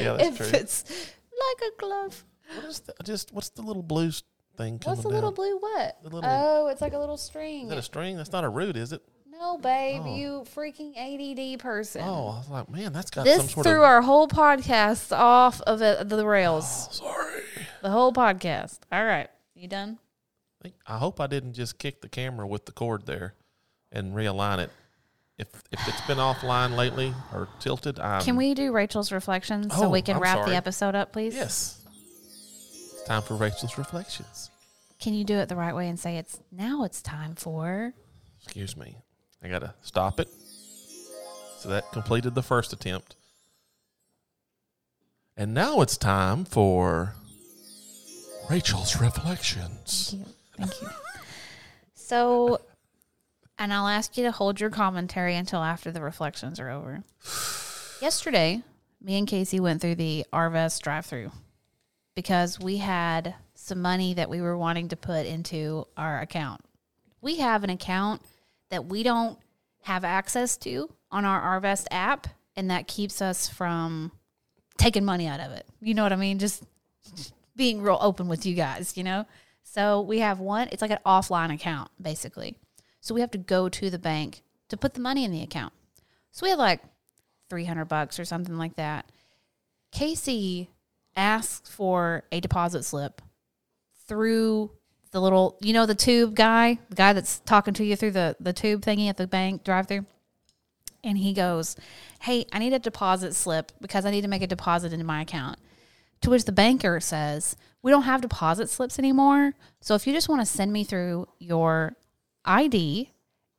[SPEAKER 2] yeah that's
[SPEAKER 3] it
[SPEAKER 2] true.
[SPEAKER 3] fits like a glove.
[SPEAKER 2] What is the, just what's the little blue s- thing coming
[SPEAKER 3] What's the little
[SPEAKER 2] down?
[SPEAKER 3] blue what?
[SPEAKER 2] The little-
[SPEAKER 3] oh, it's like a little string.
[SPEAKER 2] Is that a string? That's not a root, is it?
[SPEAKER 3] no, babe,
[SPEAKER 2] Oh.
[SPEAKER 3] you freaking ADD person.
[SPEAKER 2] Oh, I was like, man, that's got some
[SPEAKER 3] this
[SPEAKER 2] sort
[SPEAKER 3] threw
[SPEAKER 2] of.
[SPEAKER 3] our whole podcast off of uh, the rails.
[SPEAKER 2] Sorry.
[SPEAKER 3] The whole podcast. All right. You done?
[SPEAKER 2] I hope I didn't just kick the camera with the cord there and realign it. If if it's been offline lately or tilted, I'm,
[SPEAKER 3] Can we do Rachel's reflections so
[SPEAKER 2] Um, Oh,
[SPEAKER 3] we can
[SPEAKER 2] I'm
[SPEAKER 3] wrap
[SPEAKER 2] sorry.
[SPEAKER 3] the episode up, please?
[SPEAKER 2] Yes. It's time for Rachel's reflections.
[SPEAKER 3] Can you do it the right way and say it's now it's time for
[SPEAKER 2] Excuse me. I gotta stop it. So that completed the first attempt. And now it's time for Rachel's reflections.
[SPEAKER 3] Thank you. Thank you. So, and I'll ask you to hold your commentary until after the reflections are over. Yesterday, me and Casey went through the Arvest drive through because we had some money that we were wanting to put into our account. We have an account that we don't have access to on our Arvest app, and that keeps us from taking money out of it. You know what I mean? Just being real open with you guys, you know? So we have one, it's like an offline account, basically. So we have to go to the bank to put the money in the account. So we had like 300 bucks or something like that. Casey asked for a deposit slip through the little, you know, the tube guy, the guy that's talking to you through the, the tube thingy at the bank drive through. And he goes, Hey, I need a deposit slip because I need to make a deposit into my account. To which the banker says, We don't have deposit slips anymore. So if you just want to send me through your ID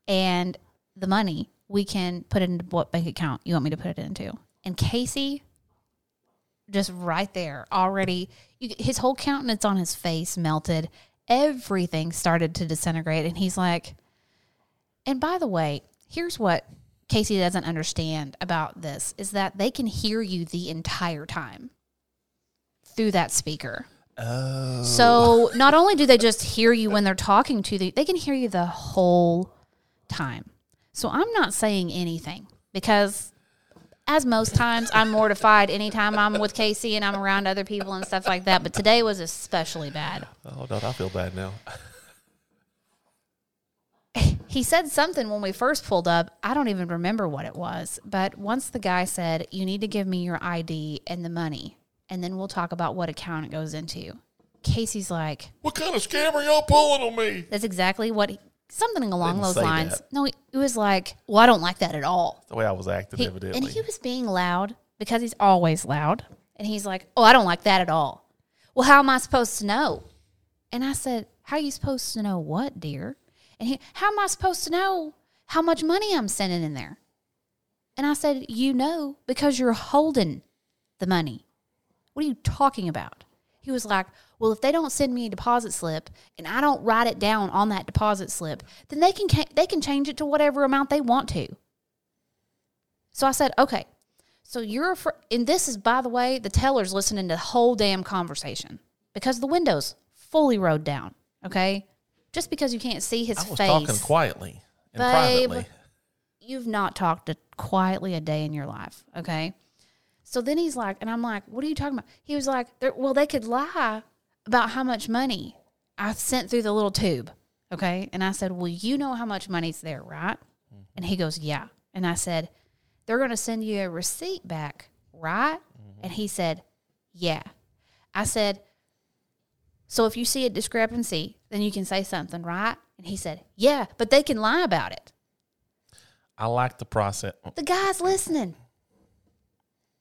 [SPEAKER 3] and the money, we can put it into what bank account you want me to put it into. And Casey, just right there, already, you, his whole countenance on his face melted. Everything started to disintegrate. And he's like, and by the way, here's what Casey doesn't understand about this is that they can hear you the entire time through that speaker.
[SPEAKER 2] Oh.
[SPEAKER 3] So not only do they just hear you when they're talking to you, they can hear you the whole time. So I'm not saying anything because as most times I'm mortified anytime I'm with Casey and I'm around other people and stuff like that, but today was especially bad.
[SPEAKER 2] Oh, no, I feel bad now.
[SPEAKER 3] he said something when we first pulled up. I don't even remember what it was, but once the guy said, "You need to give me your ID and the money, and then we'll talk about what account it goes into." Casey's like,
[SPEAKER 2] What kind of scam are y'all pulling on me?
[SPEAKER 3] "That's exactly what he, something along
[SPEAKER 2] Didn't
[SPEAKER 3] those
[SPEAKER 2] say
[SPEAKER 3] lines."
[SPEAKER 2] that.
[SPEAKER 3] No, he, it was like, "Well, I don't like that at all."
[SPEAKER 2] The way I was acting,
[SPEAKER 3] He-
[SPEAKER 2] evidently.
[SPEAKER 3] and he was being loud because he's always loud, and he's like, "Oh, I don't like that at all." Well, how am I supposed to know? And I said, How are you supposed to know what, dear? And he, How am I supposed to know how much money I'm sending in there? And I said, You know, because you're holding the money. What are you talking about? He was like, Well, if they don't send me a deposit slip and I don't write it down on that deposit slip, then they can, ca- they can change it to whatever amount they want to. So I said, Okay. So you're, afr- and this is, by the way, the teller's listening to the whole damn conversation because the window's fully rode down. Okay. just because you can't see his
[SPEAKER 2] I was
[SPEAKER 3] face.
[SPEAKER 2] talking quietly and
[SPEAKER 3] Babe.
[SPEAKER 2] privately.
[SPEAKER 3] you've not talked to quietly a day in your life, okay? So then he's like, and I'm like, what are you talking about? He was like, "They're- well, they could lie about how much money I sent through the little tube, okay? And I said, well, you know how much money's there, right? And he goes, yeah. And I said, they're going to send you a receipt back, right? And he said, yeah. I said, so if you see a discrepancy, then you can say something, right? And he said, yeah, but they can lie about it.
[SPEAKER 2] I like the process. Oh,
[SPEAKER 3] The guy's listening.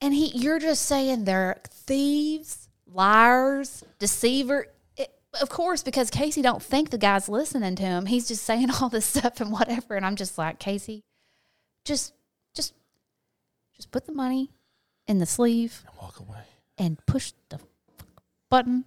[SPEAKER 3] And he you're just saying they're thieves, liars, deceiver. It, of course, because Casey don't think the guy's listening to him. He's just saying all this stuff and whatever. And I'm just like, Casey, just just just put the money in the sleeve
[SPEAKER 2] Walk away.
[SPEAKER 3] and push the button.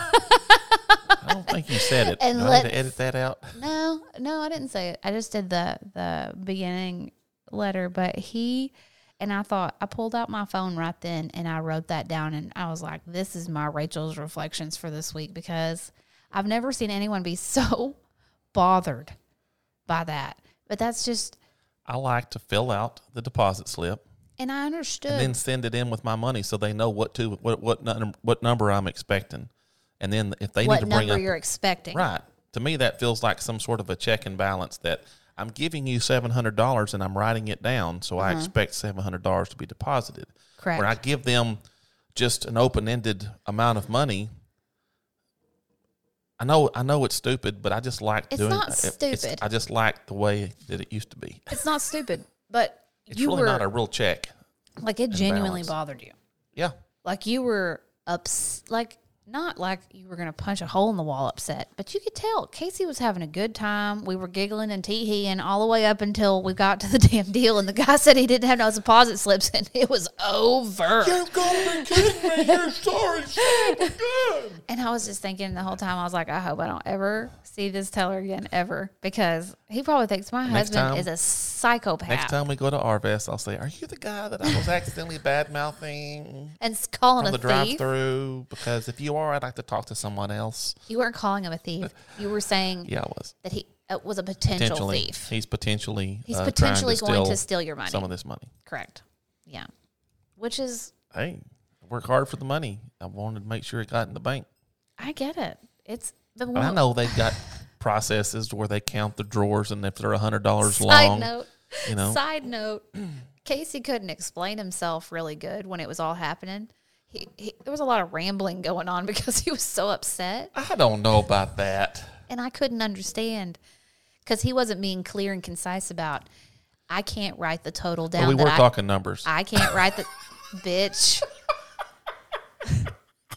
[SPEAKER 2] I don't think you said it.
[SPEAKER 3] And
[SPEAKER 2] Do I need
[SPEAKER 3] let's-
[SPEAKER 2] to edit that out.
[SPEAKER 3] No, no, I didn't say it. I just did the the beginning letter, but he and I thought I pulled out my phone right then and I wrote that down and I was like, this is my Rachel's reflections for this week because I've never seen anyone be so bothered by that. But that's just
[SPEAKER 2] I like to fill out the deposit slip
[SPEAKER 3] and I understood
[SPEAKER 2] and then send it in with my money so they know what to what what num- what number I'm expecting. And then if they need
[SPEAKER 3] what
[SPEAKER 2] to bring
[SPEAKER 3] number
[SPEAKER 2] up
[SPEAKER 3] you're expecting.
[SPEAKER 2] Right. To me, that feels like some sort of a check and balance that I'm giving you $700 and I'm writing it down. So I expect $700 to be deposited.
[SPEAKER 3] Mm-hmm. Correct.
[SPEAKER 2] When I give them just an open ended amount of money, I know, I know it's stupid, but I just like
[SPEAKER 3] It's
[SPEAKER 2] doing
[SPEAKER 3] not
[SPEAKER 2] it-
[SPEAKER 3] stupid.
[SPEAKER 2] I just like the way that it used to be.
[SPEAKER 3] It's not stupid, but
[SPEAKER 2] It's
[SPEAKER 3] you
[SPEAKER 2] really
[SPEAKER 3] were
[SPEAKER 2] not a real check.
[SPEAKER 3] like it genuinely
[SPEAKER 2] balance.
[SPEAKER 3] bothered you.
[SPEAKER 2] Yeah.
[SPEAKER 3] like you were ups like not like you were gonna punch a hole in the wall upset but you could tell casey was having a good time we were giggling and teeheeing all the way up until we got to the damn deal and the guy said he didn't have no deposit slips and it was over and i was just thinking the whole time i was like i hope i don't ever see this teller again ever because he probably thinks my
[SPEAKER 2] Next
[SPEAKER 3] husband
[SPEAKER 2] time-
[SPEAKER 3] is a psychopath
[SPEAKER 2] Next time we go to Arvest, I'll say, Are you the guy that I was accidentally bad mouthing?
[SPEAKER 3] and s- calling
[SPEAKER 2] From
[SPEAKER 3] a
[SPEAKER 2] the
[SPEAKER 3] thief
[SPEAKER 2] drive-through because if you are, I'd like to talk to someone else.
[SPEAKER 3] you weren't calling him a thief you were saying
[SPEAKER 2] Yeah, I was.
[SPEAKER 3] that he uh, was a potential
[SPEAKER 2] potentially
[SPEAKER 3] thief
[SPEAKER 2] he's potentially
[SPEAKER 3] He's
[SPEAKER 2] uh, trying
[SPEAKER 3] potentially going to
[SPEAKER 2] steal
[SPEAKER 3] steal your money.
[SPEAKER 2] some of this money.
[SPEAKER 3] Correct. Yeah. Which is,
[SPEAKER 2] Hey, I work hard for the money. I wanted to make sure it got in the bank.
[SPEAKER 3] I get it. It's the
[SPEAKER 2] But I
[SPEAKER 3] one
[SPEAKER 2] know they've got processes where they count the drawers, and if they're a hundred dollars
[SPEAKER 3] side
[SPEAKER 2] long,
[SPEAKER 3] note.
[SPEAKER 2] you know,
[SPEAKER 3] Side note. Casey couldn't explain himself really good when it was all happening. He, he, there was a lot of rambling going on because he was so upset,
[SPEAKER 2] I don't know about that.
[SPEAKER 3] and I couldn't understand because he wasn't being clear and concise about. I can't write the total down.
[SPEAKER 2] But we
[SPEAKER 3] that
[SPEAKER 2] were
[SPEAKER 3] I-
[SPEAKER 2] talking numbers.
[SPEAKER 3] I can't write the bitch.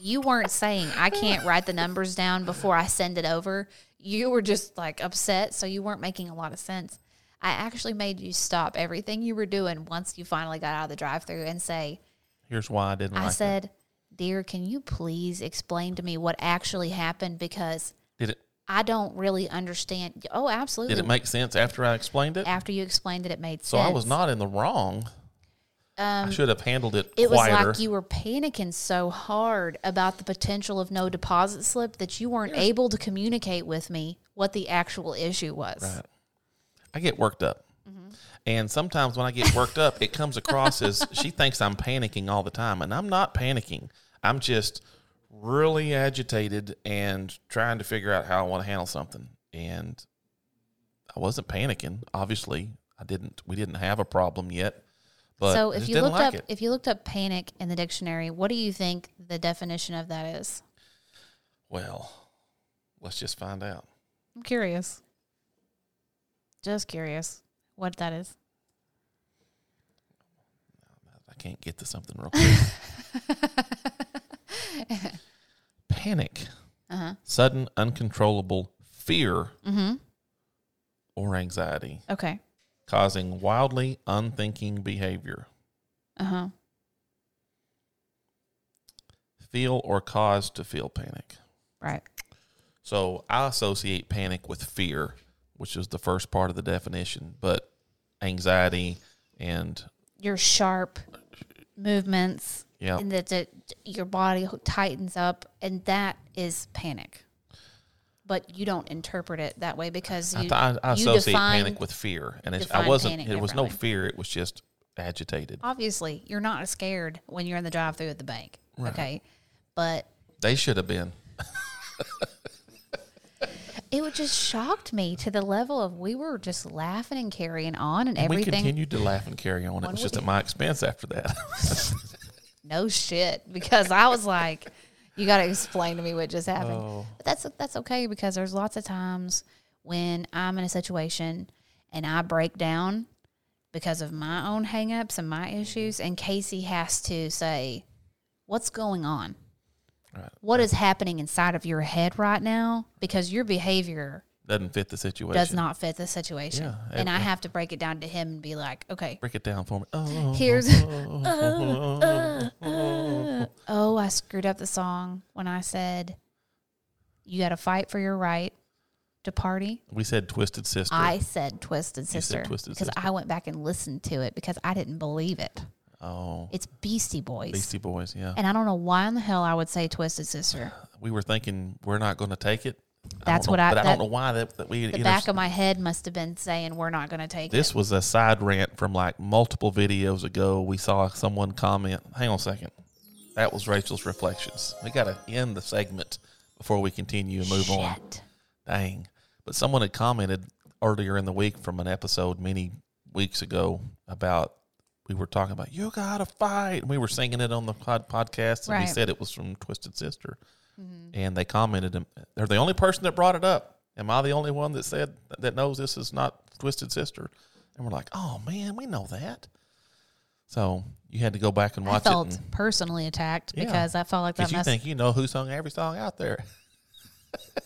[SPEAKER 3] You weren't saying I can't write the numbers down before I send it over. You were just like upset, so you weren't making a lot of sense. I actually made you stop everything you were doing once you finally got out of the drive-through and say,
[SPEAKER 2] Here's why I didn't.
[SPEAKER 3] "I
[SPEAKER 2] like
[SPEAKER 3] said, dear, can you please explain to me what actually happened because
[SPEAKER 2] it. did it
[SPEAKER 3] I don't really understand." Oh, absolutely.
[SPEAKER 2] did it make sense after I explained it?
[SPEAKER 3] After you explained it, it made
[SPEAKER 2] so
[SPEAKER 3] sense.
[SPEAKER 2] I was not in the wrong. I should have handled it,
[SPEAKER 3] Um, It
[SPEAKER 2] quieter.
[SPEAKER 3] was like you were panicking so hard about the potential of no deposit slip that you weren't able to communicate with me what the actual issue was.
[SPEAKER 2] Right. I get worked up. And sometimes when I get worked up, it comes across as she thinks I'm panicking all the time. And I'm not panicking. I'm just really agitated and trying to figure out how I want to handle something. And I wasn't panicking. Obviously, I didn't, we didn't have a problem yet. But
[SPEAKER 3] so
[SPEAKER 2] I
[SPEAKER 3] if
[SPEAKER 2] just
[SPEAKER 3] you
[SPEAKER 2] didn't
[SPEAKER 3] looked
[SPEAKER 2] like
[SPEAKER 3] up
[SPEAKER 2] it.
[SPEAKER 3] if you looked up panic in the dictionary, what do you think the definition of that is?
[SPEAKER 2] well, let's just find out.
[SPEAKER 3] I'm curious. Just curious what that is.
[SPEAKER 2] I can't get to something real quick. Panic,
[SPEAKER 3] Uh-huh. Mm-hmm.
[SPEAKER 2] sudden, uncontrollable fear or anxiety,
[SPEAKER 3] Okay.
[SPEAKER 2] causing wildly unthinking behavior.
[SPEAKER 3] Uh-huh.
[SPEAKER 2] Feel or cause to feel panic.
[SPEAKER 3] Right.
[SPEAKER 2] So I associate panic with fear, which is the first part of the definition, but anxiety and
[SPEAKER 3] Your sharp movements
[SPEAKER 2] yeah,
[SPEAKER 3] and that that your body tightens up and that is panic but you don't interpret it that way because
[SPEAKER 2] I,
[SPEAKER 3] you,
[SPEAKER 2] th- I, I
[SPEAKER 3] you
[SPEAKER 2] associate
[SPEAKER 3] define,
[SPEAKER 2] panic with fear, and it's, I
[SPEAKER 3] define
[SPEAKER 2] wasn't.
[SPEAKER 3] panic
[SPEAKER 2] It was no
[SPEAKER 3] differently.
[SPEAKER 2] fear. It was just agitated.
[SPEAKER 3] obviously you're not scared when you're in the drive-through at the bank, okay? But
[SPEAKER 2] They should have been.
[SPEAKER 3] it would just shocked me to the level of we were just laughing and carrying on and
[SPEAKER 2] We
[SPEAKER 3] everything.
[SPEAKER 2] continued to laugh and carry on. It was just at my expense after that.
[SPEAKER 3] No shit, because I was like, you got to explain to me what just happened.
[SPEAKER 2] Oh.
[SPEAKER 3] But that's that's okay because there's lots of times when I'm in a situation and I break down because of my own hangups and my
[SPEAKER 2] Mm-hmm.
[SPEAKER 3] issues, and Casey has to say, "What's going on?
[SPEAKER 2] Right.
[SPEAKER 3] What is happening inside of your head right now? Because your behavior."
[SPEAKER 2] Doesn't fit the situation.
[SPEAKER 3] Does not fit the situation,
[SPEAKER 2] Yeah,
[SPEAKER 3] and I
[SPEAKER 2] every-
[SPEAKER 3] have to break it down to him and be like, "Okay,
[SPEAKER 2] break it down for me. Oh,
[SPEAKER 3] Here's oh, I screwed up the song when I said you got to fight for your right to party.
[SPEAKER 2] we said twisted sister.
[SPEAKER 3] I said Twisted Sister
[SPEAKER 2] Twisted
[SPEAKER 3] because
[SPEAKER 2] Sister.
[SPEAKER 3] I went back and listened to it because I didn't believe it.
[SPEAKER 2] oh,
[SPEAKER 3] It's Beastie Boys.
[SPEAKER 2] Beastie Boys. Yeah,
[SPEAKER 3] And I don't know why in the hell I would say Twisted Sister.
[SPEAKER 2] we were thinking we're not going to take it. I
[SPEAKER 3] That's
[SPEAKER 2] don't know-
[SPEAKER 3] what I-
[SPEAKER 2] But I
[SPEAKER 3] that-
[SPEAKER 2] don't know why that, that we.
[SPEAKER 3] The
[SPEAKER 2] either-
[SPEAKER 3] back of my head must have been saying we're not going to take
[SPEAKER 2] this
[SPEAKER 3] it.
[SPEAKER 2] was a side rant from like multiple videos ago. We saw someone comment. Hang on a second. That was Rachel's reflections. We got to end the segment before we continue and move on.
[SPEAKER 3] Shit.
[SPEAKER 2] Dang. But someone had commented earlier in the week from an episode many weeks ago about we were talking about you gotta fight and we were singing it on the pod- podcast and we
[SPEAKER 3] Right. Mm-hmm.
[SPEAKER 2] said it was from Twisted Sister. And they commented and they're the only person that brought it up. Am I the only one that said that knows this is not Twisted Sister? And we're like, Oh man, we know that. So you had to go back and
[SPEAKER 3] I
[SPEAKER 2] watch
[SPEAKER 3] felt
[SPEAKER 2] it. and-
[SPEAKER 3] personally attacked
[SPEAKER 2] Yeah.
[SPEAKER 3] because I felt like that
[SPEAKER 2] because you
[SPEAKER 3] must
[SPEAKER 2] think you know who sung every song out there.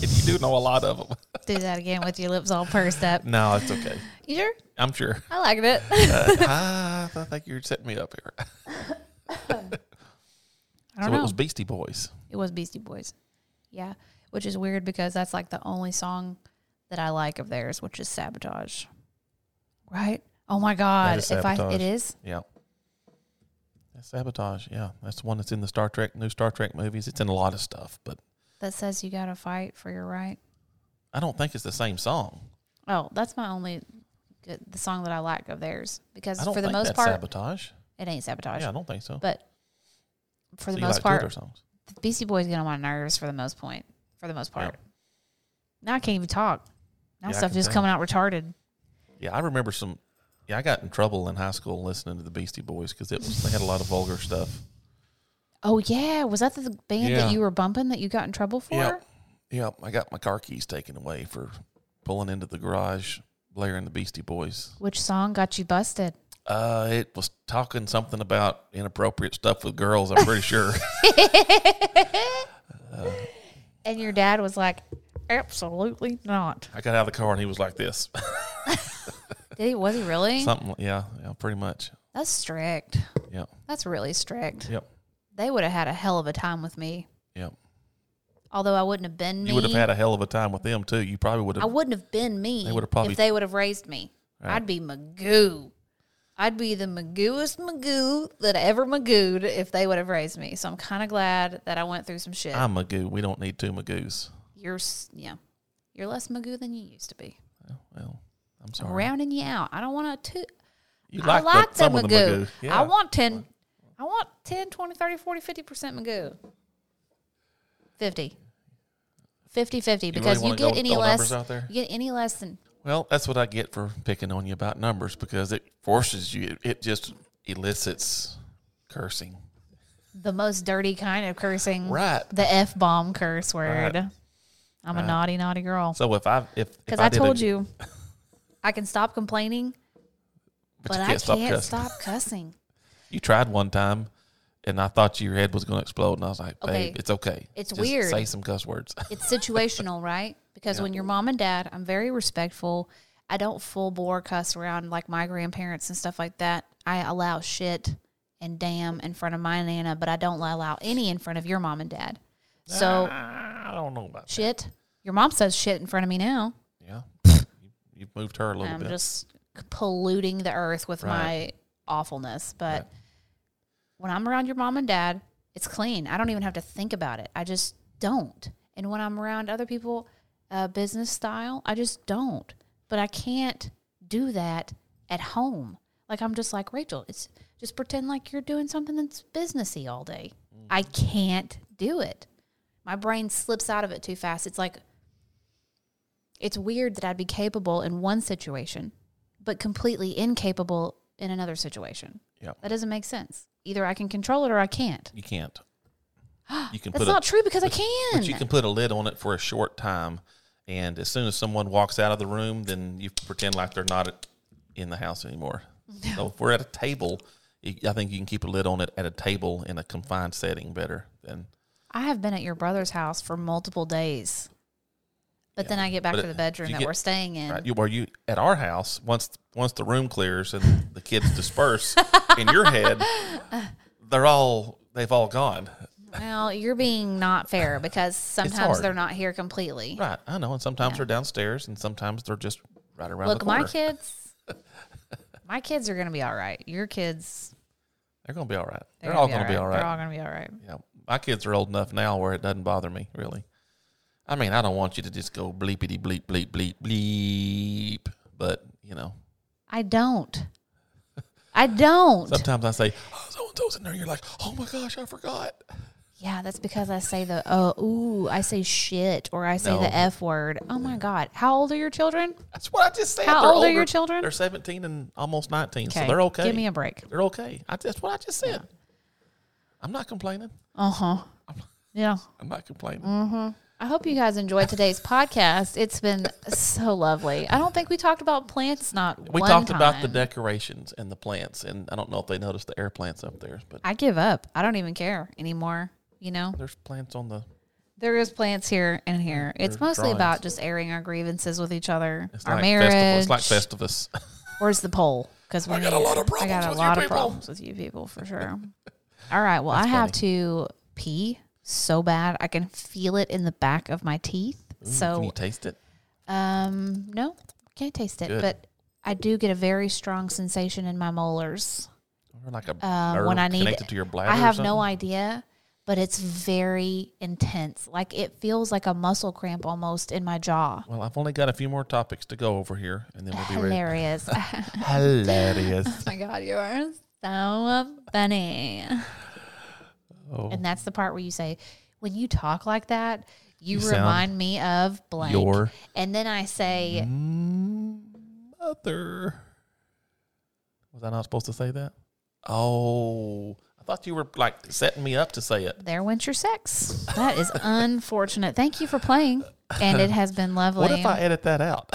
[SPEAKER 2] and you do know a lot of them.
[SPEAKER 3] do that again with your lips all pursed up.
[SPEAKER 2] No, it's okay.
[SPEAKER 3] You sure?
[SPEAKER 2] I'm sure.
[SPEAKER 3] I liked it.
[SPEAKER 2] Uh, Ah, I think you're setting me up here.
[SPEAKER 3] I
[SPEAKER 2] So
[SPEAKER 3] don't know.
[SPEAKER 2] it was Beastie Boys.
[SPEAKER 3] It was Beastie Boys. Yeah. Which is weird because that's like the only song that I like of theirs, which is Sabotage. Right? Oh my God.
[SPEAKER 2] is
[SPEAKER 3] if I
[SPEAKER 2] Sabotage.
[SPEAKER 3] it is.
[SPEAKER 2] Yeah. That's sabotage. Yeah, that's the one that's in the Star Trek new Star Trek movies. It's in a lot of stuff, but
[SPEAKER 3] That says you gotta fight for your right.
[SPEAKER 2] I don't think it's the same song.
[SPEAKER 3] Oh, that's my only good the song that I like of theirs. Because
[SPEAKER 2] I don't
[SPEAKER 3] for the
[SPEAKER 2] think
[SPEAKER 3] most
[SPEAKER 2] that's
[SPEAKER 3] part
[SPEAKER 2] sabotage.
[SPEAKER 3] it ain't sabotage.
[SPEAKER 2] Yeah, I don't think so.
[SPEAKER 3] But for
[SPEAKER 2] So
[SPEAKER 3] the
[SPEAKER 2] you like
[SPEAKER 3] most
[SPEAKER 2] two of
[SPEAKER 3] part
[SPEAKER 2] their songs.
[SPEAKER 3] Beastie Boys get on my nerves for the most point. For the most
[SPEAKER 2] Yeah.
[SPEAKER 3] part. Now I can't even talk. Now
[SPEAKER 2] Yeah, I
[SPEAKER 3] stuff
[SPEAKER 2] can
[SPEAKER 3] just
[SPEAKER 2] tell.
[SPEAKER 3] coming out retarded.
[SPEAKER 2] Yeah, I remember some. Yeah, I got in trouble in high school listening to the Beastie Boys because it was they had a lot of vulgar stuff.
[SPEAKER 3] Oh yeah. Was that the band
[SPEAKER 2] Yeah.
[SPEAKER 3] that you were bumping that you got in trouble for?
[SPEAKER 2] Yep. Yep. I got my car keys taken away for pulling into the garage, blaring the Beastie Boys.
[SPEAKER 3] Which song got you busted?
[SPEAKER 2] Uh, it was talking something about inappropriate stuff with girls. I'm pretty sure.
[SPEAKER 3] And your dad was like, absolutely not.
[SPEAKER 2] I got out of the car and he was like this.
[SPEAKER 3] Did he? Was he really?
[SPEAKER 2] something. Yeah. Yeah. Pretty much.
[SPEAKER 3] That's strict.
[SPEAKER 2] Yeah.
[SPEAKER 3] That's really strict.
[SPEAKER 2] Yep.
[SPEAKER 3] They would have had a hell of a time with me.
[SPEAKER 2] Yep.
[SPEAKER 3] Although I wouldn't have been me.
[SPEAKER 2] You would have had a hell of a time with them too. You probably would
[SPEAKER 3] I
[SPEAKER 2] have.
[SPEAKER 3] wouldn't have been me.
[SPEAKER 2] They would've probably-
[SPEAKER 3] if they would have raised me. I'd be Magoo. I'd be the Magooest Magoo that ever Magooed if they would have raised me. So I'm kind of glad that I went through some shit.
[SPEAKER 2] I'm a goo. We don't need two magoos.
[SPEAKER 3] you're, s- yeah, you're less Magoo than you used to be.
[SPEAKER 2] Well, I'm
[SPEAKER 3] I'm
[SPEAKER 2] sorry.
[SPEAKER 3] rounding you out. I don't want to.
[SPEAKER 2] you
[SPEAKER 3] I
[SPEAKER 2] the-
[SPEAKER 3] like the
[SPEAKER 2] some
[SPEAKER 3] Magoo.
[SPEAKER 2] of the magoo. Yeah.
[SPEAKER 3] I want 10. I want 10, 20, 30, 40, 50% Magoo. 50. 50 50
[SPEAKER 2] really
[SPEAKER 3] because
[SPEAKER 2] wanna
[SPEAKER 3] you
[SPEAKER 2] go
[SPEAKER 3] get
[SPEAKER 2] with
[SPEAKER 3] any
[SPEAKER 2] all numbers
[SPEAKER 3] less
[SPEAKER 2] out there?
[SPEAKER 3] you get any less than
[SPEAKER 2] Well, that's what I get for picking on you about numbers because it forces you. It, it just elicits cursing.
[SPEAKER 3] the most dirty kind of cursing.
[SPEAKER 2] Right.
[SPEAKER 3] The F bomb curse word. I'm a naughty naughty girl.
[SPEAKER 2] So if I if if
[SPEAKER 3] Cuz I,
[SPEAKER 2] did a-
[SPEAKER 3] told you I can stop complaining, but,
[SPEAKER 2] you
[SPEAKER 3] I
[SPEAKER 2] can't stop
[SPEAKER 3] can't
[SPEAKER 2] cussing.
[SPEAKER 3] stop cussing.
[SPEAKER 2] You tried one time, and I thought your head was going to explode, and I was like, "Babe,
[SPEAKER 3] Okay.
[SPEAKER 2] it's okay.
[SPEAKER 3] It's
[SPEAKER 2] Just
[SPEAKER 3] weird.
[SPEAKER 2] Say some cuss words."
[SPEAKER 3] it's situational, right? Because when your mom and dad, I'm very respectful. I don't full bore cuss around like my grandparents and stuff like that. I allow shit and damn in front of my nana, but I don't allow any in front of your mom and dad. So
[SPEAKER 2] I don't know about
[SPEAKER 3] shit. Your mom says shit in front of me now.
[SPEAKER 2] that. Yeah, you, you've moved her a little
[SPEAKER 3] I'm
[SPEAKER 2] bit.
[SPEAKER 3] just polluting the earth with
[SPEAKER 2] Right.
[SPEAKER 3] my awfulness. But when I'm around your mom and dad, it's clean. I don't even have to think about it. I just don't. And when I'm around other people, uh, business style, I just don't. But I can't do that at home. Like I'm just like Rachel. It's just pretend like you're doing something that's businessy all day.
[SPEAKER 2] Mm.
[SPEAKER 3] I can't do it. My brain slips out of it too fast. It's like it's weird that I'd be capable in one situation, but completely incapable in another situation.
[SPEAKER 2] Yeah.
[SPEAKER 3] That doesn't make sense. Either I can control it or I can't.
[SPEAKER 2] You can't. You can
[SPEAKER 3] That's
[SPEAKER 2] put
[SPEAKER 3] not
[SPEAKER 2] a,
[SPEAKER 3] true because I can.
[SPEAKER 2] but you can put a lid on it for a short time, and as soon as someone walks out of the room, then you pretend like they're not in the house anymore. So if we're at a table, you- I think you can keep a lid on it at a table in a confined setting better than.
[SPEAKER 3] I have been at your brother's house for multiple days, but then I get back
[SPEAKER 2] But
[SPEAKER 3] to the
[SPEAKER 2] if
[SPEAKER 3] bedroom
[SPEAKER 2] you
[SPEAKER 3] that
[SPEAKER 2] get-
[SPEAKER 3] we're staying in.
[SPEAKER 2] Right. You, where you at our house? Once once the room clears and the kids disperse in your head, they're all they've all gone.
[SPEAKER 3] Well, you're being not fair because sometimes
[SPEAKER 2] hard.
[SPEAKER 3] they're not here completely.
[SPEAKER 2] Right. I know. And sometimes they're downstairs, and sometimes they're just right around.
[SPEAKER 3] Look,
[SPEAKER 2] the
[SPEAKER 3] my
[SPEAKER 2] corner.
[SPEAKER 3] kids, my kids are gonna be all right. Your kids,
[SPEAKER 2] They're gonna be all right.
[SPEAKER 3] they're,
[SPEAKER 2] They're all gonna be all
[SPEAKER 3] They're all
[SPEAKER 2] right.
[SPEAKER 3] gonna be all right.
[SPEAKER 2] Yeah. My kids are old enough now where it doesn't bother me really. I mean, I don't want you to just go bleepity bleep bleep bleep bleep, but you know,
[SPEAKER 3] I don't. I don't.
[SPEAKER 2] sometimes I say, "Oh, so and so's in there," you're like, "Oh my gosh, I forgot."
[SPEAKER 3] Yeah, that's because I say the uh, ooh, I say shit or I say
[SPEAKER 2] No.
[SPEAKER 3] the f word. Oh my god, how old are your children?
[SPEAKER 2] That's what I just said.
[SPEAKER 3] How
[SPEAKER 2] They're
[SPEAKER 3] old are your
[SPEAKER 2] older.
[SPEAKER 3] children?
[SPEAKER 2] They're 17 and almost 19, so they're okay.
[SPEAKER 3] Give me a break.
[SPEAKER 2] they're okay. I, that's what I just said. I'm not complaining.
[SPEAKER 3] Uh huh. Yeah.
[SPEAKER 2] I'm not complaining.
[SPEAKER 3] Mm, I hope you guys enjoyed today's podcast. It's been so lovely. I don't think we talked about plants. Not
[SPEAKER 2] We
[SPEAKER 3] one
[SPEAKER 2] talked about the
[SPEAKER 3] time.
[SPEAKER 2] decorations and the plants, and I don't know if they noticed the air plants up there, but
[SPEAKER 3] I give up. I don't even care anymore. You know,
[SPEAKER 2] there's plants on the.
[SPEAKER 3] there is plants here and here. It's
[SPEAKER 2] There's
[SPEAKER 3] mostly
[SPEAKER 2] drawings.
[SPEAKER 3] about just airing our grievances with each other,
[SPEAKER 2] It's
[SPEAKER 3] our
[SPEAKER 2] like
[SPEAKER 3] marriage.
[SPEAKER 2] Festival. It's like Festivus.
[SPEAKER 3] Where's the poll? Because we
[SPEAKER 2] I got a
[SPEAKER 3] need
[SPEAKER 2] lot of
[SPEAKER 3] it. I got
[SPEAKER 2] problems
[SPEAKER 3] a
[SPEAKER 2] with you
[SPEAKER 3] lot of
[SPEAKER 2] people.
[SPEAKER 3] problems with you people for sure. All right. Well, I have to pee so bad. I can feel it in the back of my teeth. so
[SPEAKER 2] Can you taste it?
[SPEAKER 3] Um, no, can't taste it,
[SPEAKER 2] Good.
[SPEAKER 3] but I do get a very strong sensation in my molars
[SPEAKER 2] Or like a
[SPEAKER 3] um,
[SPEAKER 2] nerve
[SPEAKER 3] when I need.
[SPEAKER 2] connected to your bladder.
[SPEAKER 3] I
[SPEAKER 2] or
[SPEAKER 3] have no
[SPEAKER 2] something?
[SPEAKER 3] idea, but it's very intense. Like it feels like a muscle cramp almost in my jaw.
[SPEAKER 2] Well, I've only got a few more topics to go over here, and then we'll be ready.
[SPEAKER 3] Hilarious! oh
[SPEAKER 2] Hilarious.
[SPEAKER 3] my god, you are so funny.
[SPEAKER 2] Oh,
[SPEAKER 3] And that's the part where you say, when you talk like that, you,
[SPEAKER 2] You sound
[SPEAKER 3] remind me of blank.
[SPEAKER 2] your
[SPEAKER 3] and then I say,
[SPEAKER 2] mother. Was I not supposed to say that? Oh, I thought you were like setting me up to say it.
[SPEAKER 3] There went your sex. That is unfortunate. Thank you for playing. And it has been lovely.
[SPEAKER 2] What if I edit that out?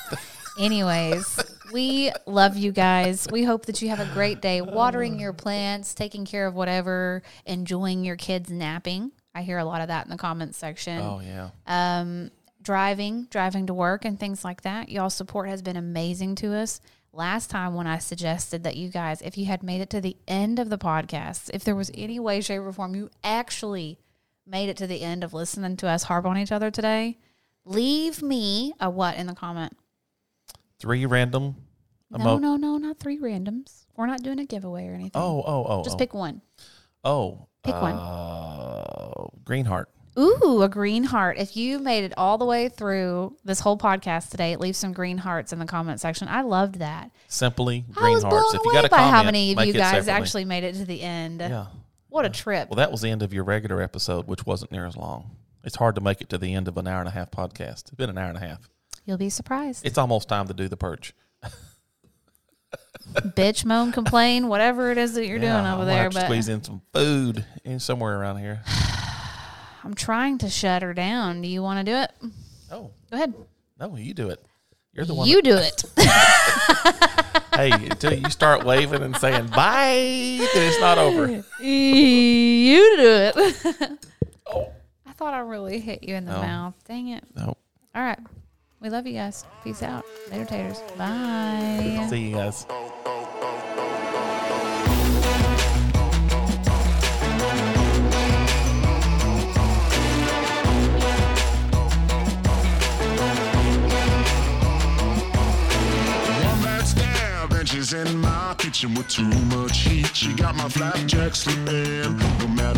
[SPEAKER 3] Anyways, we love you guys. We hope that you have a great day watering your plants, taking care of whatever, enjoying your kids napping. I hear a lot of that in the comments section.
[SPEAKER 2] oh yeah,
[SPEAKER 3] Um, driving, driving to work, and things like that. Y'all support has been amazing to us. Last time when I suggested that you guys, if you had made it to the end of the podcast, if there was any way, shape, or form you actually made it to the end of listening to us harp on each other today, leave me a what in the comment.
[SPEAKER 2] three random.
[SPEAKER 3] No,
[SPEAKER 2] emo-
[SPEAKER 3] no, no, not three randoms. We're not doing a giveaway or anything.
[SPEAKER 2] Oh oh oh.
[SPEAKER 3] just
[SPEAKER 2] oh.
[SPEAKER 3] pick one.
[SPEAKER 2] Oh,
[SPEAKER 3] pick one.
[SPEAKER 2] Uh, Greenheart.
[SPEAKER 3] Ooh, a green heart. If you made it all the way through this whole podcast today, leave some green hearts in the comment section. I loved that.
[SPEAKER 2] Simply
[SPEAKER 3] I was
[SPEAKER 2] Greenhearts.
[SPEAKER 3] blown
[SPEAKER 2] If
[SPEAKER 3] away
[SPEAKER 2] you got a
[SPEAKER 3] by
[SPEAKER 2] comment,
[SPEAKER 3] how many of
[SPEAKER 2] make
[SPEAKER 3] you
[SPEAKER 2] it
[SPEAKER 3] guys
[SPEAKER 2] separately.
[SPEAKER 3] actually made it to the end.
[SPEAKER 2] Yeah.
[SPEAKER 3] What a trip.
[SPEAKER 2] Well, that was the end of your regular episode, which wasn't near as long. It's hard to make it to the end of an hour and a half podcast. It's been an hour and a half.
[SPEAKER 3] You'll be surprised.
[SPEAKER 2] It's almost time to do the purge.
[SPEAKER 3] Bitch, moan, complain, whatever it is that you're doing
[SPEAKER 2] I
[SPEAKER 3] over
[SPEAKER 2] wanna
[SPEAKER 3] there.
[SPEAKER 2] have to
[SPEAKER 3] But
[SPEAKER 2] squeeze in some food in somewhere around here.
[SPEAKER 3] I'm trying to shut her down. Do you want to do it?
[SPEAKER 2] Oh
[SPEAKER 3] Go ahead.
[SPEAKER 2] no, you do it. You're the one.
[SPEAKER 3] You do it.
[SPEAKER 2] that- hey, until you start waving and saying bye, then it's not over.
[SPEAKER 3] you do it. I thought I really hit you in the
[SPEAKER 2] No.
[SPEAKER 3] mouth. Dang it.
[SPEAKER 2] No.
[SPEAKER 3] All right. We love you guys. Peace out. Later, taters. Bye.
[SPEAKER 2] See you guys.
[SPEAKER 1] One bad stab, and she's in my kitchen with too much heat. She got my flapjack slipping. No matter